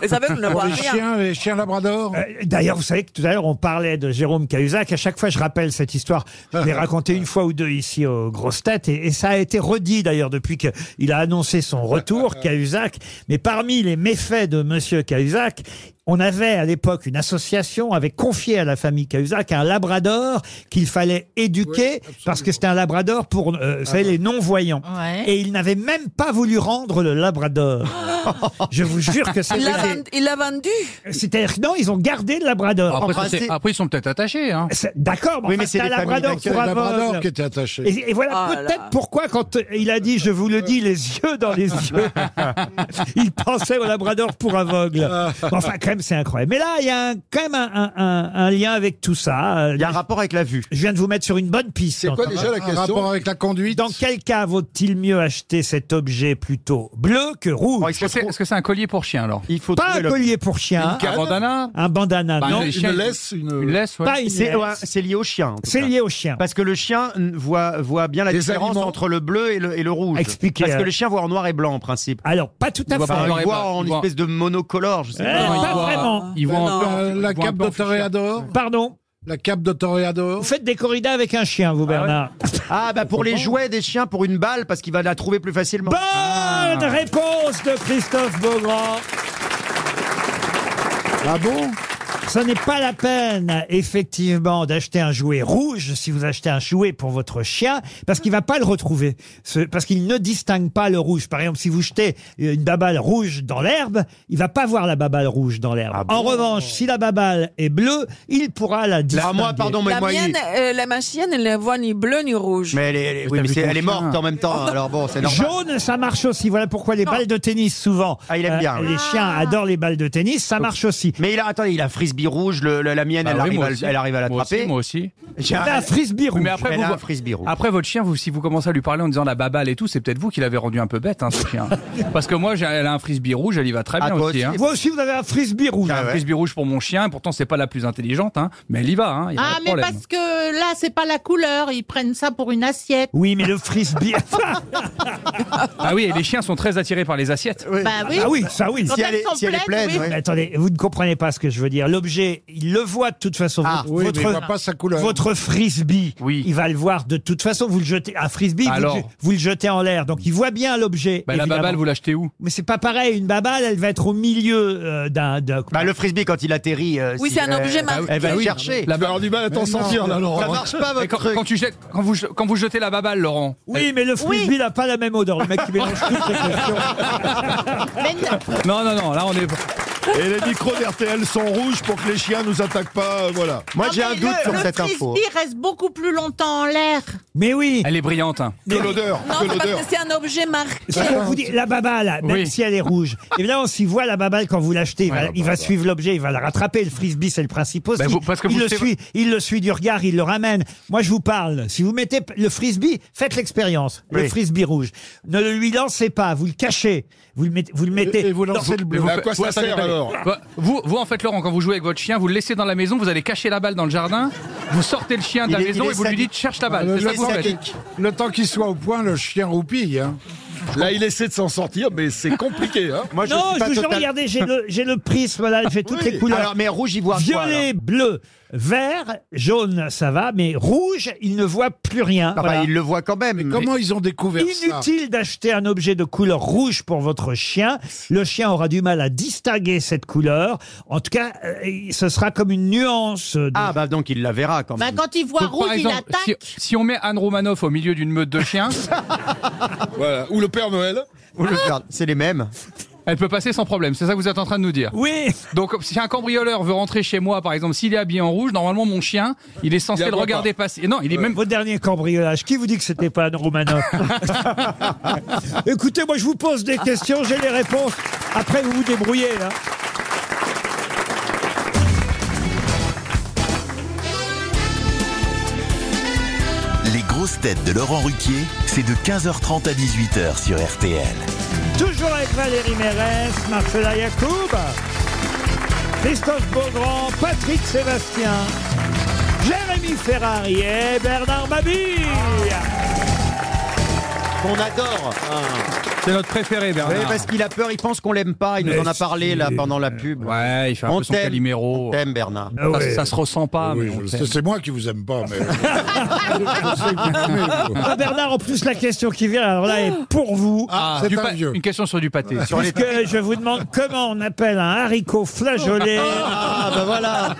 S8: Les aveugles ne voient rien.
S2: Oh, les chiens labrador. Euh, D'ailleurs, vous savez que tout à l'heure, on parlait de Jérôme Cahuzac. À chaque fois, je rappelle cette histoire. Je l'ai racontée une fois ou deux ici aux grosses têtes. Et, et ça a été redit d'ailleurs depuis qu'il a annoncé son retour, Cahuzac. Mais parmi les méfaits de Monsieur Cahuzac, on avait à l'époque une association avait confié à la famille Cahuzac un labrador qu'il fallait éduquer parce que c'était un labrador pour euh, vous savez, les non-voyants.
S7: Ouais.
S2: Et il n'avait même pas voulu rendre le labrador. Je vous jure que c'est
S8: Il l'a vend- il l'a vendu.
S2: c'est-à-dire que non, ils ont gardé le labrador.
S6: Après,
S2: Enfin,
S6: c'est-
S2: c'est-
S6: après, ils sont peut-être attachés. Hein.
S2: c'est- D'accord, mais,
S6: Oui,
S2: enfin,
S6: mais c'est
S2: un
S6: les familles
S2: labrador
S6: d'accueil.
S2: pour
S6: Le labrador
S2: aveugle.
S6: qui était attaché.
S2: Et, et voilà
S6: Ah là
S2: peut-être pourquoi, quand euh, il a dit je vous le dis, les yeux dans les yeux, il pensait au labrador pour aveugle. Bon, Enfin, quand même, c'est incroyable. Mais là, il y a un- quand même un, un- un- un lien avec tout ça. Il y a un
S9: rapport avec la vue.
S2: Je viens de vous mettre sur une bonne piste. C'est
S4: quoi déjà la Un question rapport
S2: avec la conduite Dans quel cas vaut-il mieux acheter cet objet plutôt bleu que rouge
S6: Est-ce que c'est est-ce que c'est un collier pour chien alors
S9: Il faut
S2: Pas un collier pour chien.
S6: Une bandana
S2: Un bandana,
S6: Bah,
S2: Ah, non.
S6: les chiens, Une laisse, une- une laisse, ouais.
S2: Euh, Pas une
S9: C'est ouais,
S2: laisse.
S9: c'est lié au chien. en tout
S2: C'est
S9: cas.
S2: lié au chien.
S9: Parce que le chien n- voit, voit bien la
S2: Les
S9: différence
S2: aliments.
S9: entre le bleu et le, et le rouge.
S2: Expliquez,
S9: Parce que
S2: euh.
S9: le chien voit en noir et blanc en principe.
S2: Alors, pas tout à
S9: il voit,
S2: fait.
S9: pas- il
S2: Noir et
S9: voit
S2: blanc.
S9: en
S2: Il voit-
S9: espèce de monocolore, je sais
S2: Eh,
S9: pas.
S2: pas vraiment.
S6: il voit
S4: Mais
S6: un peu
S4: non,
S6: en-
S4: euh,
S6: il
S4: la
S6: voit un
S4: cape
S6: peu en
S4: de toréador.
S2: Pardon
S4: La cape de toréador. Vous
S2: faites des corridas avec un chien, vous, Bernard.
S9: Ah, bah pour les jouets des chiens, pour une balle, parce qu'il va la trouver plus facilement. Ah.
S2: Bonne réponse de Christophe Beaugrand.
S4: Ah bon
S2: Ce n'est pas la peine, effectivement, d'acheter un jouet rouge si vous achetez un jouet pour votre chien, parce qu'il va pas le retrouver, Ce- parce qu'il ne distingue pas le rouge. Par exemple, si vous jetez une baballe rouge dans l'herbe, il va pas voir la baballe rouge dans l'herbe.
S9: Ah
S2: en revanche, si la baballe est bleue, il pourra la distinguer.
S8: la mienne, euh, la ma chienne, elle ne voit ni bleu ni rouge.
S9: Mais elle est, elle est- oui, mais c'est- elle est morte en même temps, alors bon, c'est normal.
S2: Jaune, ça marche aussi. Voilà pourquoi les balles de tennis, souvent. euh,
S9: Ah, il aime bien, oui.
S2: Les chiens adorent les balles de tennis, ça marche aussi.
S9: Mais il a, attendez, il a frisbee rouge, le- le- la mienne,
S6: Bah
S9: elle,
S6: oui,
S9: arrive
S6: moi
S9: à,
S6: aussi.
S9: elle arrive à
S6: Moi aussi,
S9: l'attraper.
S6: Moi aussi.
S9: J'ai
S2: un- Elle a un frisbee rouge.
S6: Mais après,
S9: Elle
S6: vous,
S9: a un frisbee rouge.
S6: après, votre chien, vous, si vous commencez à lui parler en disant la babale et tout, c'est peut-être vous qui l'avez rendu un peu bête, hein, ce chien. Parce que moi, j'ai- elle a un frisbee rouge, elle y va très
S9: Ah,
S6: bien
S9: toi
S6: aussi.
S9: aussi. Ah
S6: hein.
S2: Vous aussi, vous avez un frisbee rouge.
S6: J'ai un frisbee rouge pour mon chien, pourtant, c'est pas la plus intelligente, hein, mais elle y va. Hein, y a
S7: Ah,
S6: pas de
S7: mais
S6: problème.
S7: parce que là, c'est pas la couleur. Ils prennent ça pour une assiette.
S2: Oui, mais le frisbee.
S6: Ah oui, et les chiens sont très attirés par les assiettes.
S7: Bah oui.
S2: Ah oui, ça oui.
S7: Quand Si elles elle est- sont si elle est pleines, pleine, oui. oui.
S2: Mais Attendez, vous ne comprenez pas ce que je veux dire. L'objet, il le voit de toute façon. Votre-
S4: oui, mais
S2: votre,
S4: il voit pas sa couleur.
S2: Votre frisbee, il va le voir de toute façon. Vous le jetez, un frisbee, vous,
S6: Alors
S2: le, vous le jetez en l'air. Donc il voit bien l'objet.
S6: Bah, la
S2: évidemment.
S6: babale, vous l'achetez où
S2: Mais c'est pas pareil. Une baballe, elle va être au milieu euh, d'un. d'un-
S9: Bah, le frisbee, quand il atterrit. euh,
S8: Oui,
S9: si-
S8: c'est un
S9: euh,
S6: Eh,
S8: objet
S9: bah,
S8: marqué.
S9: Elle va
S8: Ah
S9: le
S8: oui.
S9: chercher.
S6: ben La
S5: Tu vas avoir du mal à t'en sortir, là, Laurent.
S9: Ça marche pas,
S6: Et
S9: votre
S6: quand,
S9: truc.
S6: quand tu jettes- quand vous, quand vous jetez la babale, Laurent.
S2: Oui, mais le frisbee n'a pas la même odeur. Le mec qui mélange toutes les questions.
S6: Non, non, non, là, on est.
S5: Et les micros d'RTL sont rouges pour que les chiens nous attaquent pas. euh, Voilà.
S9: Moi, j'ai
S7: Non,
S9: un
S7: mais
S9: doute
S7: le-
S9: sur
S7: le
S9: cette info.
S7: frisbee reste beaucoup plus longtemps en l'air.
S2: Mais oui.
S6: Elle est brillante. hein.
S5: Que l'odeur,
S8: Non,
S5: que
S8: c'est parce
S5: l'odeur.
S8: que c'est un objet marqué.
S2: C'est pour vous dire, la baballe, même
S6: Oui.
S2: si elle est rouge, évidemment, s'il voit la baballe quand vous l'achetez, il va,
S6: Ouais,
S2: il va suivre l'objet, il va la rattraper. Le frisbee, c'est le principe aussi.
S6: Bah, vous- parce que
S2: il,
S6: vous
S2: le
S6: jetez-
S2: suit, il le suit du regard, il le ramène. Moi, je vous parle. Si vous mettez p- le frisbee, faites l'expérience. Le
S9: Oui.
S2: frisbee rouge. Ne le lui lancez pas, vous le cachez. Vous le mettez. Vous le mettez
S4: Et vous
S2: dans-
S4: lancez le bleu.
S5: Mais à quoi ça
S6: attendez,
S5: sert,
S6: attendez.
S5: alors
S6: Quoi Vous, vous, en fait, Laurent, quand vous jouez avec votre chien, vous le laissez dans la maison, vous allez cacher la balle dans le jardin, vous sortez le chien de la
S9: Il est-
S6: maison
S9: il est
S6: et vous lui
S9: sadique.
S6: dites cherche la balle.
S4: Le,
S6: C'est ça
S4: le
S6: que vous
S4: temps
S6: faites.
S4: qu'il- le temps qu'il soit au point, le chien roupille. Hein.
S5: Là, il essaie de s'en sortir, mais c'est compliqué. Hein.
S9: Moi, je
S2: non,
S9: suis
S2: je
S9: pas
S2: vous jure,
S9: total-
S2: regardez, j'ai le, j'ai le prisme là, j'ai toutes les couleurs.
S9: Alors, mais rouge, il voit quoi, alors
S2: Violet, bleu, vert, jaune, ça va, mais rouge, il ne voit plus rien.
S9: Enfin,
S2: Voilà.
S9: il le voit quand même. mais-
S4: Comment ils ont découvert ça
S2: Inutile d'acheter un objet de couleur rouge pour votre chien. Le chien aura du mal à distinguer cette couleur. En tout cas, euh, ce sera comme une nuance. euh, De...
S9: Ah, bah donc, il la verra quand
S7: Bah,
S9: même.
S7: quand il voit
S6: Donc, par
S7: rouge, il
S6: exemple,
S7: attaque.
S6: si, si on met Anne Romanoff au milieu d'une meute de chiens,
S5: Voilà. Ou le Père Noël.
S9: Vous le verrez. C'est les mêmes.
S6: elle peut passer sans problème. C'est ça que vous êtes en train de nous dire.
S2: Oui,
S6: Donc, si un cambrioleur veut rentrer chez moi, par exemple, s'il est habillé en rouge, normalement, mon chien, il est censé
S5: Il la
S6: le
S5: voit
S6: regarder passer. Non, il est même.
S2: Euh, vos derniers cambriolages. Qui vous dit que c'était pas Anne Romanoff Écoutez, moi je vous pose des questions, j'ai les réponses. Après, vous vous débrouillez là.
S1: Les grosses grosses têtes de Laurent Ruquier, c'est de 15h30 à 18h sur RTL.
S2: Toujours avec Valérie Mérès, Marcela Yacoub, Christophe Beaugrand, Patrick Sébastien, Jérémy Ferrari et Bernard Mabille.
S9: Qu'on adore.
S6: Ah. C'est notre préféré, Bernard.
S9: Oui, parce qu'il a peur, il pense qu'on l'aime pas. Il nous
S6: Mais
S9: en a parlé
S6: si.
S9: là pendant la pub.
S6: Ouais, il fait un
S9: on
S6: peu son
S9: t'aime.
S6: Calimero.
S9: On t'aime, Bernard.
S6: Ah ouais. Ça- ça se ressent pas,
S4: Oui, je le sais, C'est moi qui vous aime pas, mais. Je sais que vous m'aimez, vous.
S2: Ah, Bernard, en plus, la question qui vient, alors là, est pour vous.
S6: Ah, du pa- Une question sur du pâté.
S2: Puisque je vous demande comment on appelle un haricot flageolé
S9: Ah, ben voilà.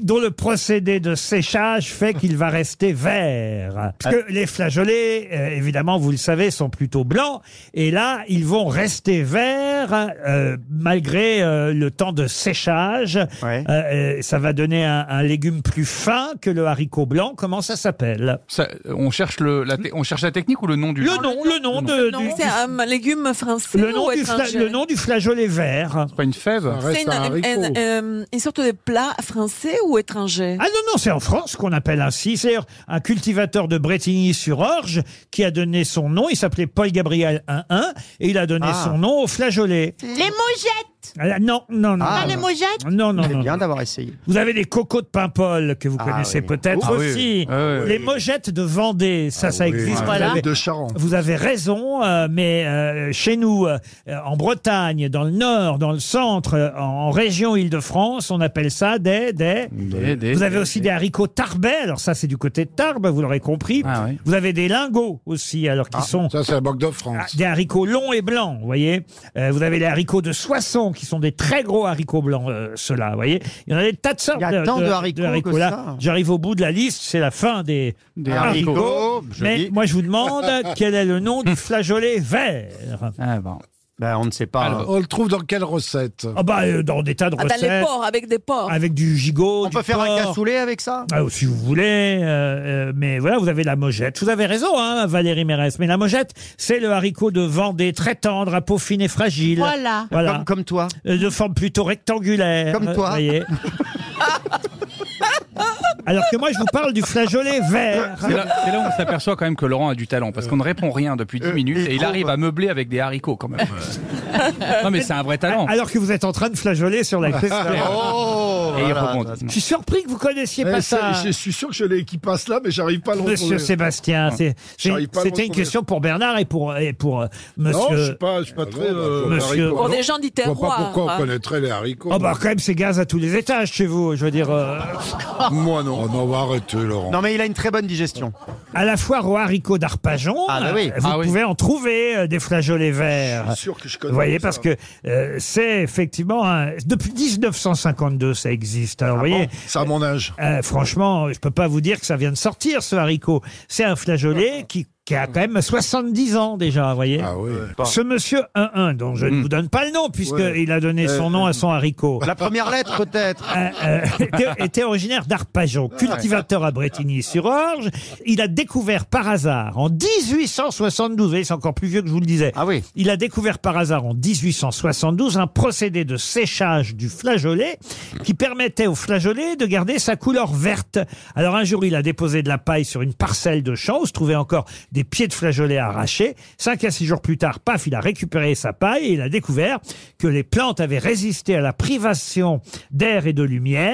S2: dont le procédé de séchage fait qu'il va rester vert. Parce que les flageolets, euh, évidemment, vous le savez, sont plutôt blancs. Et là, ils vont rester verts euh, malgré euh, le temps de séchage. Euh, euh, ça va donner un, un légume plus fin que le haricot blanc. Comment ça s'appelle
S6: euh, On cherche le, la, te- on cherche la technique ou le nom du
S2: Le nom, le nom de-
S8: Non,
S2: du-
S8: c'est un légume français
S2: le nom,
S8: ou
S2: du fla-
S8: étranger
S2: le nom du flageolet vert.
S6: C'est pas une fève
S8: C'est une, une- euh, une sorte de plat français ou étranger
S2: Ah non, non, c'est en France qu'on appelle ainsi. C'est d'ailleurs un cultivateur de Bretigny-sur-Orge qui a donné son nom. Il s'appelait Paul-Gabriel 11 et il a donné
S9: Ah.
S2: son nom au flageolet.
S7: Les mojettes
S2: Ah là, Non, non, non.
S7: Ah,
S2: non.
S7: les mojettes
S2: Non, non,
S9: C'est
S2: non.
S9: bien d'avoir essayé.
S2: Vous avez les cocos de Paimpol que vous
S9: Ah
S2: connaissez
S9: oui.
S2: peut-être
S9: Ah oui.
S2: aussi.
S9: Ah oui.
S2: Les mojettes de Vendée, ça, ça existe.
S5: Ah,
S2: Vous,
S5: les
S2: avez,
S5: de Charente.
S2: vous avez raison, euh, mais euh, chez nous, euh, en Bretagne, dans le nord, dans le centre, euh, en, en région Île-de-France, on appelle ça des, des.
S6: Des- des-
S2: vous avez
S6: des-
S2: aussi des haricots tarbais. Alors ça, c'est du côté de Tarbes, vous l'aurez compris.
S6: Ah
S2: Vous avez des lingots aussi, alors qui sont
S4: Ah,
S2: Ah,
S4: Ça, c'est la Banque de France.
S2: des haricots longs et blancs, vous voyez. Euh, vous avez les haricots de Soissons, qui sont des très gros haricots blancs, euh, ceux-là, vous voyez. Il y en a des tas de sortes
S9: Il y a tant de haricots que ça.
S2: J'arrive au bout de la liste, c'est la fin des,
S9: Des
S2: haricots.
S9: haricots, joli.
S2: Ah, Mais moi, je vous demande quel est le nom du flageolet vert.
S6: Ah bon.
S9: Ben, on ne sait pas. hein.
S4: On le trouve dans quelle recette
S2: Ah bah, euh, dans des tas de
S8: Ah, Dans les
S2: recettes,
S8: porcs, avec des porcs.
S2: avec du gigot,
S9: On peut faire un cassoulet avec ça
S2: Ah, si vous voulez, euh, euh, mais voilà, vous avez la mojette. Vous avez raison, hein, Valérie Mérès. Mais la mojette, c'est le haricot de Vendée, très tendre, à peau fine et fragile.
S7: Voilà.
S2: Voilà.
S9: Comme, comme toi.
S2: Euh, de forme plutôt rectangulaire.
S9: Comme
S2: euh,
S9: toi.
S2: voyez. Alors que moi, je vous parle du flageolet vert.
S6: C'est là, c'est là où on s'aperçoit quand même que Laurent a du talent, parce qu'on ne répond rien depuis
S9: Euh,
S6: 10 minutes et il arrive à meubler avec des haricots quand même. non mais c'est un vrai talent.
S2: Alors que vous êtes en train de flageoler sur la question.
S9: Oh
S6: Et il
S9: voilà.
S6: rebondit.
S2: Je suis surpris que vous connaissiez
S5: Eh,
S2: pas
S5: ça,
S2: ça.
S5: Je suis sûr que je l'ai qui passe là, mais j'arrive pas à le
S2: Monsieur
S5: retrouver.
S2: Sébastien, c'est- c'est-
S5: J'arrive pas à le
S2: c'était une
S5: retrouver.
S2: question pour Bernard et pour, et pour euh, monsieur. Ah,
S5: Non, je suis pas, je suis pas très. euh,
S2: monsieur-
S8: Pour des gens du
S4: Je vois pas
S8: terroir.
S4: pourquoi on
S8: hein.
S4: connaîtrait les haricots.
S2: Oh bah quand même c'est gaz à tous les étages chez vous, je veux dire. euh,
S4: Moi Oh, non. On en va arrêter, Laurent.
S9: Non, mais il a une très bonne digestion.
S2: à la foire aux haricots d'Arpajon,
S9: Ah bah oui.
S2: euh, vous
S6: Ah oui.
S2: pouvez en trouver euh, des flageolets verts.
S5: sûr que je connais.
S2: Vous voyez,
S5: ça.
S2: parce que euh, c'est effectivement... un- Depuis 1952, ça existe. Alors, vous voyez,
S5: Ah C'est à mon âge.
S2: euh, franchement, je peux pas vous dire que ça vient de sortir, ce haricot. C'est un flageolet qui, qui a quand même 70 ans déjà, vous voyez.
S4: Ah oui.
S2: Ce monsieur 1-1, dont je ne vous donne pas le nom, puisqu'il il a donné
S5: Euh,
S2: son nom à son haricot.
S9: Oh. La première lettre, peut-être.
S2: Euh, euh, était, était originaire d'Arpajon, cultivateur à Bretigny-sur-Orge. Il a découvert par hasard en 1872, et c'est encore plus vieux que je vous le disais.
S9: Ah oui.
S2: Il a découvert par hasard en 1872 un procédé de séchage du flageolet qui permettait au flageolet de garder sa couleur verte. Alors un jour, il a déposé de la paille sur une parcelle de champ où se trouvaient encore des pieds de flageolet arrachés. Cinq à six jours plus tard, paf, il a récupéré sa paille et il a découvert que les plantes avaient résisté à la privation d'air et de lumière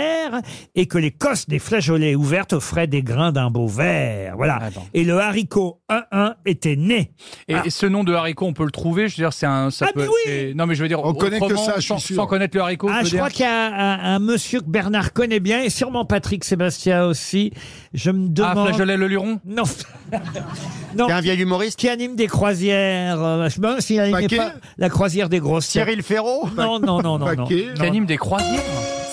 S2: et que les cosses des flageolets ouvertes offraient des grains d'un beau vert. Voilà.
S6: Ah bon.
S2: Et le haricot 1-1 était né.
S6: Et, et ce nom de haricot, on peut le trouver. Je veux dire, c'est un. Ça
S2: Ah,
S6: peut,
S2: mais oui
S6: c'est- Non mais je veux dire,
S5: On connaît que
S6: autrement,
S5: ça, je suis
S6: sans,
S5: sûr.
S6: sans connaître le haricot.
S2: Ah,
S6: veux
S2: je
S6: dire.
S2: crois qu'il y a un, un- un monsieur que Bernard connaît bien et sûrement Patrick Sébastien aussi. Je me
S6: Ah,
S2: demande.
S6: flageolet le luron.
S2: non. non.
S9: C'est un vieil humoriste.
S2: Qui anime des croisières. euh, Je me demande s'il animait
S5: Paquet
S2: pas la croisière des grosses têtes.
S9: Cyril Ferraud.
S2: Non, non, non, non. non.
S5: Paquet.
S6: Qui anime des croisières.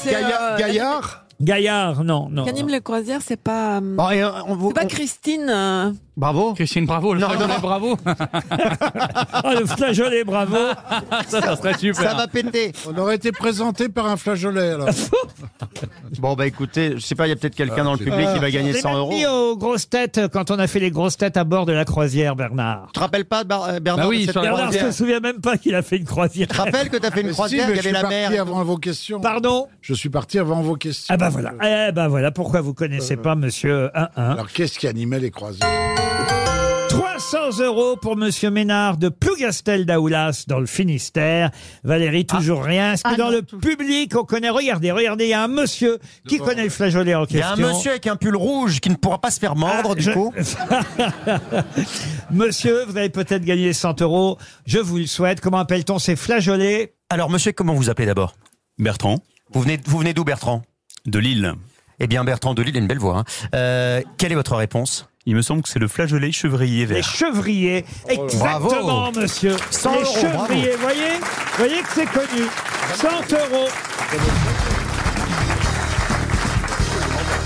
S8: C'est, euh,
S5: Gaillard
S2: Gaillard, Ah, non, non.
S8: qui anime
S2: non.
S8: les croisières, c'est pas. euh,
S9: Bon, et, euh, on vous-
S8: C'est pas
S9: on-
S8: Christine. euh,
S9: Bravo.
S6: Christine Bravo, le
S9: Non,
S6: flageolet
S9: non.
S6: Bravo.
S2: Ah, le flageolet, bravo.
S6: ça, ça serait super.
S9: Ça va péter.
S4: On aurait été présenté par un flageolet, alors.
S9: Bon, bah écoutez, je sais pas, il y a peut-être quelqu'un dans le public qui va gagner
S2: J'ai
S9: 100
S2: même
S9: euros.
S2: mis aux grosses têtes euh, quand on a fait les grosses têtes à bord de la croisière, Bernard.
S9: Tu te rappelles pas, de Bar- euh, Bernard,
S6: Bah oui,
S9: de cette
S6: sur la
S2: Bernard
S9: croisière
S2: se souvient même pas qu'il a fait une croisière.
S9: Tu te rappelles que t'as fait une
S4: Mais si,
S9: croisière,
S4: mais
S9: il y
S4: je
S9: avait
S4: suis
S9: la
S4: parti
S9: mer.
S4: avant vos questions.
S2: Pardon
S4: Je suis parti avant vos questions.
S2: Ah
S4: Euh,
S2: bah ben voilà. Eh ben voilà, pourquoi vous connaissez pas Monsieur euh, 1 Alors
S4: qu'est-ce qui animait les croisés
S2: 300 euros pour Monsieur Ménard de Plougastel d'Aoulas dans le Finistère. Valérie,
S4: Ah.
S2: toujours rien. Est-ce que dans le public, on connaît Regardez, regardez, il y a un monsieur qui connaît le flageolet en
S9: Il y a
S2: question. Euh,
S9: un monsieur avec un pull rouge qui ne pourra pas se faire mordre, du
S2: Je-
S9: coup.
S2: Monsieur, vous allez peut-être gagner 100 euros. Je vous le souhaite. Comment appelle-t-on ces flageolets
S9: Alors, monsieur, comment vous appelez d'abord Bertrand. Vous venez, vous venez d'où, Bertrand De Lille. Eh bien, Bertrand de Lille a une belle voix. hein. Euh, quelle est votre réponse Il me semble que c'est le flageolet chevrier
S2: Les chevriers. Exactement,
S9: Oh, Bravo.
S2: monsieur.
S9: 100
S2: Les
S9: euros,
S2: chevriers.
S9: bravo.
S2: Voyez, voyez que c'est connu. 100 euros.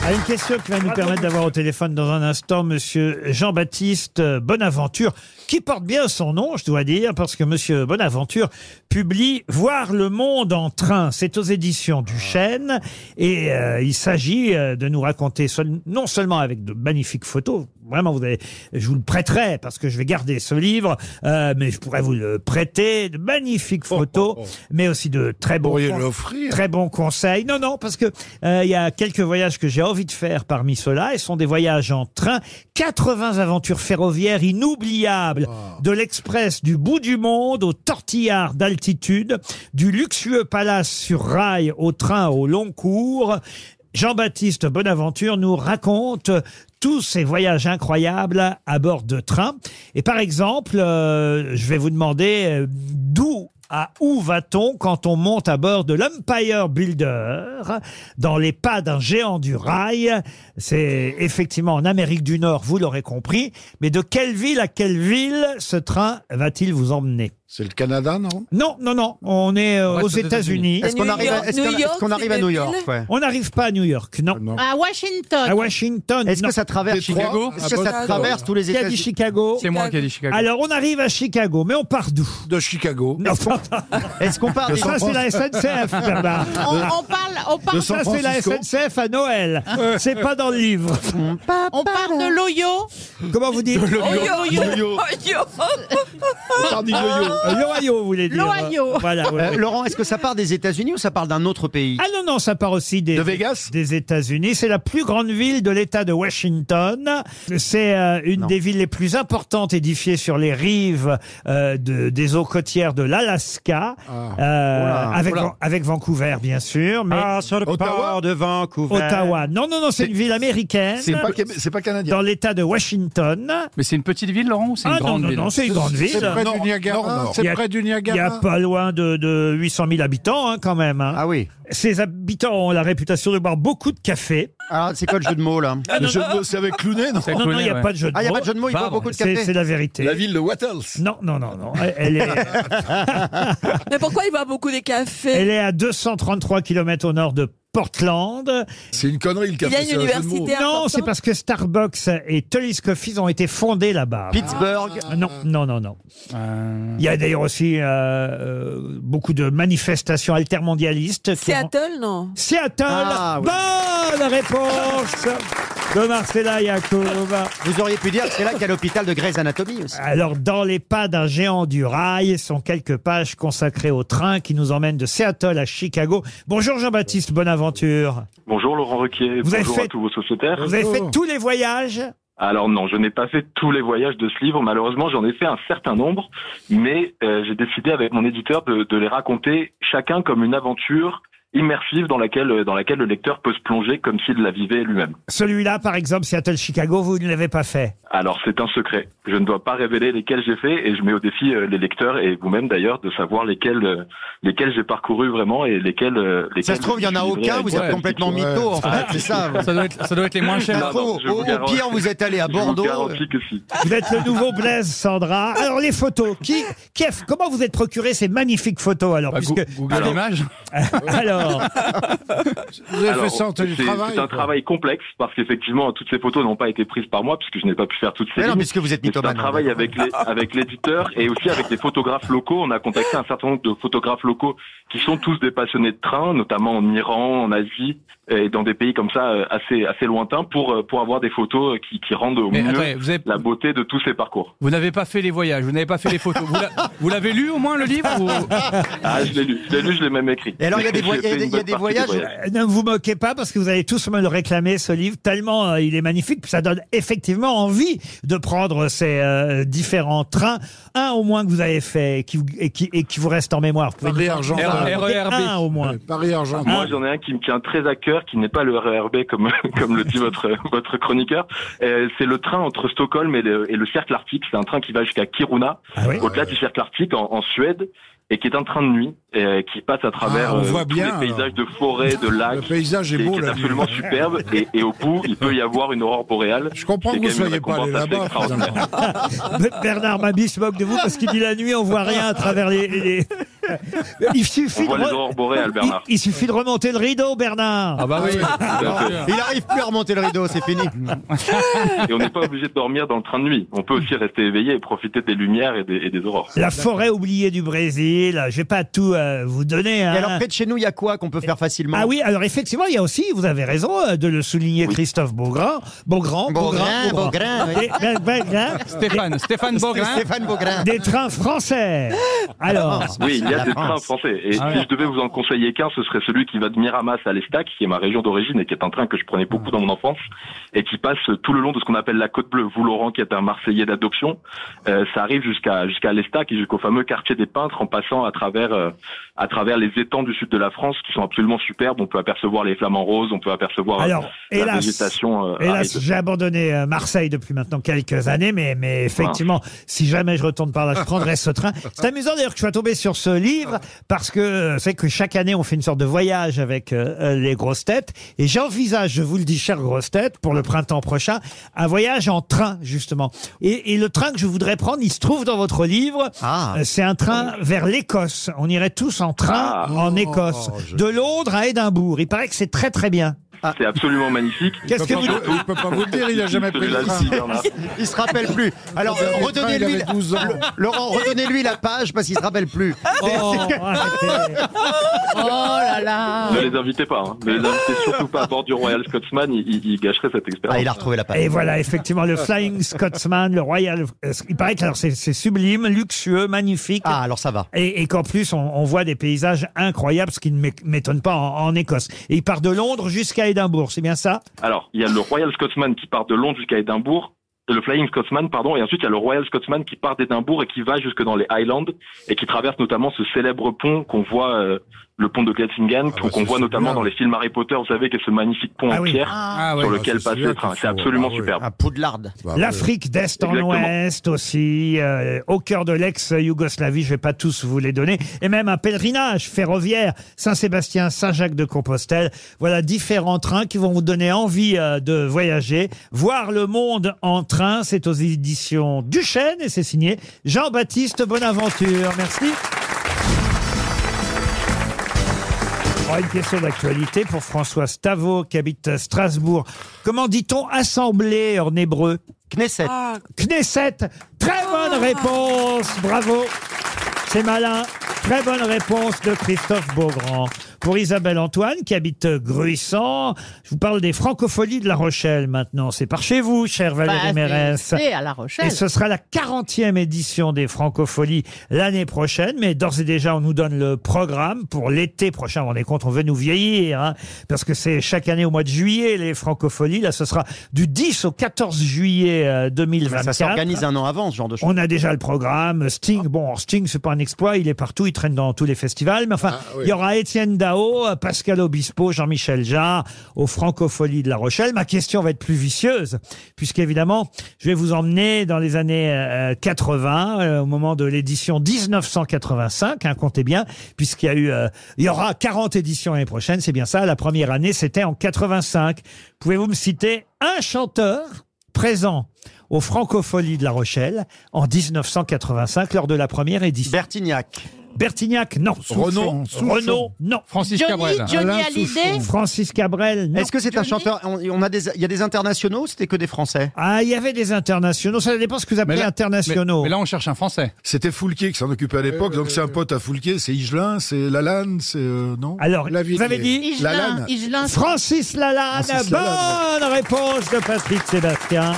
S2: À Ah, une question qui va nous permettre d'avoir au téléphone dans un instant Monsieur Jean-Baptiste Bonaventure, qui porte bien son nom, je dois dire, parce que Monsieur Bonaventure publie Voir le monde en train. C'est aux éditions du Chêne et euh, il s'agit euh, de nous raconter seul- non seulement avec de magnifiques photos. Vraiment, vous avez, je vous le prêterai parce que je vais garder ce livre, euh, mais je pourrais vous le prêter. De magnifiques photos, mais aussi de très bons,
S4: pourriez
S2: con-
S4: l'offrir.
S2: très bons conseils. Non, non, parce que euh, il y a quelques voyages que j'ai envie de faire parmi ceux-là. et Ce sont des voyages en train. 80 aventures ferroviaires inoubliables, de l'express du bout du monde au tortillard d'altitude, du luxueux palace sur rail au train au long cours. Jean-Baptiste Bonaventure nous raconte tous ces voyages incroyables à bord de train. Et par exemple, euh, je vais vous demander euh, d'où à où va-t-on quand on monte à bord de l'Empire Builder dans les pas d'un géant du rail C'est effectivement en Amérique du Nord, vous l'aurez compris. Mais de quelle ville à quelle ville ce train va-t-il vous emmener
S4: C'est le Canada, non
S2: Non, non, non. On est euh,
S9: Ouais,
S2: aux
S9: c'est aux
S2: États-Unis.
S9: États-Unis. Est-ce qu'on New arrive à- York- est-ce qu'on- New est-ce York, qu'on arrive à c'est New une York, ville ouais.
S2: On n'arrive pas à New York, non.
S7: À Washington.
S2: À Washington.
S9: Est-ce que
S2: non. Ah,
S9: ça traverse Détroit, Chicago à
S7: Ah
S9: Est-ce que ça Boston. traverse tous les
S2: Qui a dit
S9: États-Unis
S2: Chicago
S9: C'est moi qui ai dit Chicago.
S2: Alors, on arrive à Chicago, mais on part d'où
S4: De Chicago.
S9: Est-ce qu'on part
S2: de
S9: des-
S2: Ça, c'est la SNCF, Bernard.
S7: On, on parle, on parle,
S2: Ça, c'est la SNCF à Noël. C'est pas dans le livre.
S7: on parle de l'Oyo.
S2: Comment vous dites
S7: Oh,
S2: L'Ohio, Euh, vous voulez dire
S7: L'Ohio.
S2: Voilà, oui,
S9: Euh,
S2: oui.
S9: Laurent, est-ce que ça part des États-Unis ou ça part d'un autre pays
S2: Ah non, non, ça part aussi des, des États-Unis. C'est la plus grande ville de l'État de Washington. C'est euh, une des villes les plus importantes édifiées sur les rives euh, de- des eaux côtières de l'Alaska, euh,
S9: Ah. Oula,
S2: avec,
S9: oula.
S2: Van- avec Vancouver, bien sûr. Mais
S9: Ah, sur le port de Vancouver.
S2: Ottawa. Non, non, non, c'est une ville américaine.
S5: c'est pas Québec-
S2: canadien. Dans l'État de Washington.
S6: Mais c'est une petite ville, Laurent, ou c'est une
S2: Ah non,
S6: grande
S2: non,
S6: ville
S2: non, c'est une grande ville.
S4: du Niagara, c'est
S2: Il y a-
S4: près du
S2: Il
S4: Niagara.
S2: y a pas loin de, de 800 000 habitants, hein, quand même. Ah
S9: oui.
S2: Ces habitants ont la réputation de boire beaucoup de café.
S9: Ah, c'est quoi le jeu de mots là
S2: Ah, non, Le jeu de non. mots, c'est avec Clooney, non C'est avec
S9: Non, non, il
S2: Clooney,
S9: n'y a
S2: ouais.
S9: pas de jeu de mots.
S2: Ah, il y a pas de jeu de mots, il boit
S9: Pardon.
S2: beaucoup de café. C'est la vérité.
S5: La ville de Wattles.
S2: Non, non, non, non. Elle- Elle est,
S8: Mais pourquoi il boit beaucoup des cafés
S2: elle est à 233 km au nord de Portland.
S5: C'est une connerie le
S8: y a
S5: café.
S8: une
S5: c'est un jeu de mots.
S8: université
S2: Non, c'est parce que Starbucks et Tully's Coffees ont été fondés là-bas.
S9: Pittsburgh.
S2: Ah, Non, non, non, non. Il y a d'ailleurs aussi euh, euh, beaucoup de manifestations altermondialistes. qui ont-
S8: Seattle, non
S2: Seattle.
S9: Ah, oui.
S2: Bonne réponse de Marcella Yacoub.
S9: Ah, Vous auriez pu dire que c'est là qu'il y a l'hôpital de Grey's Anatomy aussi.
S2: Alors, dans les pas d'un géant du rail sont quelques pages consacrées au train qui nous emmène de Seattle à Chicago. Bonjour Jean-Baptiste Bonaventure.
S18: Bonjour Laurent Requier,
S2: Vous avez
S18: bonjour
S2: fait-
S18: à tous vos sociétaires.
S2: Vous avez fait tous les voyages
S18: Alors non, je n'ai pas fait tous les voyages de ce livre, malheureusement j'en ai fait un certain nombre, mais euh, j'ai décidé avec mon éditeur de, de les raconter chacun comme une aventure immersive dans laquelle, euh, dans laquelle le lecteur peut se plonger comme s'il la vivait lui-même.
S2: Celui-là, par exemple, Seattle-Chicago, vous ne l'avez pas fait.
S18: Alors c'est un secret, je ne dois pas révéler lesquels j'ai fait et je mets au défi euh, les lecteurs et vous-même d'ailleurs de savoir lesquels, euh, lesquels j'ai parcouru vraiment et lesquels... euh, lesquels
S9: Ça se trouve, il n'y en a
S18: je suis livré
S9: aucun,
S18: à
S9: vous
S18: une
S9: êtes
S18: telle
S9: complètement
S18: fiction.
S9: mytho en fait, Ah, c'est ça.
S6: Ça doit être- ça doit être les moins chers.
S9: Non, non, je
S18: vous
S9: au, au
S18: garantis-
S9: pire, vous êtes allé à
S18: je vous
S9: Bordeaux. euh,
S18: garantis que si.
S2: Vous êtes le nouveau Blaise Sandra. Alors, les photos. Qui, qui a- comment vous êtes procuré ces magnifiques photos alors puisque,
S6: Bah, Google Images
S2: Alors,
S4: Vous avez
S18: Alors,
S4: fait ça en
S18: c'est-
S4: télétravail
S18: C'est un travail complexe parce qu'effectivement, toutes ces photos n'ont pas été prises par moi puisque je n'ai pas pu faire toutes ces
S9: Mais non,
S18: lignes.
S9: puisque vous êtes
S18: Mais C'est un
S9: mythomane,
S18: travail
S9: hein,
S18: avec les- avec l'éditeur et aussi avec les photographes locaux. On a contacté un certain nombre de photographes locaux qui sont tous des passionnés de train, notamment en Iran, en Asie et dans des pays comme ça euh, assez assez lointains pour euh, pour avoir des photos qui, qui rendent au
S6: Mais
S18: mieux
S6: attendez, vous avez-
S18: la beauté de tous ces parcours.
S6: Vous n'avez pas fait les voyages, vous n'avez pas fait les photos. Vous la- Vous l'avez lu au moins le livre ou-
S18: Ah, je l'ai lu, je l'ai lu, je l'ai même écrit.
S9: Et alors, il y a des,
S18: J'ai
S9: voy-
S18: fait
S9: et y a des- il y a des voyages.
S2: Euh, Ne vous moquez pas parce que vous allez tous me le réclamer ce livre tellement euh, il est magnifique, puis ça donne effectivement envie de prendre ces euh, différents trains, un au moins que vous avez fait et qui vous- et qui, et qui vous reste en mémoire. Vous pouvez nous en
S4: Paris-Argentin.
S2: dire
S4: E
S2: un au moins.
S4: Paris-Argentin.
S18: Ah, Moi, j'en ai un qui me tient très à cœur, qui n'est pas le RERB comme comme le dit votre votre chroniqueur. Euh, c'est le train entre Stockholm et le, et le cercle arctique. C'est un train qui va jusqu'à Kiruna,
S4: Ah
S18: au-delà du cercle arctique en, en Suède, et qui est un train de nuit euh, qui passe à travers
S4: Ah, on voit
S18: tous
S4: bien,
S18: les
S4: alors.
S18: paysages de forêts, de lacs.
S4: Le paysage est
S18: qui-
S4: beau,
S18: qui
S4: la nuit.
S18: absolument superbe. Et, et au bout, il peut y avoir une aurore boréale. Je
S4: comprends que vous soyez pas allé là-bas,
S2: Bernard Mabi se moque de vous parce qu'il dit la nuit on voit rien à travers les. les- Il suffit
S18: On voit
S2: de re-
S18: les aurores boréales, Bernard.
S2: Il, il suffit de remonter le rideau, Bernard.
S18: Ah bah oui.
S9: Il arrive plus à remonter le rideau, c'est fini.
S18: Et on n'est pas obligé de dormir dans le train de nuit. On peut aussi rester éveillé et profiter des lumières et des, et des aurores.
S2: La forêt oubliée du Brésil. Je vais pas tout euh, vous donner.
S9: Et
S2: hein.
S9: alors, près de chez nous, il y a quoi qu'on peut faire facilement
S2: Ah oui, alors effectivement, il y a aussi, vous avez raison euh, de le souligner, Christophe Beaugrand. Beaugrand,
S9: Beaugrand, Beaugrand, oui.
S2: Des- ben- ben- ben-
S6: Stéphane, Stéphane Beaugrand. Stéphane Beaugrand.
S2: Des trains français. Alors.
S18: Oui, il y a
S2: La
S18: des
S2: France.
S18: trains français. Et
S2: Ah ouais.
S18: si je devais vous en conseiller qu'un, ce serait celui qui va de Miramas à l'Estac, qui est ma région d'origine et qui est un train que je prenais beaucoup dans mon enfance et qui passe tout le long de ce qu'on appelle la Côte Bleue. Vous, Laurent, qui êtes un Marseillais d'adoption, euh, ça arrive jusqu'à jusqu'à l'Estac et jusqu'au fameux quartier des Peintres en passant à travers euh, à travers les étangs du sud de la France qui sont absolument superbes. On peut apercevoir les flamants roses, on peut apercevoir euh,
S2: Alors,
S18: la
S2: hélas,
S18: végétation. euh,
S2: hélas,
S18: aride.
S2: j'ai abandonné euh, Marseille depuis maintenant quelques années, mais, mais effectivement, si jamais je retourne par là, je prendrai ce train. C'est amusant d'ailleurs que je sois tombé sur ce livre, parce que euh, c'est que chaque année, on fait une sorte de voyage avec euh, euh, les grosses têtes, et j'envisage, je vous le dis, chères grosses têtes, pour le printemps prochain, un voyage en train, justement. Et, et le train que je voudrais prendre, il se trouve dans votre livre, Euh, c'est un train vers l'Écosse. On irait tous en
S18: Ah.
S2: train en Écosse, de Londres à Édimbourg. Il paraît que c'est très très bien.
S18: C'est absolument magnifique.
S2: Qu'est-ce que vous dites
S18: Surtout- Celui-là, si, Bernard.
S9: Il se rappelle plus. Alors,
S18: Il avait le train, il
S9: redonnez-lui.
S18: avait 12 ans.
S9: Le- Laurent, redonnez-lui la page parce qu'il se rappelle plus.
S2: Oh,
S12: là
S9: Ah.
S12: là.
S18: Ne les invitez pas. hein. Ne les invitez surtout pas à bord du Royal Scotsman. Il, il- il gâcherait cette expérience.
S9: Ah, il a retrouvé la
S2: Et voilà, effectivement, le Flying Scotsman, le Royal. euh, Il paraît que alors, c'est c'est sublime, luxueux, magnifique. Ah,
S9: alors ça va.
S2: Et, et qu'en plus, on, on voit des paysages incroyables, ce qui ne m'é- m'étonne pas en, en Écosse. Et il part de Londres jusqu'à Édimbourg, c'est bien ça
S18: Alors, il y a le Royal Scotsman qui part de Londres jusqu'à Édimbourg. euh, Le Flying Scotsman, pardon, et ensuite il y a le Royal Scotsman qui part d'Édimbourg et qui va jusque dans les Highlands et qui traverse notamment ce célèbre pont qu'on voit, euh, le pont de Glattingan, qu'on- qu'on voit notamment dans les films Harry Potter, vous savez, qui est ce magnifique pont
S2: bah, Ah
S18: en
S2: oui.
S18: pierre
S2: Ah,
S18: sur
S2: ouais.
S18: lequel
S2: Ah, c'est
S18: passe
S2: celui-là
S18: le train.
S2: qu'il
S18: C'est
S2: faut,
S18: absolument
S2: ah oui.
S18: superbe.
S9: À Poudlard.
S2: L'Afrique d'Est en
S9: Bah, euh, Exactement.
S2: Ouest aussi, euh, au cœur de l'ex-Yougoslavie, je vais pas tous vous les donner, et même un pèlerinage ferroviaire, Saint-Sébastien, Saint-Jacques-de-Compostelle. Voilà différents trains qui vont vous donner envie euh, de voyager. Voir le monde en train, c'est aux éditions Duchesne et c'est signé Jean-Baptiste Bonaventure. Merci. Oh, une question d'actualité pour François Stavo qui habite Strasbourg. Comment dit-on assemblée en hébreu
S9: Knesset.
S19: Ah.
S2: Knesset. Très bonne réponse. Bravo. C'est malin. Très bonne réponse de Christophe Beaugrand. Pour Isabelle Antoine qui habite Gruissant, je vous parle des francopholies de La Rochelle maintenant. C'est par chez vous, cher
S19: Bah,
S2: Valérie
S19: c'est-
S2: Mérès.
S19: c'est à La Rochelle.
S2: Et ce sera la 40e édition des Francopholies l'année prochaine. Mais d'ores et déjà, on nous donne le programme pour l'été prochain. Vous vous rendez compte, on veut nous vieillir. hein, parce que c'est chaque année au mois de juillet, les Francopholies. Là, ce sera du 10 au 14 juillet euh, 2024.
S9: Eh ben, Ça s'organise un an avant, ce genre de choses.
S2: On a déjà le programme. Sting, bon, Sting, c'est pas un exploit. Il est partout, il traîne dans tous les festivals.
S9: Ah,
S2: Mais enfin, il y aura Étienne Dao, euh, Pascal Obispo, Jean-Michel Jarre, aux Francopholies de La Rochelle. Ma question va être plus vicieuse, puisqu'évidemment, je vais vous emmener dans les années euh, 80, euh, au moment de l'édition 1985, hein, comptez bien, puisqu'il y a eu, euh, il y aura 40 éditions l'année prochaine, c'est bien ça. La première année, c'était en 85. Pouvez-vous me citer un chanteur présent aux Francopholies de La Rochelle en 1985 lors de la première édition.
S9: Bertignac.
S2: Bertignac, non.
S9: Souchon.
S2: Renaud,
S9: Souchon.
S2: Renaud, non.
S9: Francis Johnny- Cabrel. Johnny Alain Hallyday. Souchon.
S2: Francis Cabrel, non.
S9: Est-ce que c'est un chanteur on, on a des, Il y a des internationaux ou c'était que des Français
S2: Ah, il y avait des internationaux. Ça dépend ce que vous appelez internationaux. Euh,
S5: mais
S6: là, on cherche un Français.
S5: C'était Foulquier qui s'en occupait à l'époque, donc c'est un pote à Foulquier, c'est Igelin, c'est Lalanne, c'est. euh, non
S2: Alors,
S5: Lavilliers.
S2: vous avez dit
S5: Lalanne.
S2: Francis Lalanne.
S5: Francis
S2: Ah, Bonne
S5: Lalanne,
S2: réponse de Patrick Sébastien.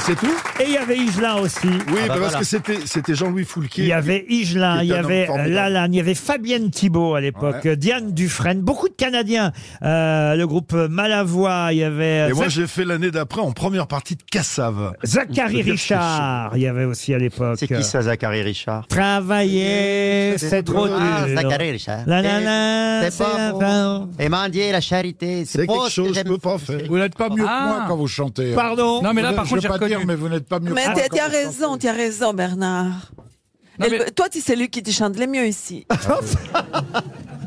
S5: c'est tout
S2: Et il y avait Iselin aussi. Oui,
S5: bah parce que c'était c'était Jean-Louis Foulquier.
S2: Il y avait Igelin,
S5: qui
S2: il
S5: est
S2: y
S5: un homme
S2: avait euh,
S5: formidable.
S2: Lalanne, il y avait Fabienne Thibault à l'époque,
S5: Ouais.
S2: Diane Dufresne, beaucoup de Canadiens. Euh, le groupe Malavoie, il y avait euh,
S5: Et moi,
S2: Zach-
S5: j'ai fait l'année d'après en première partie de Cassave.
S2: Zachary Richard, il y avait aussi à l'époque. euh,
S9: C'est qui ça, Zachary Richard
S2: Travailler, c'est trop dur.
S9: Ah, Zachary Richard.
S2: La la la,
S9: C'est pas
S2: c'est la
S9: bon.
S2: fin.
S9: Et mendier la charité,
S4: C'est
S9: c'est
S4: quelque
S9: pas ce que
S4: chose que je
S9: j'aime.
S4: peux pas faire. Vous n'êtes pas mieux que
S9: Ah.
S4: moi quand vous chantez. hein.
S9: Pardon. Non, mais là,
S4: Je-
S9: par
S4: je
S9: contre,
S4: veux
S9: j'ai
S4: pas
S9: reconnu.
S4: dire, mais vous n'êtes pas mieux.
S8: Mais
S4: que moi
S8: t'as-
S4: quand
S8: t'as
S4: vous
S8: raison, t'as raison, Bernard. Et le- Toi, tu sais lui qui te chante le mieux ici.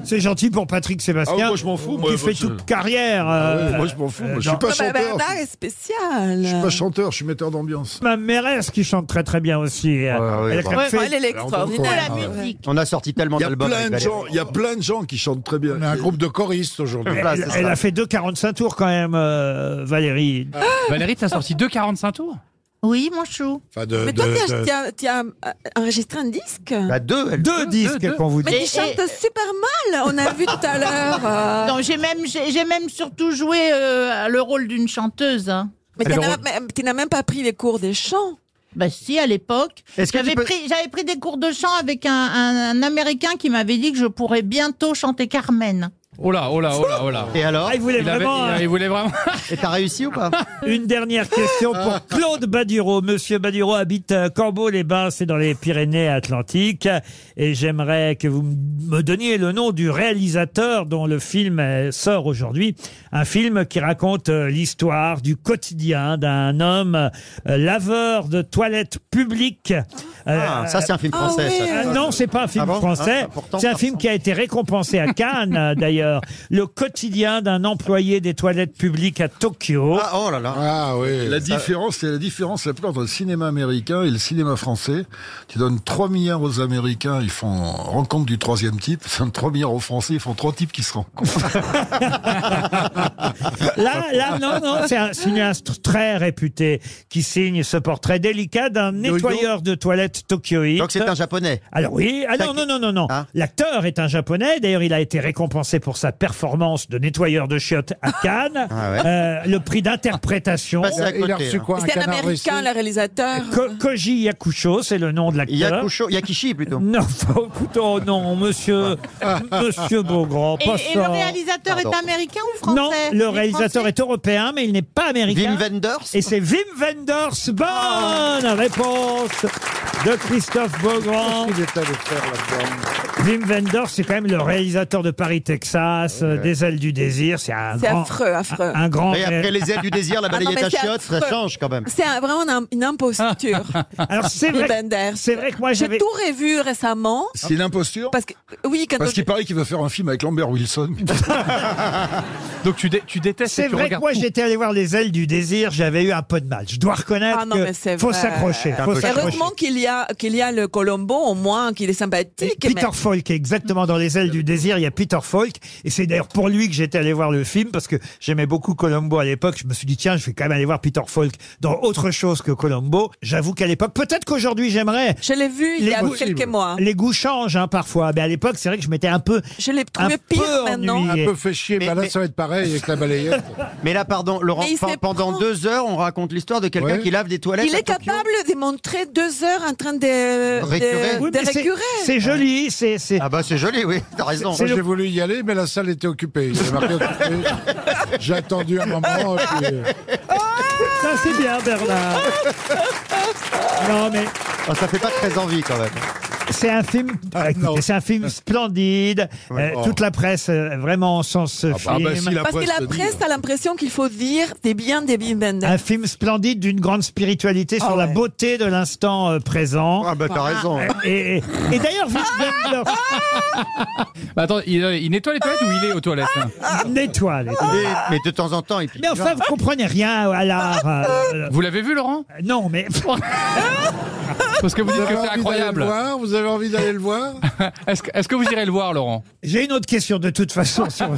S2: C'est gentil pour Patrick Sébastien.
S5: Ah oui, moi, je m'en fous, moi,
S2: Qui
S5: moi,
S2: fait
S5: je-
S2: toute carrière.
S5: Ah oui,
S2: euh,
S5: moi, je m'en fous, moi,
S2: euh,
S5: je suis
S2: dans-
S5: pas
S8: Ah bah,
S5: chanteur,
S8: Bernard est spécial.
S5: Je suis pas chanteur, je suis metteur d'ambiance.
S2: Ma méresse qui chante très très bien aussi. euh,
S5: ouais,
S2: Elle a
S5: bah.
S2: quand même
S5: Ouais,
S2: fait-
S5: enfin, elle est extraordinaire. Ouais.
S9: On a sorti tellement
S5: Il y a
S9: d'albums.
S5: plein
S9: avec
S5: de
S9: Valérie.
S5: gens, il y a plein de gens qui chantent très bien. On a un groupe de choristes aujourd'hui.
S2: Elle, elle- elle a fait 2,45 tours quand même, euh, Valérie.
S9: Ah.
S6: Valérie, t'as sorti 2,45 tours
S7: Oui, mon chou.
S8: Mais toi, t'as- t'as- t'as euh, enregistré un disque
S9: deux,
S2: deux disques qu'on vous dit.
S8: Mais tu chantes super mal, on a vu tout à l'heure. euh.
S7: Non, j'ai même, j'ai j'ai même surtout joué euh, le rôle d'une chanteuse. hein.
S8: Mais tu n'as mais tu n'as même pas pris les cours des chants.
S7: Bah si, à l'époque.
S8: Est-ce que tu
S7: J'avais
S8: peux-
S7: pris, j'avais pris des cours de chant avec un, un- un Américain qui m'avait dit que je pourrais bientôt chanter Carmen.
S6: Oh là, oh là, oh là, oh là.
S9: Et alors
S2: Ah, il voulait
S6: Il avait-
S2: vraiment.
S6: il-
S2: hein.
S6: il voulait vraiment.
S9: Et t'as réussi ou pas Ah.
S2: Une dernière question pour Claude Baduro. Monsieur Baduro habite à Corbeau-les-Bains, c'est dans les Pyrénées-Atlantiques. Et j'aimerais que vous m- me donniez le nom du réalisateur dont le film euh, sort aujourd'hui. Un film qui raconte euh, l'histoire du quotidien d'un homme euh, laveur de toilettes publiques. Euh,
S9: Ah, ça, c'est un film Ah français, ça. oui.
S2: Ah non, c'est pas un film
S9: Ah bon
S2: français.
S9: Ah, pourtant,
S2: c'est un film qui a été récompensé à Cannes, euh, d'ailleurs. Le quotidien d'un employé des toilettes publiques à Tokyo.
S9: Ah, oh là là.
S5: Ah oui. La
S9: Ça-
S5: différence, c'est la différence la plus entre le cinéma américain et le cinéma français. Tu donnes 3 milliards aux Américains, ils font rencontre du troisième type. Tu donnes 3 milliards aux Français, ils font trois types qui se rencontrent.
S2: Ah, Là, là, non, non, c'est un cinéaste très réputé qui signe ce portrait délicat d'un nettoyeur de toilettes tokyoïte.
S9: Donc c'est un japonais.
S2: Alors oui, ah non, non, non, non, non. L'acteur est un japonais. D'ailleurs, il a été récompensé pour sa performance de nettoyeur de chiottes à Cannes.
S9: Ah ouais.
S2: Euh, le prix d'interprétation.
S9: Passé à côté, hein.
S8: C'est un américain, le réalisateur.
S2: Ko- Koji Yakusho, c'est le nom de l'acteur.
S9: Yakusho- Yakishi, plutôt.
S2: Non, plutôt non, monsieur, monsieur Beaugrand,
S7: Et,
S2: pas
S7: et
S2: ça.
S7: le réalisateur est américain ou français
S2: Non,
S7: Il est
S2: le réalisateur est européen, mais il n'est pas américain.
S9: Wim Wenders
S2: Et c'est Wim Wenders. Bonne réponse de Christophe Beaugrand.
S4: Qu'est-ce qu'il est allé faire là-dedans
S2: Wim Wenders, c'est quand même le réalisateur de Paris, Texas, euh, des ailes du désir. C'est un
S8: C'est
S2: grand.
S8: affreux, hein. affreux.
S2: un grand-
S9: Et après les ailes du désir, la
S8: Ah non,
S9: balayette
S8: mais
S9: à
S8: c'est
S9: chiottes, ça
S8: affreux.
S9: change quand même.
S8: C'est un- vraiment un- une imposture.
S2: Alors c'est
S8: Les
S2: vrai.
S8: Benders.
S2: C'est vrai que moi
S8: J'ai
S2: j'avais.
S8: tout revu récemment.
S5: C'est une imposture
S8: Parce que, oui, quand
S5: Parce
S8: je-
S5: qu'il paraît qu'il va faire un film avec Lambert Wilson.
S6: Donc tu, dé- tu détestes et
S2: C'est
S6: tu
S2: vrai que
S6: regardes
S2: moi
S6: tout.
S2: j'étais allé voir les ailes du désir, j'avais eu un peu de mal. Je dois reconnaître
S8: Ah non, mais c'est
S2: que faut
S8: vrai.
S2: s'accrocher. Faut s'accrocher.
S8: Heureusement qu'il y a qu'il y a le Colombo au moins qu'il est sympathique. mais-
S2: Peter Falk, exactement dans les ailes du désir, il y a Peter Falk, et c'est d'ailleurs pour lui que j'étais allé voir le film parce que j'aimais beaucoup Colombo à l'époque. Je me suis dit tiens, je vais quand même aller voir Peter Falk dans autre chose que Colombo. J'avoue qu'à l'époque, peut-être qu'aujourd'hui j'aimerais.
S8: Je l'ai vu il y a quelques mois.
S2: Les goûts changent hein, parfois, mais à l'époque c'est vrai que je m'étais un peu.
S8: Je l'ai
S2: un
S8: trouvé pire
S2: peu
S8: maintenant.
S2: ennuyé.
S4: Un peu fait chier,
S9: Mais-
S4: bah là
S9: mais-
S4: ça va être pareil avec la balayette.
S9: Mais là, pardon, Laurent,
S8: Mais il
S9: pen-
S8: fait
S9: pendant deux heures, on raconte l'histoire de quelqu'un
S4: Ouais.
S9: qui lave des toilettes.
S8: Il est
S9: à Tokyo.
S8: capable de montrer deux heures en train de de-
S9: Récurer.
S8: de
S2: Oui, mais c'est-
S8: récurer.
S2: C'est joli, c'est c'est.
S9: Ah bah c'est joli, oui, t'as raison.
S4: Moi, j'ai voulu y aller, mais la salle était occupée. Il y avait marqué occupé. J'ai attendu un moment. et puis, euh,
S2: Ça c'est bien Bernard. non mais.
S9: Ah, ça fait pas très envie quand même.
S2: C'est un film,
S5: Ah,
S2: bah, écoutez,
S4: non.
S2: c'est un film splendide.
S9: Ouais.
S2: Euh, Toute la presse euh, vraiment sens ce
S5: oh. bah,
S2: film.
S5: bah, si, la
S8: Parce que
S5: presse
S8: la
S5: le dit,
S8: presse a l'impression qu'il faut dire des biens des Wim Wenders.
S2: Un film splendide d'une grande spiritualité sur
S8: Ah
S2: la
S8: ouais.
S2: beauté de l'instant euh, présent.
S9: Ah bah t'as raison.
S2: Et, et- et d'ailleurs, Wim
S8: Ah.
S2: Wenders
S6: Bah, attends, il, il nettoie les toilettes ou il est aux toilettes hein
S2: nettoie. les-
S9: Mais, mais de temps en temps, il pique.
S2: Mais enfin, vous comprenez rien à l'art. euh,
S6: Vous l'avez vu, Laurent
S2: euh, non, mais
S6: Parce que vous dites que
S4: avez
S6: c'est
S4: envie d'aller le
S6: incroyable.
S4: voir, vous avez avez envie d'aller le voir
S6: Est-ce que, est-ce que vous irez le voir, Laurent
S2: J'ai une autre question de toute façon sur,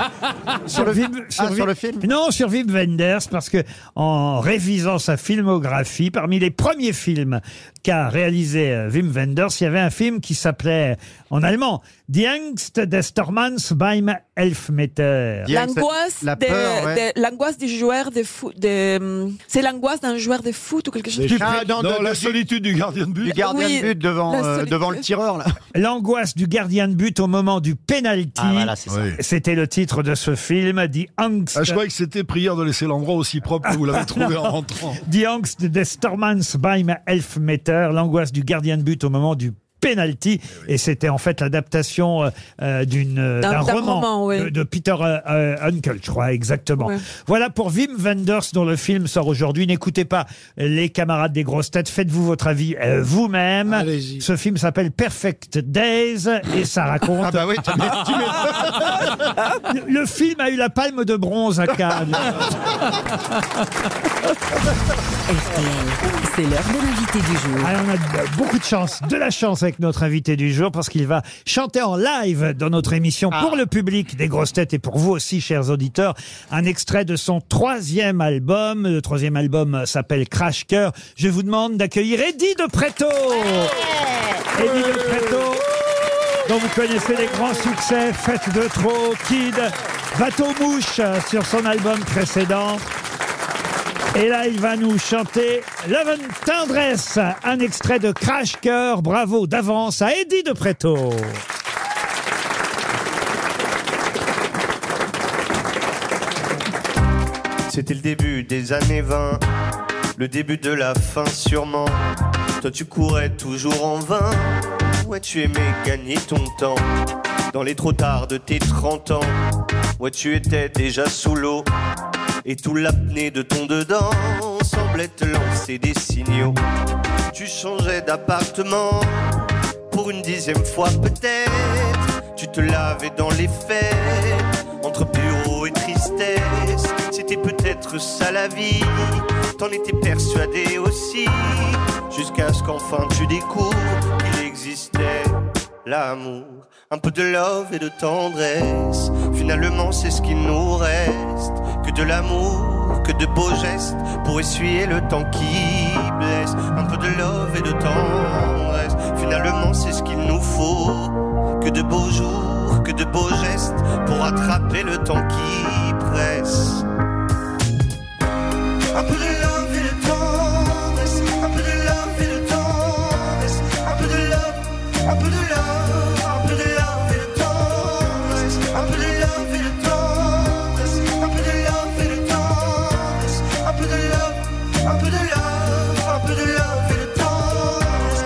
S2: sur
S6: le-
S2: Wim-
S6: ah, sur
S2: Wim-
S6: le film
S2: Non, sur Wim Wenders, parce que en révisant sa filmographie, parmi les premiers films qu'a réalisé euh, Wim Wenders, il y avait un film qui s'appelait en allemand Die Angst des Stormans beim Elfmeter.
S8: L'angoisse de- de- l'angoisse du joueur de foot. de, hum, C'est l'angoisse d'un joueur de foot ou quelque chose
S2: Des chats dans- Non, de- la
S5: solitude du gardien de but.
S9: Du gardien
S8: Oui,
S9: de but devant,
S8: la
S9: euh,
S8: solitude.
S9: devant le tireur, là.
S2: L'angoisse du gardien de but au moment du penalty.
S9: Ah, voilà, c'est ça. Oui.
S2: C'était le titre de ce film, Die Angst.
S5: Ah, je croyais que c'était prière de laisser l'endroit aussi propre que vous l'avez trouvé en
S2: Non.
S5: rentrant.
S2: Die Angst des Stormans beim Elfmeter, l'angoisse du gardien de but au moment du penalty.
S9: Eh
S2: Et c'était en fait l'adaptation euh, euh, d'une euh,
S8: D'un-
S2: d'un
S8: d'un
S2: roman,
S8: roman, oui.
S2: de, de Peter euh, euh, Uncle, je crois, exactement.
S8: Ouais.
S2: Voilà pour Wim Wenders dont le film sort aujourd'hui. N'écoutez pas les camarades des grosses têtes, faites-vous votre avis euh, vous-même. Ce film s'appelle Perfect Days et ça raconte...
S9: Ah bah oui, tu m'é- tu
S2: le, le film a eu la palme de bronze à Cannes.
S11: C'est l'heure de l'invité du jour.
S2: Ah, on a de- beaucoup de chance, de la chance avec notre invité du jour parce qu'il va chanter en live dans notre émission pour le public des grosses têtes et pour vous aussi, chers auditeurs, un extrait de son troisième album. Le troisième album s'appelle Crash Cœur. Je vous demande d'accueillir Eddie de Preto. Eddie de Preto, dont vous connaissez les grands succès, Fête de trop, Kid, Bateau Mouche euh, sur son album précédent. Et là, il va nous chanter Love and Tendresse, un extrait de Crash Cœur. Bravo d'avance à Eddie de Preto.
S19: C'était le début des années 20, le début de la fin sûrement. Toi tu courais toujours en vain, ouais tu aimais gagner ton temps. Dans les trottoirs de tes 30 ans, ouais tu étais déjà sous l'eau. Et tout l'apnée de ton dedans semblait te lancer des signaux. Tu changeais d'appartement, pour une dixième fois peut-être. Tu te lavais dans les fêtes, entre bureau et tristesse. C'était peut-être ça la vie, t'en étais persuadé aussi. Jusqu'à ce qu'enfin tu découvres qu'il existait l'amour. Un peu de love et de tendresse, finalement c'est ce qu'il nous reste. Que de l'amour, que de beaux gestes pour essuyer le temps qui blesse. Un peu de love et de tendresse, finalement c'est ce qu'il nous faut. Que de beaux jours, que de beaux gestes pour attraper le temps qui presse. Un peu de love et de tendresse, un peu de love et de tendresse, un peu de love. Un peu de love, un peu de love et de tendresse, un peu de love et de tendresse, un peu de love et de tendresse, un peu de love, un peu de love, un peu de love et de tendresse.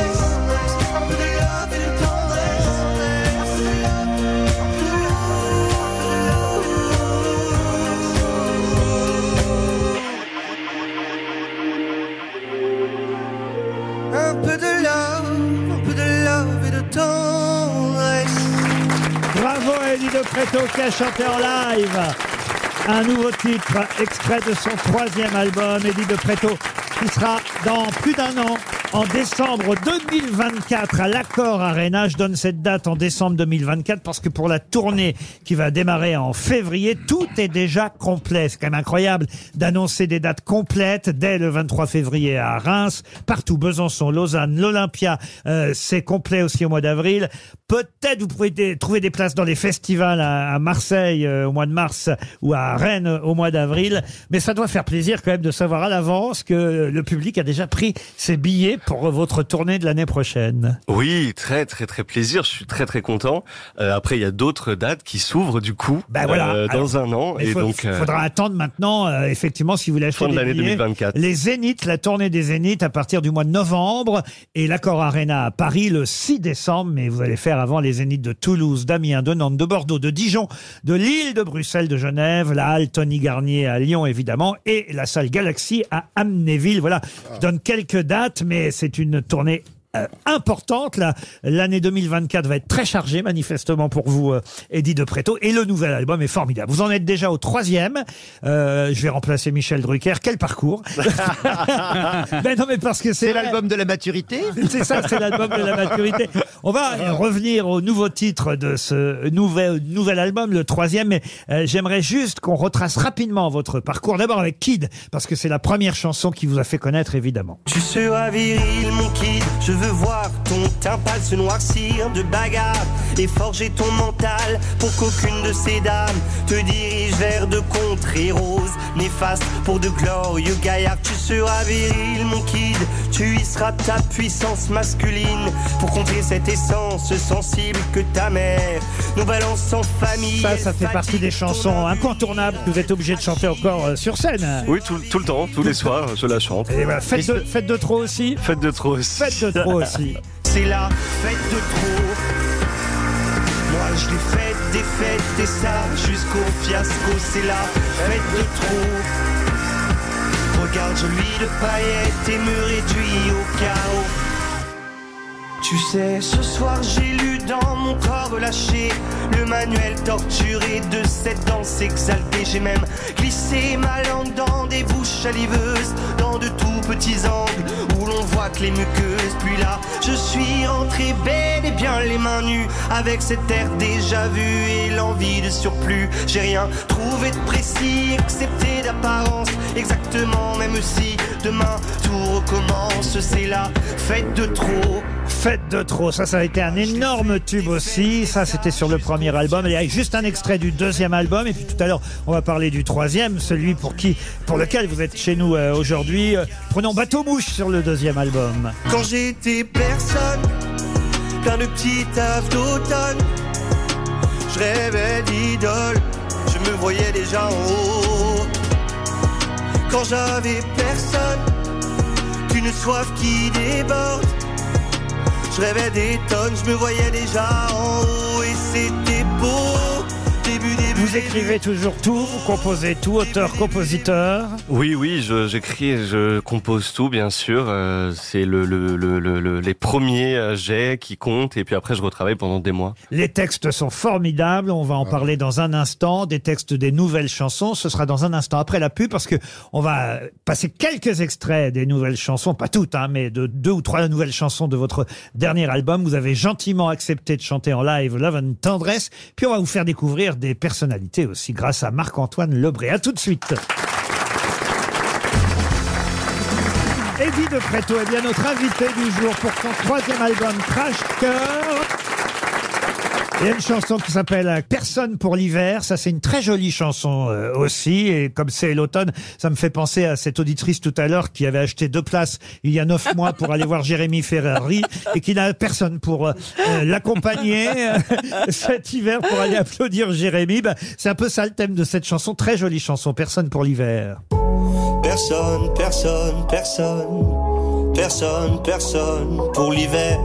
S2: Bravo à Elie de Preto qui a chanté en live. Un nouveau titre, extrait de son troisième album, Elie de Preto, qui sera dans plus d'un an, en décembre 2024, à l'Accord Arena. Je donne cette date en décembre 2024 parce que pour la tournée qui va démarrer en février, tout est déjà complet. C'est quand même incroyable d'annoncer des dates complètes dès le 23 février à Reims, partout, Besançon, Lausanne, l'Olympia, euh, c'est complet aussi au mois d'avril. Peut-être vous pouvez dé- trouver des places dans les festivals à, à Marseille euh, au mois de mars ou à Rennes euh, au mois d'avril. Mais ça doit faire plaisir quand même de savoir à l'avance que le public a déjà pris ses billets pour votre tournée de l'année prochaine.
S20: Oui, très très très plaisir. Je suis très très content. Euh, après, il y a d'autres dates qui s'ouvrent du coup
S2: Ben voilà.
S20: euh, dans
S2: Alors,
S20: un an
S2: mais
S20: et
S2: faut-
S20: donc euh,
S2: faudra attendre maintenant, euh, effectivement, si vous voulez
S20: Fin
S2: acheter
S20: de
S2: des
S20: l'année
S2: billets.
S20: 2024.
S2: Les Zéniths, la tournée des Zéniths à partir du mois de novembre et l'Accor Arena à Paris le 6 décembre. Mais vous allez faire avant les Zéniths de Toulouse, d'Amiens, de Nantes, de Bordeaux, de Dijon, de Lille, de Bruxelles, de Genève, la Halle Tony Garnier à Lyon évidemment et la salle Galaxy à Amnéville. Voilà, je donne quelques dates, mais c'est une tournée euh, importante. La- L'année 2024 va être très chargée, manifestement, pour vous, euh, Eddie de Preto. Et le nouvel album est formidable. Vous en êtes déjà au troisième. Euh, je vais remplacer Michel Drucker. Quel parcours Ben non, mais parce que c'est l'album
S9: de la maturité.
S2: C'est ça, c'est l'album de la maturité. On va euh, revenir au nouveau titre de ce nouvel, nouvel album, le troisième. Mais euh, j'aimerais juste qu'on retrace rapidement votre parcours. D'abord avec Kid, parce que c'est la première chanson qui vous a fait connaître, évidemment.
S19: Tu seras viril, mon kid. Je veux voir ton teint pâle se noircir de bagarre et forger ton mental pour qu'aucune de ces dames te dirige vers de contrées roses néfastes pour de glorieux gaillards. Tu seras viril, mon kid. Tu y seras ta puissance masculine pour contrer cette essence sensible que ta mère nous balance en famille.
S2: Ça, ça fait partie des chansons incontournables que vous êtes obligé de chanter encore euh, sur scène.
S20: oui tout, tout le temps, tous les soirs, je la chante.
S2: Et voilà, faites, de, faites de trop aussi.
S20: Faites de trop aussi.
S2: Faites de trop aussi.
S19: C'est la fête de trop. Moi je l'ai faite, des fêtes et ça jusqu'au fiasco. C'est la fête de trop. Regarde, je lui de paillettes et me réduis au chaos. Tu sais, ce soir j'ai lu dans mon corps relâché le manuel torturé de cette danse exaltée. J'ai même glissé ma langue dans des bouches saliveuses, dans de tout petits angles où l'on voit que les muqueuses. Puis là, je suis rentré bel et bien les mains nues, avec cet air déjà vu et l'envie de surplus. J'ai rien trouvé de précis, excepté d'apparence, exactement même si demain tout recommence. C'est la fête de trop.
S2: Faites de trop, ça, ça a été un énorme tube aussi. Ça, c'était sur le premier album. Il y a juste un extrait du deuxième album. Et puis tout à l'heure, on va parler du troisième, celui pour qui, pour lequel vous êtes chez nous euh, aujourd'hui. Euh, Prenons Bateau Mouche sur le deuxième album.
S19: Quand j'étais personne, plein de petits taf d'automne, je rêvais d'idole, je me voyais déjà en haut. Quand j'avais personne, qu'une soif qui déborde, je rêvais des tonnes, je me voyais déjà en haut et c'était beau. Début, début.
S2: Vous écrivez toujours tout, vous composez tout, auteur, compositeur.
S20: Oui, oui, je- j'écris, et je compose tout, bien sûr. Euh, c'est le, le- le- le- le- les premiers euh, jets qui comptent, et puis après, je retravaille pendant des mois.
S2: Les textes sont formidables, on va en parler dans un instant, des textes des nouvelles chansons, ce sera dans un instant après la pub parce que on va passer quelques extraits des nouvelles chansons, pas toutes hein, mais de deux ou trois nouvelles chansons de votre dernier album. Vous avez gentiment accepté de chanter en live Love and Tendresse, puis on va vous faire découvrir des personnalités aussi grâce à Marc-Antoine Lebré. À tout de suite. Eddie de Preto est bien notre invité du jour pour son troisième album Crash Cœur. Il y a une chanson qui s'appelle Personne pour l'hiver. Ça, c'est une très jolie chanson euh, aussi. Et comme c'est l'automne, ça me fait penser à cette auditrice tout à l'heure qui avait acheté deux places il y a neuf mois pour aller voir Jérémy Ferrari et qui n'a personne pour euh, euh, l'accompagner euh, cet hiver pour aller applaudir Jérémy. Bah, c'est un peu ça le thème de cette chanson. Très jolie chanson. Personne pour l'hiver.
S19: Personne, personne, personne, personne, personne pour l'hiver.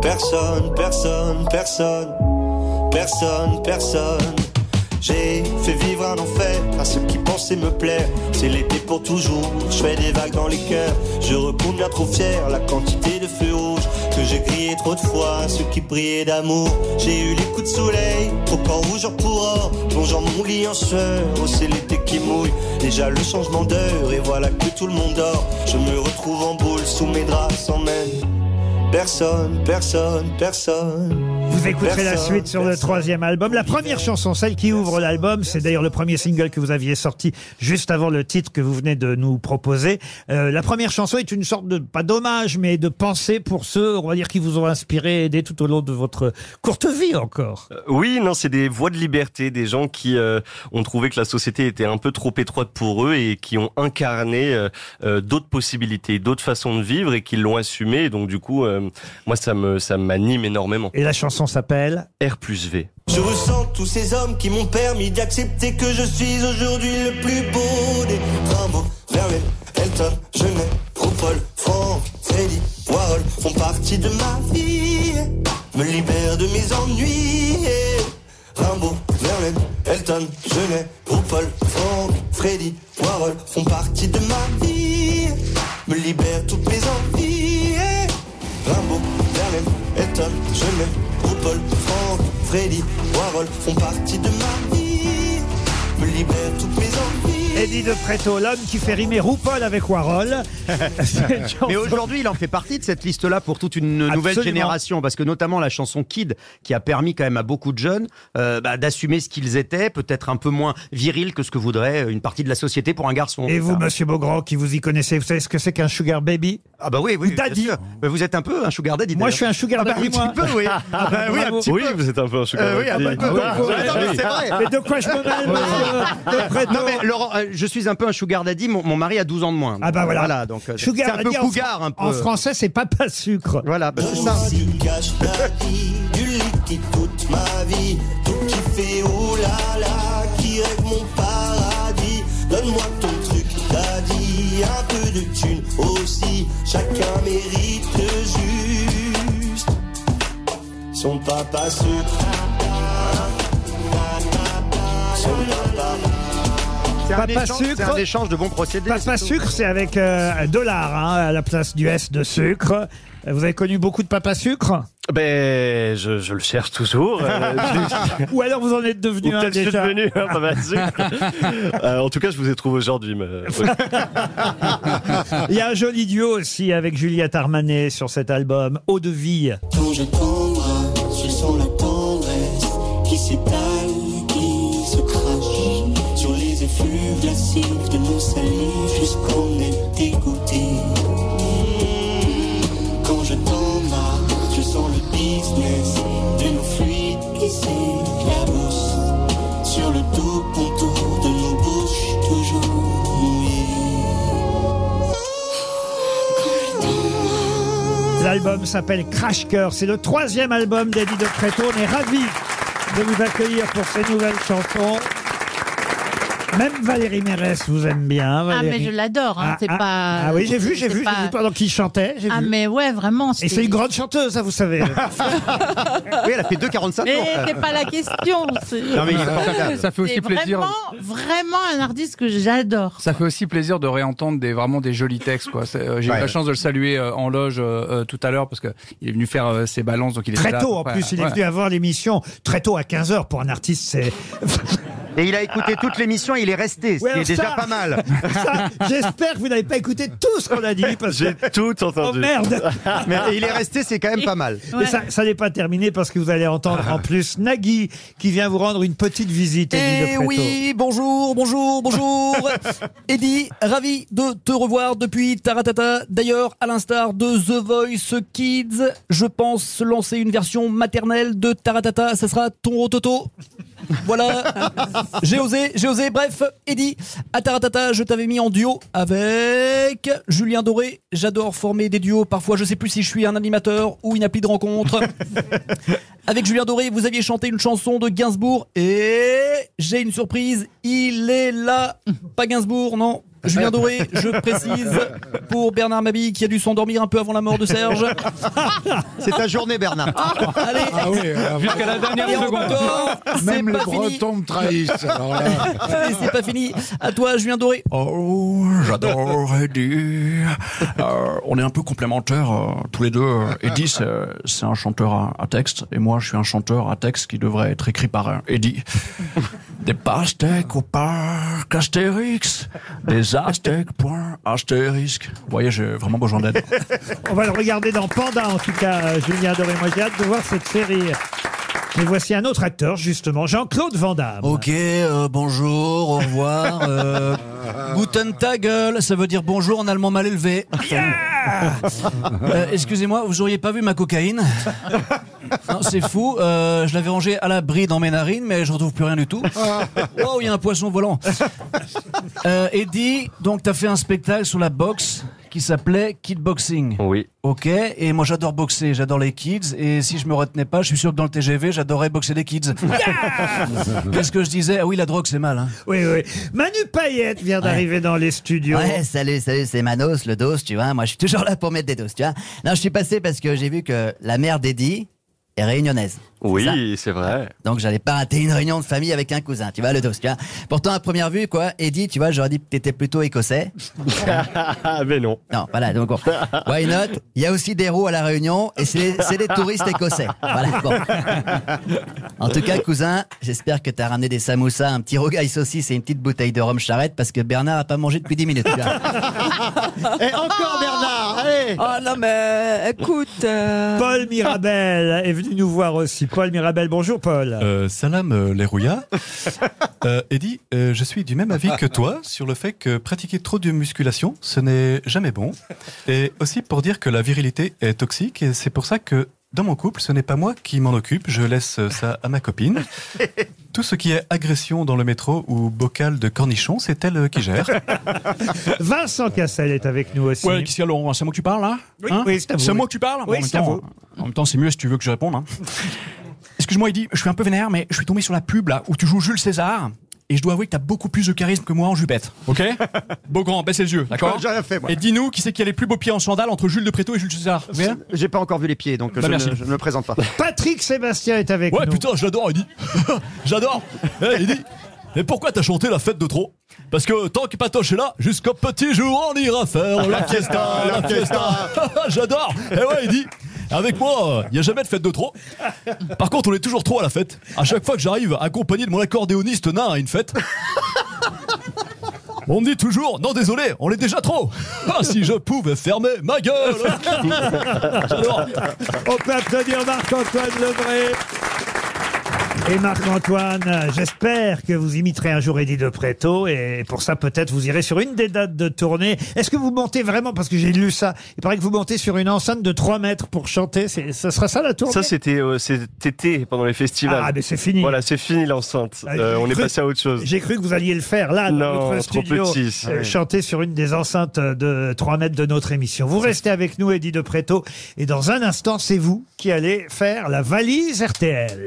S19: Personne, personne, personne, personne, personne. J'ai fait vivre un enfer à ceux qui pensaient me plaire. C'est l'été pour toujours, je fais des vagues dans les cœurs. Je repoule bien trop fier la quantité de feux rouges. que j'ai crié trop de fois, ceux qui priaient d'amour. J'ai eu les coups de soleil, au camp où jour pour or, plongeant mon lit en sueur. Oh, c'est l'été qui mouille, déjà le changement d'heure, et voilà que tout le monde dort. Je me retrouve en boule sous mes draps sans même personne, personne, personne.
S2: Vous écouterez la
S19: Personne.
S2: suite sur le troisième album. La première chanson, celle qui ouvre l'album, c'est d'ailleurs le premier single que vous aviez sorti juste avant le titre que vous venez de nous proposer. Euh, la première chanson est une sorte de, pas d'hommage, mais de pensée pour ceux, on va dire, qui vous ont inspiré et aidé tout au long de votre courte vie encore.
S20: Euh, Oui, non, c'est des voies de liberté, des gens qui euh, ont trouvé que la société était un peu trop étroite pour eux et qui ont incarné euh, euh, d'autres possibilités, d'autres façons de vivre et qui l'ont assumé. Et donc du coup, euh, moi, ça me ça m'anime énormément.
S2: Et la chanson s'appelle
S20: R plus V.
S19: Je ressens tous ces hommes qui m'ont permis d'accepter que je suis aujourd'hui le plus beau des Rimbaud, Verlaine, Elton, Genet, RuPaul, Franck, Freddy, Warhol font partie de ma vie, me libèrent de mes ennuis. Rimbaud, Verlaine, Elton, Genet, RuPaul, Franck, Freddy, Warhol font partie de ma vie, me libèrent toutes mes envies. Rimbaud, Verlaine, Elton, Genet, RuPaul, Franck, Freddy, Warhol font partie de ma vie, me libèrent toutes mes envies.
S2: Eddie de Préto, l'homme qui fait rimer RuPaul avec Warhol. C'est une chanson-
S9: Mais aujourd'hui, il en fait partie de cette liste-là pour toute une nouvelle
S2: Absolument.
S9: génération, parce que notamment la chanson Kid, qui a permis quand même à beaucoup de jeunes euh, bah, d'assumer ce qu'ils étaient, peut-être un peu moins viril que ce que voudrait euh, une partie de la société pour un garçon.
S2: Et vous,
S9: Ah.
S2: monsieur Beaugrand, qui vous y connaissez, vous savez ce que c'est qu'un sugar baby
S9: Ah bah oui, oui, bien
S2: daddy.
S9: sûr. Mais vous êtes un peu un sugar daddy.
S2: Moi,
S9: d'ailleurs.
S2: je suis un sugar daddy,
S9: Un petit
S2: moi.
S9: peu, oui.
S2: Ah,
S9: Ah bah oui, un
S2: bravo.
S9: petit peu.
S20: Oui, vous êtes un
S2: Oh,
S20: peu un sugar
S9: Euh, oui, un
S20: daddy.
S9: peu, un peu.
S20: Ah ouais.
S9: Non, mais c'est vrai.
S2: Mais de quoi je me mêle, monsieur de Préto
S9: Non mais Laurent, euh, je suis un peu un sugar daddy. Mon, mon mari a 12 ans de moins.
S2: Ah bah voilà.
S9: donc euh,
S2: Sugar
S9: c'est un peu
S2: daddy en
S9: cougar
S2: fran-
S9: un peu.
S2: En français, c'est papa sucre. Oh.
S9: Voilà, bah, c'est ça.
S19: Du cash daddy, du liquide toute ma vie, tout qui fait oh là là, qui rêve mon paradis. Donne-moi ton truc daddy, un peu de thune aussi, chacun mérite juste son papa sucre. Son papa.
S9: C'est un
S2: Papa
S9: échange-
S2: sucre.
S9: C'est un échange de bons procédés.
S2: Papa
S9: c'est tout.
S2: sucre, c'est avec euh, un dollar hein, à la place du S de sucre. Euh, Vous avez connu beaucoup de papa sucre
S20: Ben, je, je le cherche toujours. euh,
S2: Ou alors vous en êtes
S20: Ou
S2: devenu un
S20: peut-être je suis
S2: déjà
S20: devenu un papa sucre. Euh, en tout cas, je vous ai trouvé aujourd'hui. mais-
S2: Il y a un joli duo aussi avec Juliette Armanet sur cet album, Eau de vie.
S21: Quand je t'embrasse, je sens la tendresse qui s'étale, qui se crache sur les effluves lascifs de mon salive jusqu'en être dégoûté. Quand je t'embrasse, je sens le business de nos fluides qui s'éclaboussent sur le doux contour de nos bouches toujours mouillées.
S2: L'album s'appelle Crash Cœur. C'est le troisième album d'Eddie de Préto. On est ravis de vous accueillir pour ces nouvelles chansons. Même Valérie Mérès vous aime bien.
S7: Ah,
S2: Valérie.
S7: mais je l'adore, hein,
S2: Ah,
S7: c'est
S2: ah,
S7: pas.
S2: Ah oui, j'ai vu, j'ai
S7: c'est
S2: vu, j'ai
S7: pas-
S2: vu pendant qu'il chantait. j'ai
S7: Ah,
S2: vu.
S7: mais ouais, vraiment.
S2: Et c'est une grande chanteuse, hein, vous savez.
S9: Oui, elle a fait 2,45
S7: Mais
S9: ans.
S7: c'est pas la question. c'est-
S6: Non, mais il est portable. Ça fait aussi
S7: C'est
S6: plaisir.
S7: Vraiment, vraiment un artiste que j'adore.
S6: Ça fait aussi plaisir de réentendre des vraiment des jolis textes quoi. C'est, euh, J'ai eu
S9: Ouais.
S6: la chance de le saluer euh, en loge euh, euh, tout à l'heure parce que il est venu faire euh, ses balances donc il est
S2: Très
S6: là,
S2: tôt, en
S6: ouais,
S2: plus, il est
S6: ouais.
S2: venu avant l'émission. Très tôt, à 15h, pour un artiste, c'est... Ah.
S9: Et il a écouté toute l'émission, il est resté, ce
S2: Ouais,
S9: qui
S2: alors
S9: est déjà
S2: ça-
S9: pas mal.
S2: ça, J'espère que vous n'avez pas écouté tout ce qu'on a dit, parce que...
S20: J'ai tout
S2: Oh
S20: entendu.
S2: merde
S9: Mais il est resté, c'est quand même pas mal.
S2: Et ça, ça n'est pas terminé parce que vous allez entendre en plus Nagui qui vient vous rendre une petite visite. Eddie
S22: Eh
S2: de Pretto.
S22: oui, bonjour, bonjour, bonjour. Eddie, ravi de te revoir depuis Taratata. D'ailleurs, à l'instar de The Voice Kids, je pense lancer une version maternelle de Taratata. Ça sera ton rototo. Voilà, j'ai osé, j'ai osé. Bref, Eddie, à Taratata, je t'avais mis en duo avec Julien Doré. J'adore former des duos. Parfois, je sais plus si je suis un animateur ou une appli de rencontre. Avec Julien Doré, vous aviez chanté une chanson de Gainsbourg et j'ai une surprise, il est là. Pas Gainsbourg, non, Julien Doré, je précise pour Bernard Mabille qui a dû s'endormir un peu avant la mort de Serge.
S9: C'est ta journée, Bernard.
S22: Allez.
S4: Ah oui, euh,
S22: Jusqu'à la dernière
S4: Et
S22: seconde.
S4: encore, Même
S22: c'est
S4: les
S22: pas fini.
S4: Bretons me trahissent. alors là.
S22: Et c'est pas fini. À toi, Julien Doré.
S23: Oh, j'adore Eddie. Euh, on est un peu complémentaires euh, tous les deux. Eddie, c'est c'est un chanteur à, à texte, et moi, je suis un chanteur à texte qui devrait être écrit par un Eddie. Des pastèques au parc Astérix, des aztèques point astérisque. Vous voyez, j'ai vraiment besoin d'aide.
S2: On va le regarder dans Panda, en tout cas, euh, Julien Doré. Moi, j'ai hâte de voir cette série. Mais voici un autre acteur, justement, Jean-Claude Van Damme.
S24: Ok, euh, bonjour, au revoir. euh, guten Tag, euh, ça veut dire bonjour en allemand mal élevé. Euh, Excusez-moi, vous auriez pas vu ma cocaïne Non, C'est fou, euh, je l'avais rangée à l'abri dans mes narines, mais je retrouve plus rien du tout. Oh, il y a un poisson volant. Euh, Eddie, donc tu as fait un spectacle sur la boxe qui s'appelait Kidboxing.
S20: Oui.
S24: Ok, et moi j'adore boxer, j'adore les kids, et si je me retenais pas, je suis sûr que dans le TGV, j'adorais boxer les kids. Qu'est-ce que je disais Ah oui, la drogue c'est mal. hein.
S2: Oui, oui. Manu Payette vient d'arriver dans les studios.
S25: Ouais, salut, salut, c'est Manos, le dos, tu vois. Moi, je suis toujours là pour mettre des doses, tu vois. Non, je suis passé parce que j'ai vu que la mère d'Eddie est réunionnaise. c'est ça
S20: Oui, c'est vrai.
S25: Donc, j'allais pas rater une réunion de famille avec un cousin, tu vois, le dos, tu vois. Pourtant, à première vue, quoi, Eddie, tu vois, j'aurais dit que t'étais plutôt écossais.
S20: Mais non.
S25: Non, voilà, donc bon. Why not Il y a aussi des roues à La Réunion et c'est c'est des touristes écossais. Voilà, bon. En tout cas, cousin, j'espère que t'as ramené des samoussas, un petit rogaille saucisse et une petite bouteille de rhum charrette parce que Bernard a pas mangé depuis 10 minutes. tu vois.
S24: Et encore Bernard, allez
S8: Oh non, mais écoute. euh,
S2: Paul Mirabel est venu nous voir aussi. Paul Mirabel, bonjour Paul.
S26: Euh, salam euh, les rouillards. Euh, Eddie, euh, je suis du même avis que toi sur le fait que pratiquer trop de musculation, ce n'est jamais bon. Et aussi pour dire que la virilité est toxique et c'est pour ça que dans mon couple, ce n'est pas moi qui m'en occupe, je laisse ça à ma copine. Tout ce qui est agression dans le métro ou bocal de cornichons, c'est elle qui gère.
S2: Vincent Cassel est avec nous aussi.
S26: Ouais, qui c'est Laurent C'est moi que tu parles là
S2: Oui,
S26: Hein
S2: oui, c'est à vous.
S26: moi que tu parles
S2: Oui,
S26: en, même
S2: c'est à
S26: temps,
S2: vous.
S26: en même temps, c'est mieux si tu veux que je réponde. hein. Excuse-moi, Eddy, je suis un peu vénère, mais je suis tombé sur la pub là où tu joues Jules César. Et je dois avouer que t'as beaucoup plus de charisme que moi en jupette, ok Beau grand, baisse les yeux, d'accord
S9: J'ai rien fait, moi.
S26: Et dis-nous, qui c'est qui a les plus beaux pieds en sandales entre Jules de Préto et Jules César Vous voyez
S9: J'ai pas encore vu les pieds, donc
S26: Bah,
S9: je,
S26: merci.
S9: Ne, je ne me présente pas.
S2: Patrick Sébastien est avec
S26: ouais,
S2: nous.
S26: putain, je l'adore, Eddie. J'adore. Eh, Eddie, et pourquoi t'as chanté la fête de trop Parce que tant que Patoche est là, jusqu'au petit jour, on ira faire la fiesta, la fiesta. J'adore. Et ouais, Eddie. Avec moi, il n'y a jamais de fête de trop. Par contre, on est toujours trop à la fête. À chaque fois que j'arrive, accompagné de mon accordéoniste nain à une fête, on me dit toujours, non désolé, on est déjà trop. Ah, si je pouvais fermer ma gueule. J'adore.
S2: On peut applaudir Marc-Antoine Lebré. Et Marc-Antoine, j'espère que vous imiterez un jour Eddie de Préto et pour ça peut-être vous irez sur une des dates de tournée. Est-ce que vous montez vraiment, parce que j'ai lu ça, il paraît que vous montez sur une enceinte de 3 mètres pour chanter, c'est- ça sera ça la tournée
S20: Ça, c'était euh, cet été, pendant les festivals.
S2: Ah, mais c'est fini.
S20: Voilà, c'est fini l'enceinte.
S2: Ah,
S20: Euh,
S2: j'ai
S20: on est
S2: cru-
S20: passé à autre chose.
S2: J'ai cru que vous alliez le faire là, dans
S20: Non,
S2: notre
S20: trop
S2: studio,
S20: petit.
S2: euh,
S20: Ouais.
S2: chanter sur une des enceintes de 3 mètres de notre émission. Vous restez avec nous, Eddie de Préto, et dans un instant, c'est vous qui allez faire la valise RTL.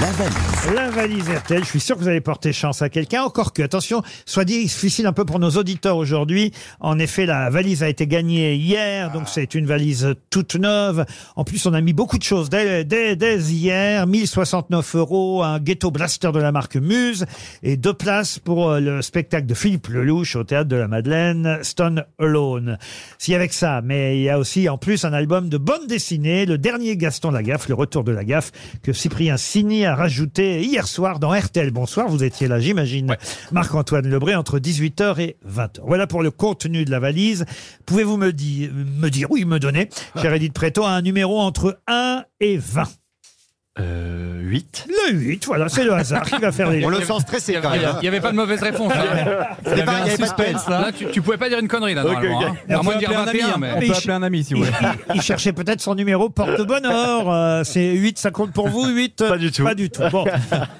S1: La valise.
S2: La valise RTL, je suis sûr que vous allez porter chance à quelqu'un. Encore que, attention, soit dit difficile un peu pour nos auditeurs aujourd'hui. En effet, la valise a été gagnée hier, donc c'est une valise toute neuve. En plus, on a mis beaucoup de choses dès, dès, dès hier. 1069 euros, un ghetto blaster de la marque Muse et deux places pour euh, le spectacle de Philippe Lelouch au Théâtre de la Madeleine, Stone Alone. Si avec ça, mais il y a aussi en plus un album de bande dessinée, le dernier Gaston Lagaffe, le retour de Lagaffe, que Cyprien Sini a rajouté hier soir dans RTL. Bonsoir, vous étiez là, j'imagine. Marc-Antoine Lebré, entre 18h et 20h. Voilà pour le contenu de la valise. Pouvez-vous me, di- me dire, oui, me donner,
S9: Ah.
S2: cher Edith Préto, un numéro entre 1 et 20
S20: 8
S2: Le 8, voilà, c'est le hasard qui va faire les
S9: Euh, On le sent stressé quand
S6: Il y
S9: même. hein.
S6: avait- il y avait pas de mauvaise réponse. hein.
S9: Il y avait
S6: un
S9: il y avait pas de
S6: suspense, hein.
S9: peine, ça.
S6: là, tu, tu pouvais pas dire une connerie là,
S9: Ok,
S6: normalement.
S9: ok.
S6: hein.
S9: On
S6: À moins
S9: peut
S6: de dire
S9: appeler un
S6: 21,
S9: ami, hein.
S6: mais
S2: On peut appeler
S6: un ami si vous
S2: Il, il- il cherchait peut-être son numéro porte-bonheur. Euh, c'est 8, ça compte pour vous 8 Pas du tout. Pas du tout. Bon.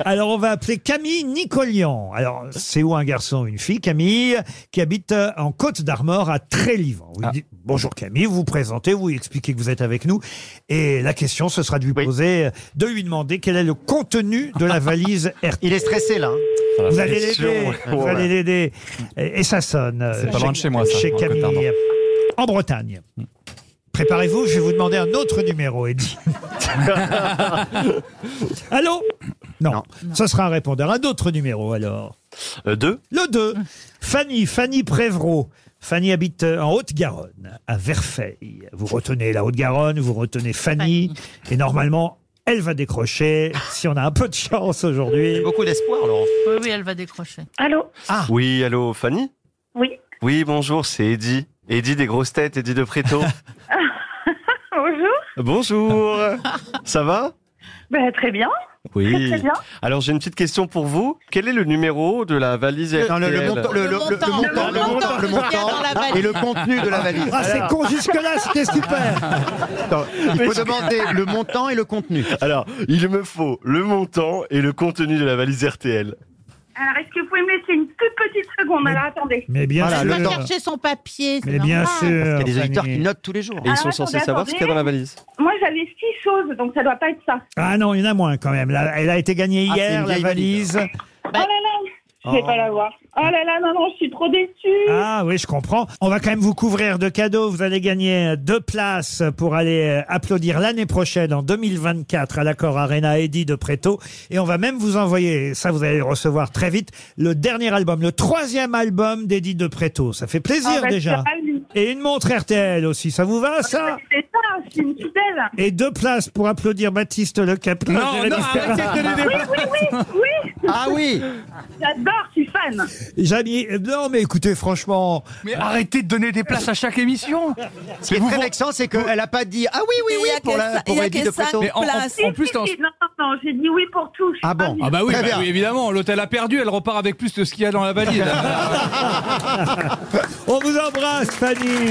S2: Alors, on va appeler Camille Nicolian. Alors, c'est où un garçon ou une fille Camille, qui habite euh, en Côte d'Armor, à Trélivan.
S9: Ah.
S2: Vous lui dites, bonjour Camille, vous vous présentez, vous lui expliquez que vous êtes avec nous. Et la question, ce sera de lui poser, euh, de lui demander quel est est le contenu de la valise RTL.
S9: Il est stressé là. hein.
S2: Vous allez l'aider, vous allez l'aider. Et, et ça sonne.
S9: C'est
S2: euh,
S9: pas loin de chez moi, ça,
S2: Chez
S9: en Côte d'Armor.
S2: Camille, en Bretagne. Préparez-vous, je vais vous demander un autre numéro, Eddie. Allô non. ça sera un répondeur. Un autre numéro, alors
S20: Euh, Deux
S2: Le 2. Fanny, Fanny Prévraud. Fanny habite euh, en Haute-Garonne, à Verfeil. Vous retenez la Haute-Garonne, vous retenez Fanny, et normalement, elle va décrocher, si on a un peu de chance aujourd'hui.
S9: Beaucoup d'espoir, Laurent.
S7: Oui, oui, elle va décrocher.
S3: Allô
S9: Ah.
S20: Oui, allô, Fanny
S3: Oui.
S20: Oui, bonjour, c'est Eddy. Eddy des grosses têtes, Eddy de Préto.
S3: Bonjour.
S20: bonjour Ça va
S3: Ben, très bien.
S20: Oui.
S3: Très, très bien.
S20: Alors j'ai une petite question pour vous. Quel est le numéro de la valise
S9: non, le- le
S20: RTL?
S9: montant- le- le- Le le- le montant, montant, le montant, le montant dans la valise. et le contenu de la valise.
S2: Ah, c'est
S9: Alors.
S2: con jusque-là, c'était super
S9: Attends, il faut demander le montant et le contenu.
S20: Alors, il me faut le montant et le contenu de la valise RTL.
S3: Alors, est-ce que vous pouvez me laisser une toute petite seconde Alors, attendez.
S2: mais bien
S20: Voilà,
S2: sûr.
S20: le
S7: Elle va
S20: temps.
S7: chercher son papier. c'est
S2: Mais bien
S7: normal.
S2: sûr.
S20: Il y a des auditeurs
S2: Fanny.
S20: qui notent tous les jours. Et ils
S3: Alors,
S20: sont
S3: attendez,
S20: censés savoir ce qu'il y a dans la
S3: attendez.
S20: valise.
S3: Moi, j'avais six choses, donc ça doit pas être ça.
S2: Ah non, il y en a moins quand même. Là, elle a été gagnée
S3: Ah, c'est
S2: hier,
S3: une
S2: la
S3: vieille
S2: valise.
S3: Oh là là, je vais
S2: Oh.
S3: pas l'avoir. Oh là là, non, non, je suis trop déçue.
S2: Ah oui, je comprends. On va quand même vous couvrir de cadeaux. Vous allez gagner euh, deux places pour aller euh, applaudir l'année prochaine, en 2024, à l'accord Arena Eddy de Préto. Et on va même vous envoyer, ça vous allez le recevoir très vite, le dernier album, le troisième album d'Eddy de Préto. Ça fait plaisir
S3: Ah, bah,
S2: déjà.
S3: c'est ravie.
S2: Et une montre RTL aussi, ça vous va ça
S3: C'est ça, je suis une fidèle.
S2: Et deux places pour applaudir Baptiste Le Capin.
S3: Non, non, arrêtez de donner des- Oui, oui, oui, oui.
S2: Ah oui.
S3: J'adore, je suis fan.
S2: Jamy, euh, non mais écoutez franchement...
S6: Mais arrêtez de donner des places à chaque émission
S9: Ce qui est très vexant, c'est qu'elle n'a pas dit Ah oui, oui, oui, pour, la, pour Eddie de Préto.
S6: Mais en- en- en plus, t'es en-
S3: Non, non, non, j'ai dit oui pour tout. je suis
S9: Ah bon
S3: ravie.
S6: Ah bah oui,
S9: Très
S6: bah
S9: bien.
S6: oui, évidemment, l'hôtel a perdu, elle repart avec plus de ce qu'il y a dans la valise.
S2: On vous embrasse, Fanny.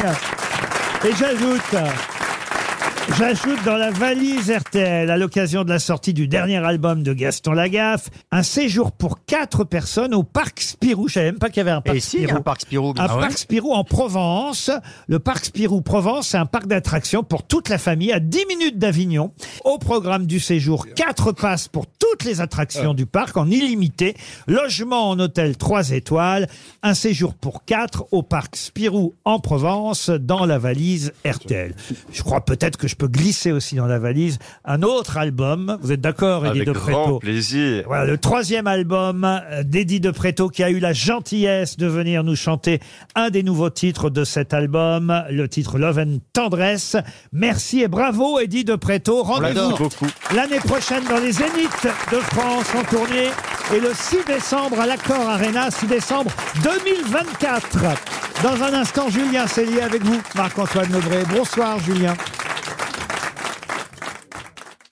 S2: Et j'ajoute. J'ajoute dans la valise RTL, à l'occasion de la sortie du dernier album de Gaston Lagaffe, un séjour pour quatre personnes au Parc Spirou. Je savais même pas qu'il y avait un Parc
S9: Et si, il y a
S2: Spirou.
S9: un Parc Spirou, bien
S2: Un
S9: sûr.
S2: Parc
S9: Ah ouais
S2: Spirou en Provence. Le Parc Spirou Provence, c'est un parc d'attractions pour toute la famille à 10 minutes d'Avignon. Au programme du séjour, quatre passes pour toutes les attractions
S20: Ah.
S2: du parc en illimité. Logement en hôtel 3 étoiles. Un séjour pour quatre au Parc Spirou en Provence dans la valise RTL. Je crois peut-être que je peux glisser aussi dans la valise un autre album. Vous êtes d'accord, Eddie
S20: Avec
S2: de
S20: grand
S2: Pretto
S20: plaisir.
S2: voilà, le troisième album euh, d'Eddie de Préto qui a eu la gentillesse de venir nous chanter un des nouveaux titres de cet album, le titre Love and Tendresse. Merci et bravo Eddie de Préto.
S20: l'adore
S2: Rendez-vous
S20: beaucoup.
S2: l'année prochaine dans les Zéniths de France en tournée et le 6 décembre à l'Accor Arena, 6 décembre 2024. Dans un instant, Julien Cellier avec vous, Marc-Antoine Lebré. Bonsoir Julien.